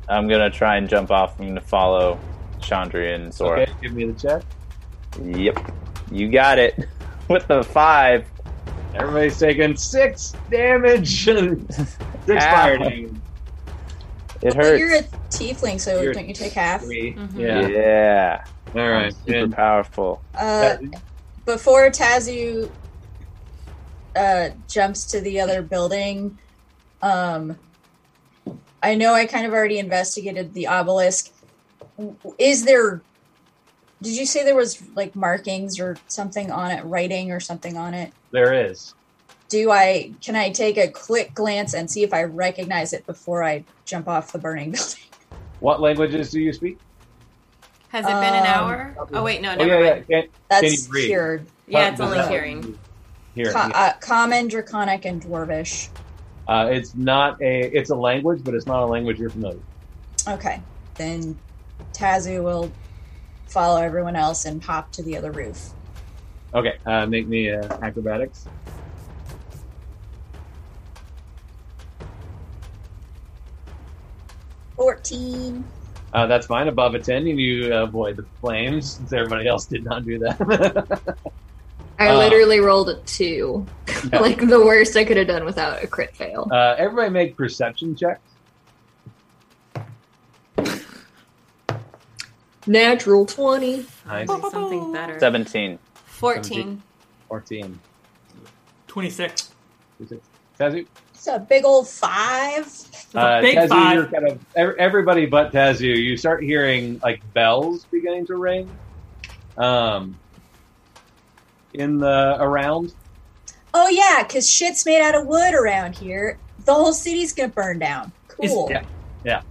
[SPEAKER 5] I'm gonna try and jump off. I'm gonna follow Chandri and Sora.
[SPEAKER 2] Okay, give me the check.
[SPEAKER 5] Yep, you got it. With the five,
[SPEAKER 2] Everybody's taking six damage. six fire damage.
[SPEAKER 5] it
[SPEAKER 3] Well, you're a
[SPEAKER 5] hurts.
[SPEAKER 3] tiefling, so
[SPEAKER 2] You're-
[SPEAKER 3] don't you take half?
[SPEAKER 2] Three.
[SPEAKER 6] Mhm.
[SPEAKER 2] Yeah.
[SPEAKER 5] yeah.
[SPEAKER 2] All right.
[SPEAKER 5] super
[SPEAKER 2] And,
[SPEAKER 5] powerful.
[SPEAKER 3] Uh, before Tazu uh, jumps to the other building, um, I know I kind of already investigated the obelisk. W- Is there? Did you say there was like markings or something on it, writing or something on it?
[SPEAKER 2] there is.
[SPEAKER 3] Do I can I take a quick glance and see if I recognize it before I jump off the burning building?
[SPEAKER 2] What languages do you speak?
[SPEAKER 6] Has it been an
[SPEAKER 3] Um,
[SPEAKER 6] hour? Oh wait, no,
[SPEAKER 2] Oh,
[SPEAKER 6] never
[SPEAKER 2] yeah, yeah.
[SPEAKER 6] mind.
[SPEAKER 2] Can,
[SPEAKER 3] That's
[SPEAKER 2] you read?
[SPEAKER 3] cured.
[SPEAKER 6] Yeah, it's only
[SPEAKER 2] uh,
[SPEAKER 6] hearing.
[SPEAKER 2] Here.
[SPEAKER 3] Co- uh, common, draconic, and dwarvish.
[SPEAKER 2] Uh, it's not a. It's a language, but it's not a language you're familiar. with.
[SPEAKER 3] Okay. Then Tazu will follow everyone else and hop to the other roof.
[SPEAKER 2] Okay, uh, make me uh, acrobatics.
[SPEAKER 3] Fourteen.
[SPEAKER 2] Uh, that's fine. Above a ten, and you avoid the flames since everybody else did not do that.
[SPEAKER 4] I
[SPEAKER 2] uh,
[SPEAKER 4] literally rolled a two.
[SPEAKER 2] Yeah.
[SPEAKER 4] like the worst I could have done without a crit fail.
[SPEAKER 2] uh, everybody make perception checks.
[SPEAKER 4] Natural twenty.
[SPEAKER 2] Nice.
[SPEAKER 7] Oh.
[SPEAKER 6] Maybe Something better.
[SPEAKER 5] Seventeen.
[SPEAKER 6] Fourteen.
[SPEAKER 2] Fourteen.
[SPEAKER 7] 26.
[SPEAKER 2] Tazu.
[SPEAKER 3] It's a big old five.
[SPEAKER 7] That's a big
[SPEAKER 2] Tazu,
[SPEAKER 7] five.
[SPEAKER 2] Uh, you're kind of ev- everybody but Tazu. You start hearing like bells beginning to ring, um, in the around.
[SPEAKER 3] Oh yeah, because shit's made out of wood around here. The whole city's gonna burn down.
[SPEAKER 7] Is-
[SPEAKER 3] Cool.
[SPEAKER 2] yeah.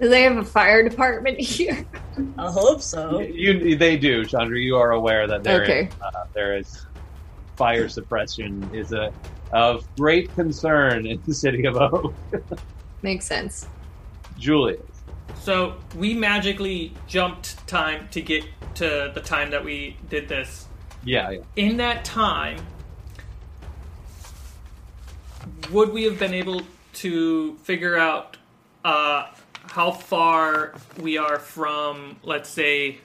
[SPEAKER 4] Do they have a fire department here?
[SPEAKER 3] I hope so.
[SPEAKER 2] You, they do, Chandra. You are aware that there is uh,
[SPEAKER 4] okay.
[SPEAKER 2] there is fire suppression is a of great concern in the city of O.
[SPEAKER 4] Makes sense.
[SPEAKER 2] Julius.
[SPEAKER 7] So we magically jumped time to get to the time that we did this.
[SPEAKER 2] Yeah, yeah.
[SPEAKER 7] In that time, would we have been able to figure out uh, how far we are from, let's say,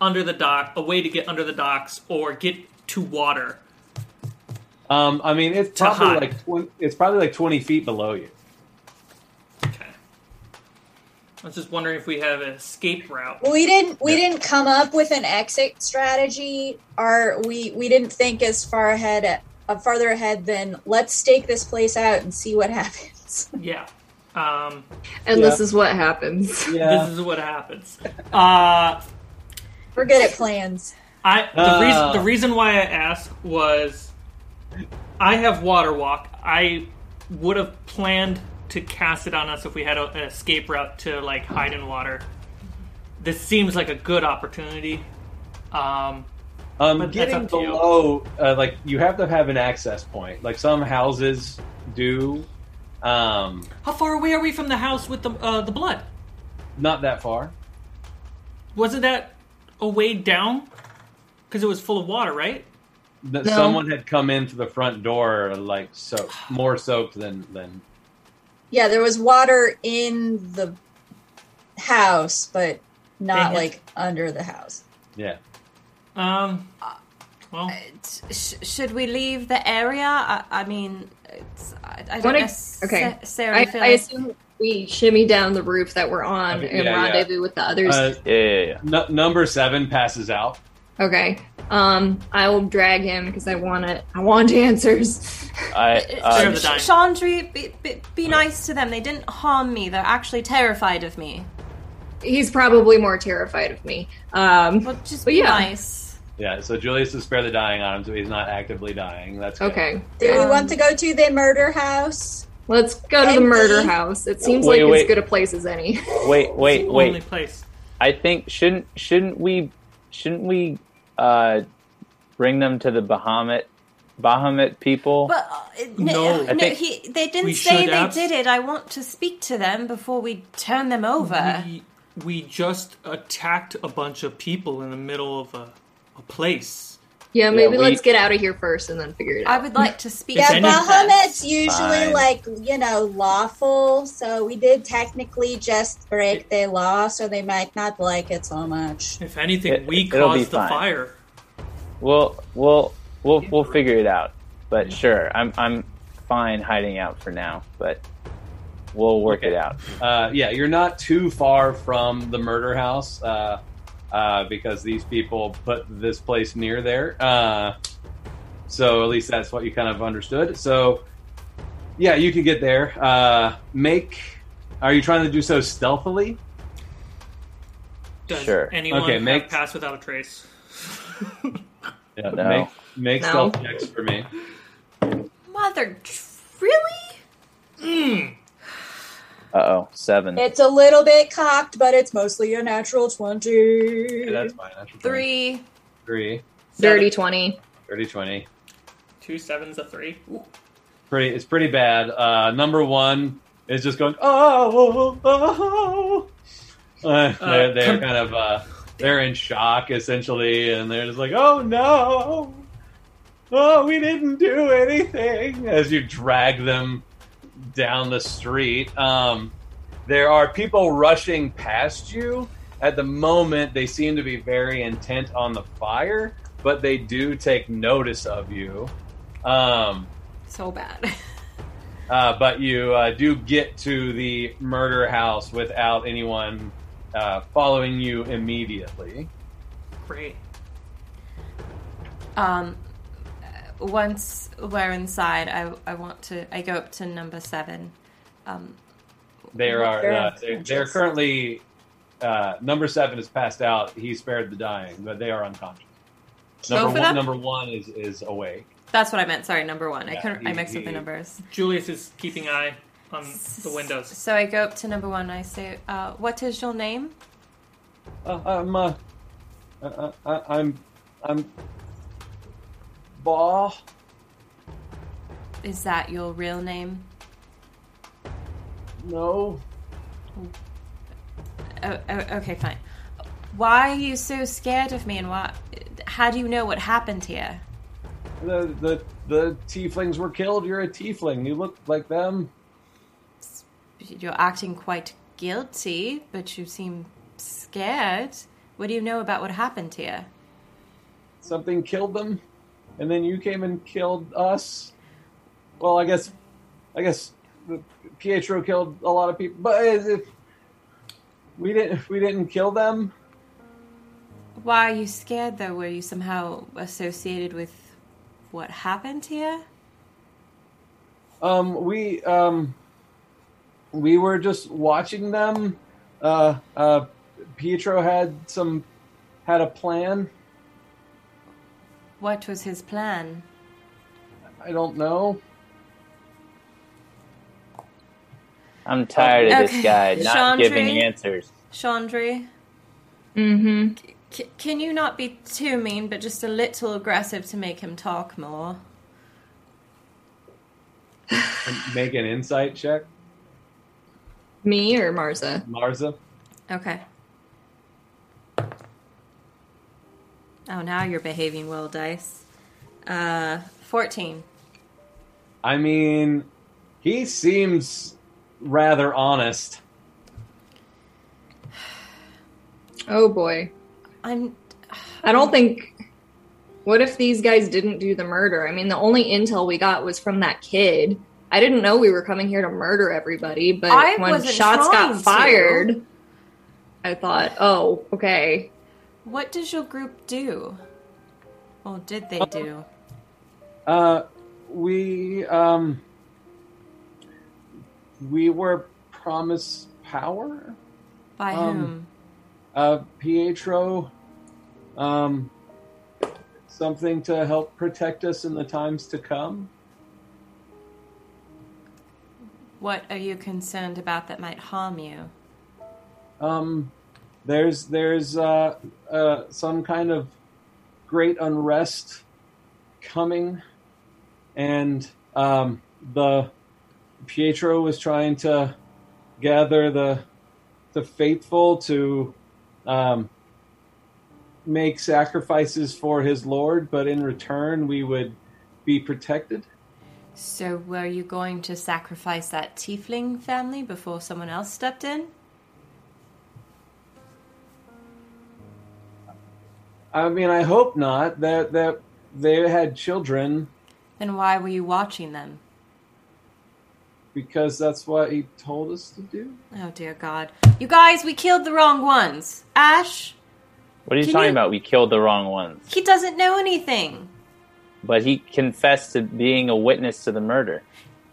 [SPEAKER 7] under the dock, a way to get under the docks or get to water?
[SPEAKER 2] Um, I mean, it's
[SPEAKER 7] To
[SPEAKER 2] probably
[SPEAKER 7] hide.
[SPEAKER 2] like twen- it's probably like twenty feet below you.
[SPEAKER 7] Okay. I was just wondering if we have an escape route.
[SPEAKER 3] We didn't we
[SPEAKER 2] Yeah.
[SPEAKER 3] didn't come up with an exit strategy or we we didn't think as far ahead uh, farther ahead than let's stake this place out and see what happens.
[SPEAKER 7] Yeah. Um,
[SPEAKER 4] And
[SPEAKER 2] Yeah.
[SPEAKER 4] this is what happens.
[SPEAKER 7] This is what happens. Uh,
[SPEAKER 3] We're good at plans.
[SPEAKER 7] I the,
[SPEAKER 2] Uh.
[SPEAKER 7] reason, the reason why I asked was I have water walk. I would have planned to cast it on us if we had a, an escape route to like hide in water. This seems like a good opportunity. Um, But
[SPEAKER 2] Um,
[SPEAKER 7] that's
[SPEAKER 2] getting
[SPEAKER 7] up to you.
[SPEAKER 2] below, uh, like you have to have an access point. Like some houses do, Um,
[SPEAKER 7] How far away are we from the house with the uh, the blood?
[SPEAKER 2] not that far.
[SPEAKER 7] Wasn't that a way down? Because it was full of water, right?
[SPEAKER 2] That
[SPEAKER 4] No.
[SPEAKER 2] someone had come in through the front door, like so more soaked than than.
[SPEAKER 3] Yeah, there was water in the house, but
[SPEAKER 7] Dang
[SPEAKER 3] not
[SPEAKER 7] it.
[SPEAKER 3] like under the house.
[SPEAKER 2] Yeah,
[SPEAKER 7] Um. Well,
[SPEAKER 6] T- sh- should we leave the area? I, I mean, it's, I, I don't
[SPEAKER 4] Wanna-
[SPEAKER 6] know.
[SPEAKER 4] okay.
[SPEAKER 6] Sarah,
[SPEAKER 4] I,
[SPEAKER 6] feel
[SPEAKER 4] I
[SPEAKER 6] like-
[SPEAKER 4] assume we shimmy down the roof that we're on
[SPEAKER 2] Okay,
[SPEAKER 4] and
[SPEAKER 2] yeah, yeah.
[SPEAKER 4] rendezvous with the others.
[SPEAKER 2] uh,
[SPEAKER 5] Yeah, yeah, yeah.
[SPEAKER 2] nu- number seven passes out.
[SPEAKER 4] okay. Um, I will drag him because I want it. I want answers.
[SPEAKER 5] I
[SPEAKER 7] Sarah
[SPEAKER 5] uh,
[SPEAKER 7] the Dying.
[SPEAKER 6] Sh- Chandri, be, be, be nice to them. They didn't harm me. They're actually terrified of me.
[SPEAKER 4] He's probably more terrified of me. Um,
[SPEAKER 6] Well, just
[SPEAKER 4] Well,
[SPEAKER 6] be
[SPEAKER 4] yeah.
[SPEAKER 6] nice.
[SPEAKER 2] Yeah, so Julius is spare the dying on him, so he's not actively dying. That's good.
[SPEAKER 4] okay.
[SPEAKER 3] Do we
[SPEAKER 4] Um,
[SPEAKER 3] want to go to the murder house?
[SPEAKER 4] Let's go to the
[SPEAKER 3] Andy?
[SPEAKER 4] murder house. It seems
[SPEAKER 5] Wait,
[SPEAKER 4] like
[SPEAKER 5] wait.
[SPEAKER 4] as good a place as any.
[SPEAKER 5] wait, wait,
[SPEAKER 7] only
[SPEAKER 5] wait.
[SPEAKER 7] place.
[SPEAKER 5] I think shouldn't shouldn't we shouldn't we uh, bring them to the Bahamut Bahamut people?
[SPEAKER 6] But uh,
[SPEAKER 7] No.
[SPEAKER 6] no,
[SPEAKER 7] I
[SPEAKER 6] no,
[SPEAKER 5] think
[SPEAKER 6] he, they
[SPEAKER 7] we
[SPEAKER 6] didn't
[SPEAKER 7] should
[SPEAKER 6] say they
[SPEAKER 7] abs-
[SPEAKER 6] did it. I want to speak to them before we turn them over.
[SPEAKER 7] We, we just attacked a bunch of people in the middle of a, a place.
[SPEAKER 4] Yeah, maybe
[SPEAKER 5] we-
[SPEAKER 4] let's get out of here first and then figure it
[SPEAKER 6] I
[SPEAKER 4] out.
[SPEAKER 6] would like to speak
[SPEAKER 7] If
[SPEAKER 6] to
[SPEAKER 3] Yeah,
[SPEAKER 7] any-
[SPEAKER 6] them.
[SPEAKER 3] Bahamut's
[SPEAKER 6] first.
[SPEAKER 3] usually
[SPEAKER 5] Fine.
[SPEAKER 3] like, you know, lawful, so we did technically just break their law, so they might not like it so much.
[SPEAKER 7] If anything,
[SPEAKER 5] It-
[SPEAKER 7] we
[SPEAKER 5] it'll be
[SPEAKER 7] caused the
[SPEAKER 5] fine.
[SPEAKER 7] fire.
[SPEAKER 5] We'll we'll we'll we'll figure it out. But sure, I'm I'm fine hiding out for now. But we'll work
[SPEAKER 2] Okay.
[SPEAKER 5] it out.
[SPEAKER 2] Uh, yeah, you're not too far from the murder house uh, uh, because these people put this place near there. Uh, so at least that's what you kind of understood. So yeah, you could get there. Uh, make. Are you trying to do so stealthily?
[SPEAKER 7] Does
[SPEAKER 5] Sure.
[SPEAKER 7] anyone
[SPEAKER 2] Okay,
[SPEAKER 7] have
[SPEAKER 2] make-
[SPEAKER 7] pass without a trace?
[SPEAKER 2] Yeah,
[SPEAKER 5] No.
[SPEAKER 2] Make, make
[SPEAKER 4] No.
[SPEAKER 2] stealth checks for me.
[SPEAKER 6] Mother, tr- really?
[SPEAKER 5] Uh oh, seven.
[SPEAKER 3] It's a little bit cocked, but it's mostly a natural 20.
[SPEAKER 2] Yeah, that's fine. That's fine.
[SPEAKER 6] Three.
[SPEAKER 2] three,
[SPEAKER 7] Seven.
[SPEAKER 4] Dirty 20.
[SPEAKER 2] 30, 20.
[SPEAKER 7] Two sevens, a three. Ooh.
[SPEAKER 2] Pretty. It's pretty bad. Uh, number one is just going. Oh, oh, oh. Uh, they're, they're
[SPEAKER 7] com-
[SPEAKER 2] kind of. Uh, they're in shock essentially, and they're just like, "Oh no, oh we didn't do anything." As you drag them down the street, um, there are people rushing past you. At the moment, they seem to be very intent on the fire, but they do take notice of you. Um,
[SPEAKER 6] So bad.
[SPEAKER 2] uh, but you uh, do get to the murder house without anyone uh, following you immediately.
[SPEAKER 7] Great.
[SPEAKER 6] Um, uh, once we're inside, I, I want to. I go up to number seven. Um,
[SPEAKER 2] There are
[SPEAKER 3] They're
[SPEAKER 2] uh, they're, they're
[SPEAKER 3] unconscious.
[SPEAKER 2] currently uh, number seven is passed out. He spared the dying, but they are unconscious. Number
[SPEAKER 6] Both of
[SPEAKER 2] one,
[SPEAKER 6] them?
[SPEAKER 2] number one is is awake.
[SPEAKER 6] that's what I meant. Sorry, number one. I
[SPEAKER 2] Yeah,
[SPEAKER 6] couldn't. I
[SPEAKER 2] he-
[SPEAKER 6] mixed up the
[SPEAKER 2] he-
[SPEAKER 6] numbers.
[SPEAKER 7] Julius is keeping eye on the windows.
[SPEAKER 6] So I go up to number one. And I say, uh, "What is your name?"
[SPEAKER 2] Uh, I'm uh, uh, uh, I'm I'm ball.
[SPEAKER 6] Is that your real name?
[SPEAKER 2] No,
[SPEAKER 6] Oh, oh, okay, fine. Why are you so scared of me, and why? How do you know what happened here?
[SPEAKER 2] the the the tieflings were killed. You're a tiefling. You look like them.
[SPEAKER 6] You're acting quite guilty, but you seem scared. What do you know about what happened here?
[SPEAKER 2] something killed them, and then you came and killed us. Well, I guess, I guess Pietro killed a lot of people, but is it- we didn't we didn't kill them.
[SPEAKER 6] Why are you scared though? Were you somehow associated with what happened here?
[SPEAKER 2] Um, we um, we were just watching them. Uh, uh, Pietro had some had a plan.
[SPEAKER 6] What was his plan?
[SPEAKER 2] I don't know.
[SPEAKER 5] I'm tired of
[SPEAKER 6] Okay.
[SPEAKER 5] this guy
[SPEAKER 6] Chandri?
[SPEAKER 5] not giving answers.
[SPEAKER 6] Chandri,
[SPEAKER 4] Mm-hmm.
[SPEAKER 6] c- can you not be too mean, but just a little aggressive to make him talk more?
[SPEAKER 2] Make an insight check,
[SPEAKER 4] Me or Marza?
[SPEAKER 2] Marza.
[SPEAKER 6] Okay. Oh, now you're behaving well, Dice. Uh, 14.
[SPEAKER 2] I mean, he seems rather honest.
[SPEAKER 4] Oh boy.
[SPEAKER 6] I'm.
[SPEAKER 4] I
[SPEAKER 6] Hmm.
[SPEAKER 4] don't think. What if these guys didn't do the murder? I mean, the only intel we got was from that kid. I didn't know we were coming here to murder everybody, but
[SPEAKER 6] I
[SPEAKER 4] when
[SPEAKER 6] wasn't
[SPEAKER 4] shots
[SPEAKER 6] trying
[SPEAKER 4] got
[SPEAKER 6] to.
[SPEAKER 4] fired, I thought, oh, okay.
[SPEAKER 6] What does your group do? Or did they do?
[SPEAKER 2] Uh, we um, we were promised power.
[SPEAKER 6] By
[SPEAKER 2] um,
[SPEAKER 6] whom?
[SPEAKER 2] Uh, Pietro, um, something to help protect us in the times to come.
[SPEAKER 6] What are you concerned about that might harm you?
[SPEAKER 2] Um, there's there's uh, uh, some kind of great unrest coming, and um, the Pietro was trying to gather the the faithful to um, make sacrifices for his Lord, but in return we would be protected.
[SPEAKER 6] So, were you going to sacrifice that tiefling family before someone else stepped in?
[SPEAKER 2] I mean, I hope not that that they had children
[SPEAKER 6] Then why were you watching them?
[SPEAKER 2] because that's what he told us to do.
[SPEAKER 6] Oh, dear God. You guys, we killed the wrong ones. Ash,
[SPEAKER 5] What are you
[SPEAKER 6] Can
[SPEAKER 5] talking
[SPEAKER 6] you-
[SPEAKER 5] about? We killed the wrong ones.
[SPEAKER 6] he doesn't know anything.
[SPEAKER 5] But he confessed to being a witness to the murder.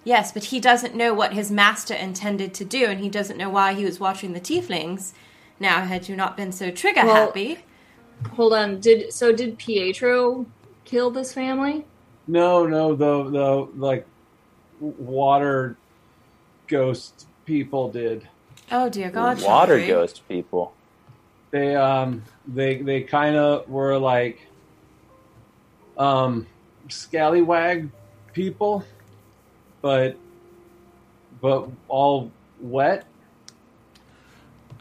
[SPEAKER 6] Yes, but he doesn't know what his master intended to do, and he doesn't know why he was watching the tieflings. Now, had you not been so trigger
[SPEAKER 4] Well-
[SPEAKER 6] happy,
[SPEAKER 4] Hold on. Did so? Did Pietro kill this family?
[SPEAKER 2] No, no, the the like water ghost people did.
[SPEAKER 6] oh dear God,
[SPEAKER 5] Water
[SPEAKER 6] Shalfrey.
[SPEAKER 5] ghost people.
[SPEAKER 2] They um they they kind of were like um scallywag people, but but all wet.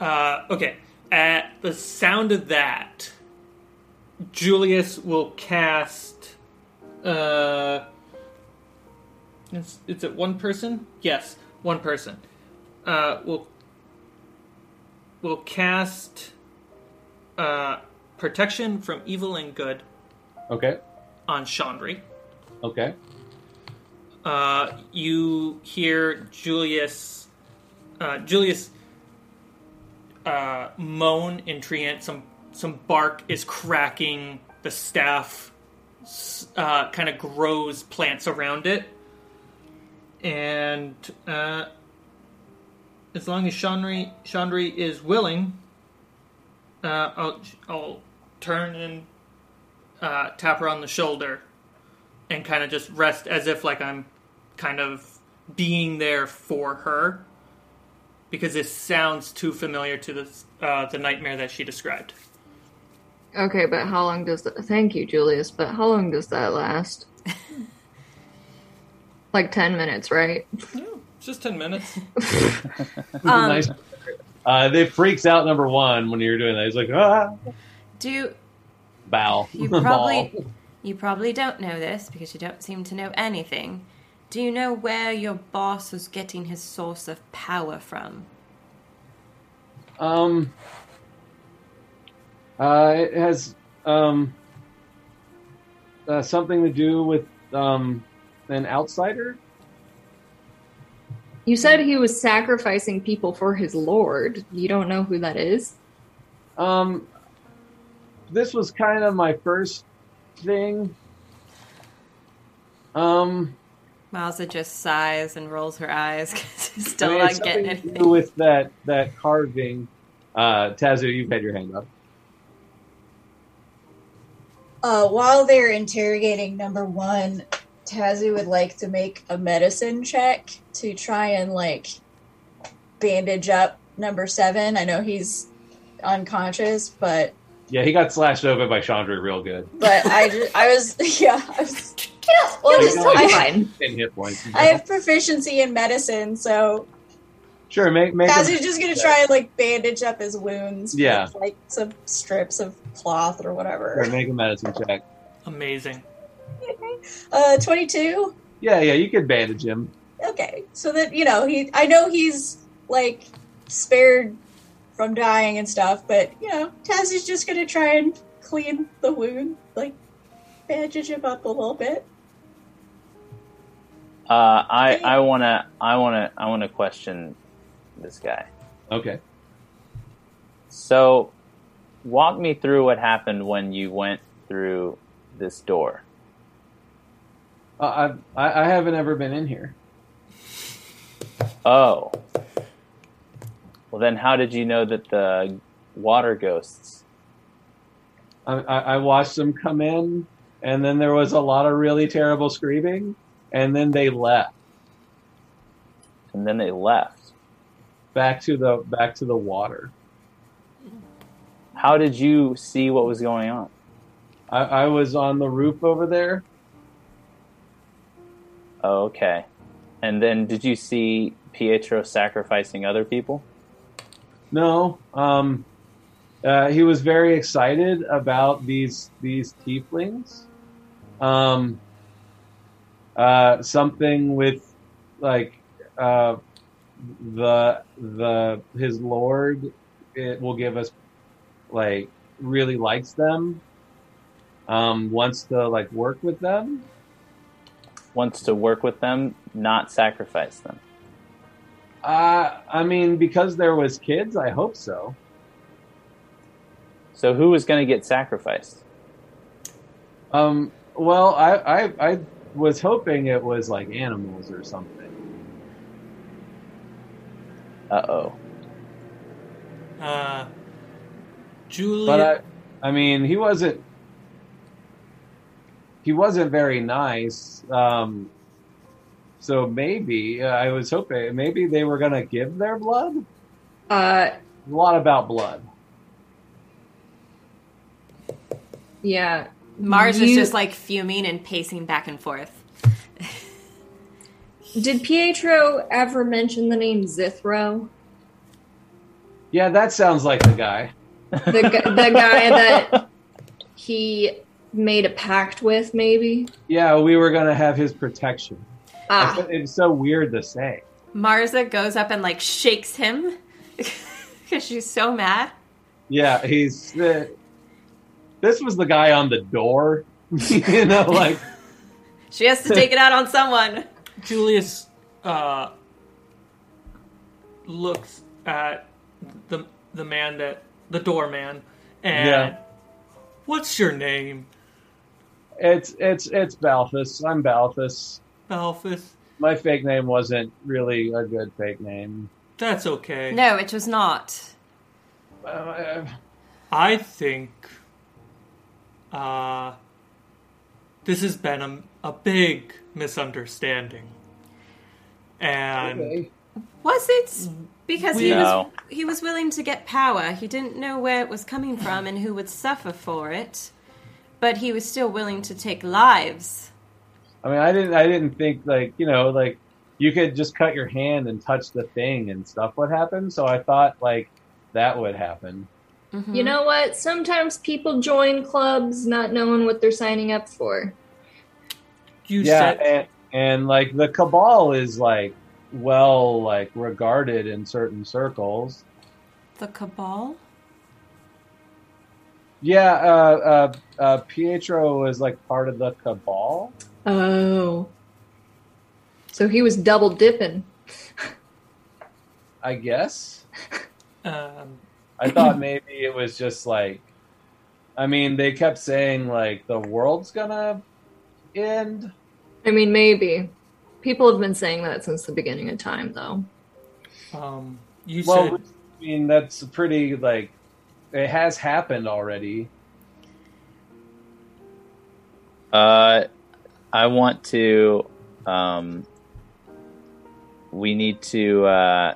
[SPEAKER 7] Uh, okay. At the sound of that, Julius will cast. Uh, is, is it one person? Yes, one person. Uh, will will cast uh, protection from evil and good
[SPEAKER 2] Okay,
[SPEAKER 7] on Chandri.
[SPEAKER 2] okay.
[SPEAKER 7] Uh, you hear Julius, uh, Julius, uh, moan in treant. Some some bark is cracking. The staff s- uh, kind of grows plants around it, and uh, as long as Chandri Chandri is willing, uh, I'll I'll turn and uh, tap her on the shoulder and kind of just rest as if like I'm kind of being there for her because this sounds too familiar to this uh, the nightmare that she described.
[SPEAKER 4] Okay, but how long does that? Thank you, Julius. But how long does that last? like ten minutes, right?
[SPEAKER 7] Just ten minutes.
[SPEAKER 2] nice. Uh, they freaks out number one when you're doing that. He's like, ah,
[SPEAKER 6] do
[SPEAKER 2] bow.
[SPEAKER 6] you
[SPEAKER 2] Ball.
[SPEAKER 6] probably you probably don't know this because you don't seem to know anything. Do you know where your boss is getting his source of power from?
[SPEAKER 2] Um, uh, it has um, uh, something to do with um, an outsider.
[SPEAKER 4] You said he was sacrificing people for his lord. You don't know who that is?
[SPEAKER 2] Um, this was kind of my first thing. Um,
[SPEAKER 6] Malza just sighs and rolls her eyes because she's
[SPEAKER 2] I
[SPEAKER 6] still
[SPEAKER 2] mean, it's
[SPEAKER 6] not getting
[SPEAKER 2] something to
[SPEAKER 6] anything.
[SPEAKER 2] do with that that carving. Uh, Tazu, you've had your hand up.
[SPEAKER 3] Uh, while they're interrogating number one, Tazu would like to make a medicine check to try and like bandage up number seven. I know he's unconscious, but
[SPEAKER 2] Yeah, he got slashed open by Chandra real good.
[SPEAKER 3] but I just I was yeah I was Well,
[SPEAKER 2] Like,
[SPEAKER 3] just
[SPEAKER 2] you're like-
[SPEAKER 3] I,
[SPEAKER 4] fine.
[SPEAKER 2] Ten hit points.
[SPEAKER 3] I have proficiency in medicine, so
[SPEAKER 2] sure, make make. him-
[SPEAKER 3] Kazu's just gonna try and like bandage up his wounds. with,
[SPEAKER 2] Yeah.
[SPEAKER 3] like some strips of cloth or whatever.
[SPEAKER 2] sure, make a medicine check.
[SPEAKER 7] Amazing.
[SPEAKER 3] Uh, twenty-two.
[SPEAKER 2] Yeah, yeah, you could bandage him.
[SPEAKER 3] Okay, so that you know he, I know he's like spared from dying and stuff, but you know Taz is just gonna try and clean the wound, like bandage him up a little bit.
[SPEAKER 5] Uh, I I wanna I wanna I wanna question this guy.
[SPEAKER 2] Okay.
[SPEAKER 5] So, walk me through what happened when you went through this door.
[SPEAKER 2] Uh, I, I I haven't ever been in here.
[SPEAKER 5] Oh. Well, then how did you know that the water ghosts?
[SPEAKER 2] I, I, I watched them come in, and then there was a lot of really terrible screaming, and then they left
[SPEAKER 5] And then they left.
[SPEAKER 2] back to the back to the water.
[SPEAKER 5] How did you see what was going on?
[SPEAKER 2] I, I was on the roof over there.
[SPEAKER 5] Oh, okay. And then did you see Pietro sacrificing other people?
[SPEAKER 2] No, um, uh, he was very excited about these these tieflings. Um, uh, something with like uh, the the his lord it will give us like really likes them. Um, wants to like work with them.
[SPEAKER 5] Wants to work with them, not sacrifice them.
[SPEAKER 2] Uh, I mean, because there was kids, I hope so.
[SPEAKER 5] So who was going to get sacrificed?
[SPEAKER 2] Um, well, I, I I was hoping it was like animals or something.
[SPEAKER 5] Uh oh.
[SPEAKER 7] Uh, Julia.
[SPEAKER 2] But I, I mean, he wasn't he wasn't very nice. Um, so maybe uh, I was hoping maybe they were gonna give their blood.
[SPEAKER 4] Uh,
[SPEAKER 2] A lot about blood.
[SPEAKER 4] yeah.
[SPEAKER 6] Mars is
[SPEAKER 4] You-
[SPEAKER 6] just like fuming and pacing back and forth.
[SPEAKER 4] Did Pietro ever mention the name Zithro?
[SPEAKER 2] Yeah, that sounds like the guy.
[SPEAKER 4] The, gu- the guy that he made a pact with, maybe?
[SPEAKER 2] Yeah, we were gonna have his protection.
[SPEAKER 4] Ah,
[SPEAKER 2] It's so weird to say.
[SPEAKER 6] Marza goes up and like shakes him because she's so mad.
[SPEAKER 2] Yeah, he's. Uh, this was the guy on the door. you know, like
[SPEAKER 6] She has to take it out on someone.
[SPEAKER 7] Julius uh, looks at the the man that the doorman and
[SPEAKER 2] Yeah.
[SPEAKER 7] what's your name,
[SPEAKER 2] It's it's it's Balthus. I'm Balthus.
[SPEAKER 7] Balthus?
[SPEAKER 2] My fake name wasn't really a good fake name.
[SPEAKER 7] That's okay.
[SPEAKER 6] No, it was not.
[SPEAKER 2] Uh,
[SPEAKER 7] I think uh, this has been a, a big misunderstanding, and
[SPEAKER 2] okay.
[SPEAKER 6] Was it because he
[SPEAKER 5] No.
[SPEAKER 6] was he was willing to get power? He didn't know where it was coming from and who would suffer for it, but he was still willing to take lives.
[SPEAKER 2] I mean, I didn't I didn't think like you know like you could just cut your hand and touch the thing and stuff would happen. So I thought like that would happen.
[SPEAKER 4] you know what? Sometimes people join clubs not knowing what they're signing up for.
[SPEAKER 7] you
[SPEAKER 2] yeah,
[SPEAKER 7] said
[SPEAKER 2] and, and like the cabal is like well like regarded in certain circles.
[SPEAKER 6] The cabal.
[SPEAKER 2] Yeah, uh, uh, uh, Pietro was like part of the cabal.
[SPEAKER 4] Oh. So he was double dipping.
[SPEAKER 2] I guess.
[SPEAKER 7] um,
[SPEAKER 2] I thought maybe it was just like, I mean, they kept saying like the world's gonna end.
[SPEAKER 4] I mean, maybe. People have been saying that since the beginning of time, though.
[SPEAKER 7] um, you
[SPEAKER 2] well,
[SPEAKER 7] said
[SPEAKER 2] I mean, that's pretty like it has happened already.
[SPEAKER 5] Uh, I want to. Um, we need to. Uh,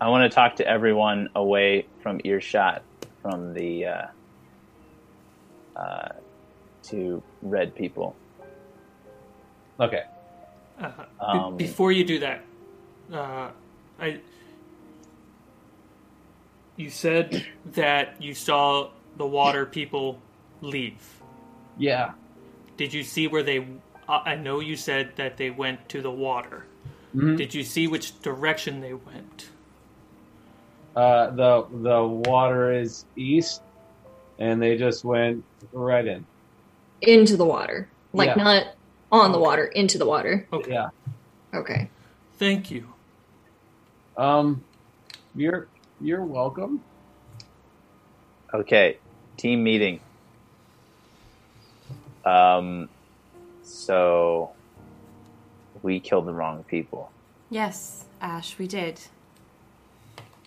[SPEAKER 5] I want to talk to everyone away from earshot from the. Uh, uh, to red people.
[SPEAKER 2] Okay.
[SPEAKER 7] Uh,
[SPEAKER 5] Um,
[SPEAKER 7] Be- Before you do that, uh, I you said that you saw the water people leave.
[SPEAKER 2] Yeah.
[SPEAKER 7] Did you see where they? uh, I I know you said that they went to the water.
[SPEAKER 2] Mhm.
[SPEAKER 7] Did you see which direction they went?
[SPEAKER 2] Uh, the the water is east, and they just went right in.
[SPEAKER 4] Into the water. Like
[SPEAKER 2] Yeah.
[SPEAKER 4] not on the water, into the water.
[SPEAKER 7] Okay.
[SPEAKER 2] Yeah.
[SPEAKER 4] Okay.
[SPEAKER 7] Thank you.
[SPEAKER 2] Um, you're you're welcome.
[SPEAKER 5] Okay, team meeting. Um, so we killed the wrong people.
[SPEAKER 6] Yes, Ash, we did.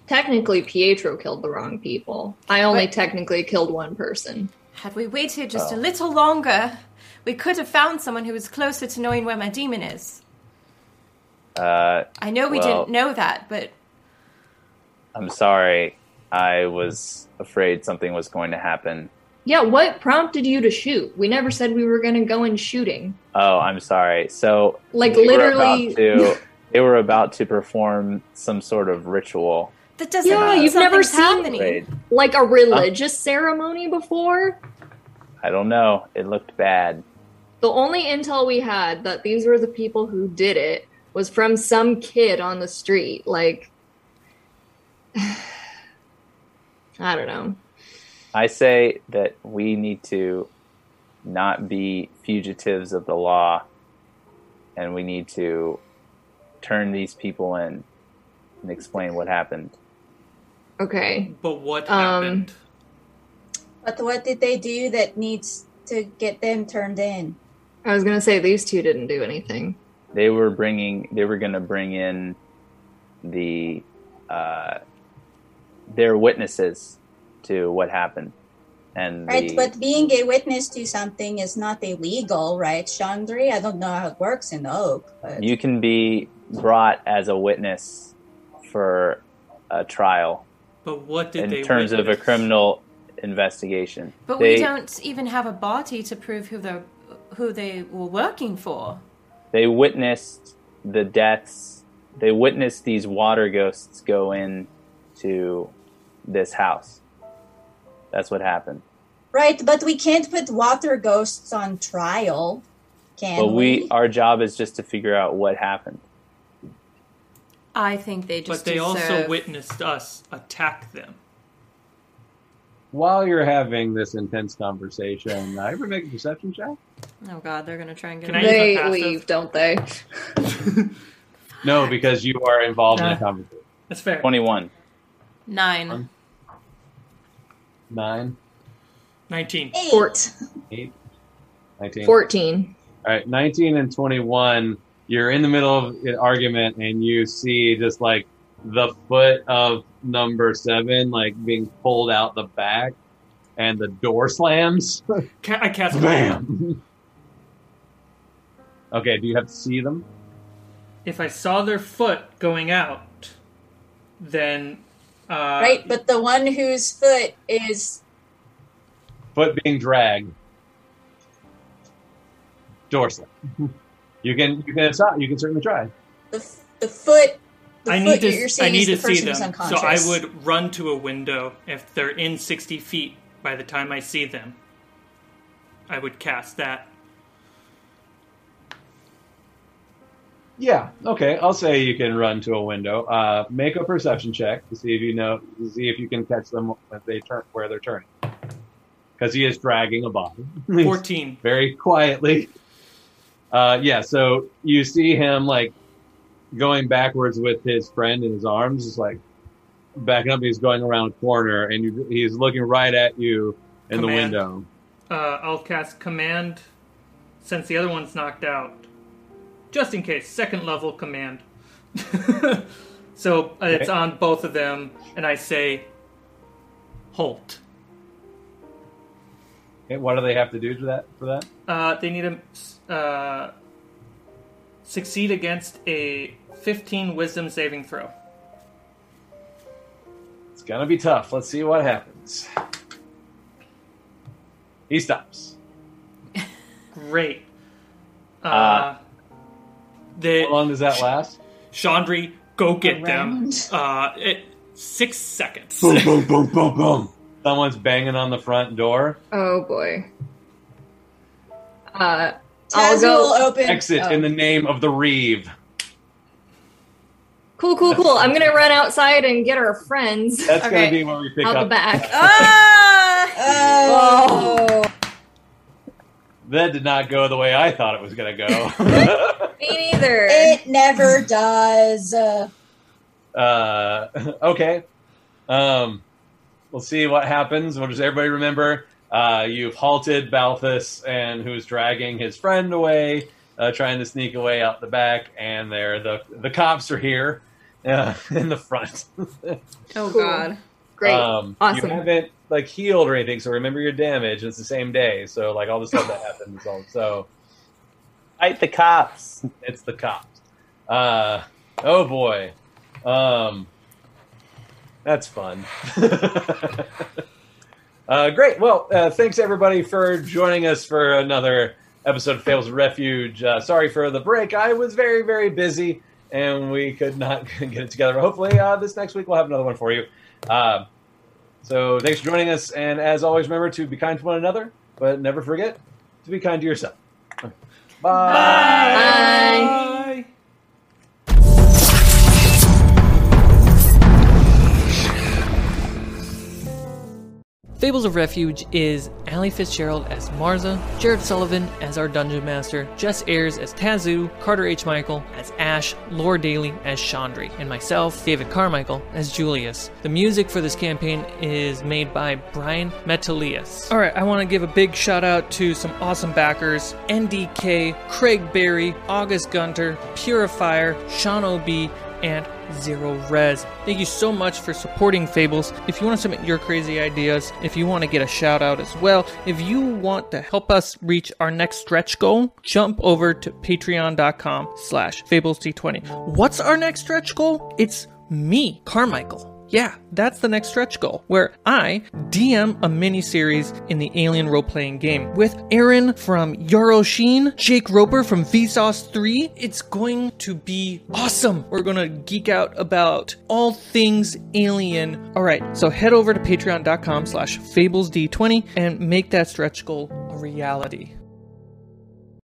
[SPEAKER 4] Technically Pietro killed the wrong people. I only
[SPEAKER 6] But-
[SPEAKER 4] technically killed one person.
[SPEAKER 6] Had we waited just a
[SPEAKER 5] Oh.
[SPEAKER 6] little longer, we could have found someone who was closer to knowing where my demon is.
[SPEAKER 5] Uh,
[SPEAKER 6] I know we
[SPEAKER 5] Well-
[SPEAKER 6] didn't know that, but
[SPEAKER 5] I'm sorry. I was afraid something was going to happen.
[SPEAKER 4] Yeah, what prompted you to shoot? We never said we were gonna go in shooting.
[SPEAKER 5] Oh, I'm sorry. So
[SPEAKER 4] Like
[SPEAKER 5] they
[SPEAKER 4] literally
[SPEAKER 5] were about to, they were about to perform some sort of ritual.
[SPEAKER 6] that doesn't
[SPEAKER 5] Yeah,
[SPEAKER 6] mean
[SPEAKER 4] you've never
[SPEAKER 6] something's
[SPEAKER 4] seen-
[SPEAKER 6] happening.
[SPEAKER 5] Right.
[SPEAKER 4] like a religious ceremony before.
[SPEAKER 5] I don't know. It looked bad.
[SPEAKER 4] The only intel we had that these were the people who did it was from some kid on the street. Like, I don't know.
[SPEAKER 5] I say that we need to not be fugitives of the law and we need to turn these people in and explain what happened.
[SPEAKER 4] Okay.
[SPEAKER 7] But what
[SPEAKER 4] Um,
[SPEAKER 7] happened?
[SPEAKER 3] But what did they do that needs to get them turned in?
[SPEAKER 4] I was going to say these two didn't do anything.
[SPEAKER 5] They were bringing they were going to bring in the uh their witnesses to what happened. And
[SPEAKER 3] Right,
[SPEAKER 5] the,
[SPEAKER 3] but being a witness to something is not illegal, right, Chandri? I don't know how it works in Oak, but
[SPEAKER 5] you can be brought as a witness for a trial
[SPEAKER 7] But what did
[SPEAKER 5] in
[SPEAKER 7] they?
[SPEAKER 5] terms of a
[SPEAKER 7] witness?
[SPEAKER 5] criminal investigation.
[SPEAKER 6] But
[SPEAKER 5] They-
[SPEAKER 6] we don't even have a body to prove who they who they were working for.
[SPEAKER 5] they witnessed the deaths they witnessed these water ghosts go in to this house that's what happened
[SPEAKER 3] right, but we can't put water ghosts on trial, can
[SPEAKER 5] but we
[SPEAKER 3] we?
[SPEAKER 5] our job is just to figure out what happened
[SPEAKER 6] I think they just.
[SPEAKER 7] But they also
[SPEAKER 6] deserve-
[SPEAKER 7] witnessed us attack them.
[SPEAKER 2] While you're having this intense conversation, I ever make a deception check?
[SPEAKER 6] Oh God, they're gonna try and get.
[SPEAKER 7] Can I
[SPEAKER 6] me.
[SPEAKER 7] use my
[SPEAKER 4] They
[SPEAKER 7] passive?
[SPEAKER 4] leave, don't they?
[SPEAKER 2] No, because you are involved in
[SPEAKER 7] Uh.
[SPEAKER 2] the conversation.
[SPEAKER 7] That's fair.
[SPEAKER 5] 21
[SPEAKER 6] Nine.
[SPEAKER 2] Nine,
[SPEAKER 7] Nineteen.
[SPEAKER 3] Eight.
[SPEAKER 4] Fort,
[SPEAKER 2] eight, nineteen.
[SPEAKER 4] 14.
[SPEAKER 2] All right, 19 and 21, you're in the middle of an argument and you see just like the foot of number seven, like being pulled out the back and the door slams.
[SPEAKER 7] Ca- I cast
[SPEAKER 2] Bam! okay, do you have to see them?
[SPEAKER 7] If I saw their foot going out, then uh,
[SPEAKER 3] Right, but the one whose foot is
[SPEAKER 2] Foot being dragged. Door slam. you can you can you can certainly try.
[SPEAKER 3] the, f- the foot. The
[SPEAKER 7] I
[SPEAKER 3] foot
[SPEAKER 7] need to.
[SPEAKER 3] that you're
[SPEAKER 7] I
[SPEAKER 3] seeing
[SPEAKER 7] need
[SPEAKER 3] is
[SPEAKER 7] to
[SPEAKER 3] the
[SPEAKER 7] see
[SPEAKER 3] person
[SPEAKER 7] them.
[SPEAKER 3] who's
[SPEAKER 7] So
[SPEAKER 3] unconscious.
[SPEAKER 7] I would run to a window if they're in sixty feet. By the time I see them, I would cast that.
[SPEAKER 2] Yeah. Okay. I'll say you can run to a window. Uh, make a perception check to see if you know, to see if you can catch them if they turn where they're turning. Because he is dragging a body
[SPEAKER 7] Fourteen.
[SPEAKER 2] very quietly. Uh, yeah. So you see him like going backwards with his friend in his arms, just like backing up. He's going around a corner, and you, he's looking right at you in the
[SPEAKER 7] Command.
[SPEAKER 2] window.
[SPEAKER 7] Uh, I'll cast command since the other one's knocked out. Just in case, second level command. so uh, it's
[SPEAKER 2] Okay.
[SPEAKER 7] on both of them, and I say, "Halt."
[SPEAKER 2] Okay, what do they have to do to that for that?
[SPEAKER 7] Uh, they need to uh, succeed against a 15 Wisdom saving throw.
[SPEAKER 2] It's gonna be tough. Let's see what happens. He stops.
[SPEAKER 7] Great. Uh,
[SPEAKER 5] Uh,
[SPEAKER 7] They,
[SPEAKER 2] How long does that last?
[SPEAKER 7] Chandri, go get them.
[SPEAKER 3] Around.
[SPEAKER 7] Uh, it, six seconds.
[SPEAKER 2] boom, boom, boom, boom, boom. Someone's banging on the front door.
[SPEAKER 4] Oh boy. Uh, I'll
[SPEAKER 3] Taz will
[SPEAKER 4] go.
[SPEAKER 3] open.
[SPEAKER 2] Exit in the name of the Reeve.
[SPEAKER 4] Cool, cool, cool. I'm gonna run outside and get our friends
[SPEAKER 2] That's going
[SPEAKER 6] Okay.
[SPEAKER 2] to be where we pick
[SPEAKER 4] out
[SPEAKER 2] up.
[SPEAKER 4] the back.
[SPEAKER 6] Ah!
[SPEAKER 3] Oh.
[SPEAKER 2] That did not go the way I thought it was going to go.
[SPEAKER 4] Me neither.
[SPEAKER 3] It never does. Uh,
[SPEAKER 2] uh, okay. Um, we'll see what happens. We'll just everybody remember uh, you've halted Balthus and who's dragging his friend away, uh, trying to sneak away out the back, and they're the the cops are here uh, in the front.
[SPEAKER 6] Oh
[SPEAKER 4] Cool.
[SPEAKER 6] god.
[SPEAKER 4] Great.
[SPEAKER 2] Um,
[SPEAKER 4] Awesome.
[SPEAKER 2] You haven't like healed or anything, so remember your damage. And it's the same day, so like all the stuff that happens. all- So
[SPEAKER 5] Fight the cops.
[SPEAKER 2] it's the cops. Uh, oh boy, um, that's fun. uh, great. Well, uh, thanks everybody for joining us for another episode of Fails Refuge. Uh, sorry for the break. I was very very busy, and we could not get it together. But hopefully, uh, this next week we'll have another one for you. Uh, so thanks for joining us, and as always, remember to be kind to one another, but never forget to be kind to yourself. Bye.
[SPEAKER 4] Bye.
[SPEAKER 7] Bye.
[SPEAKER 1] Fables of Refuge is Allie Fitzgerald as Marza, Jared Sullivan as our Dungeon Master, Jess Ayers as Tazu, Carter H. Michael as Ash, Laura Daly as Chandri, and myself, David Carmichael, as Julius. The music for this campaign is made by Brian Metalius. Alright, I want to give a big shout out to some awesome backers NDK, Craig Berry, August Gunter, Purifier, Sean O.B., and Zero Res. Thank you so much for supporting Fables. If you want to submit your crazy ideas, if you want to get a shout out as well, if you want to help us reach our next stretch goal, jump over to patreon.com slash fablesd20. What's our next stretch goal? It's me, Carmichael. Yeah, that's the next stretch goal, where I DM a mini series in the Alien role playing game with Aaron from Eurosheen, Jake Roper from Vsauce 3. It's going to be awesome. We're going to geek out about all things alien. All right, so head over to patreon.com slash fablesd20 and make that stretch goal a reality.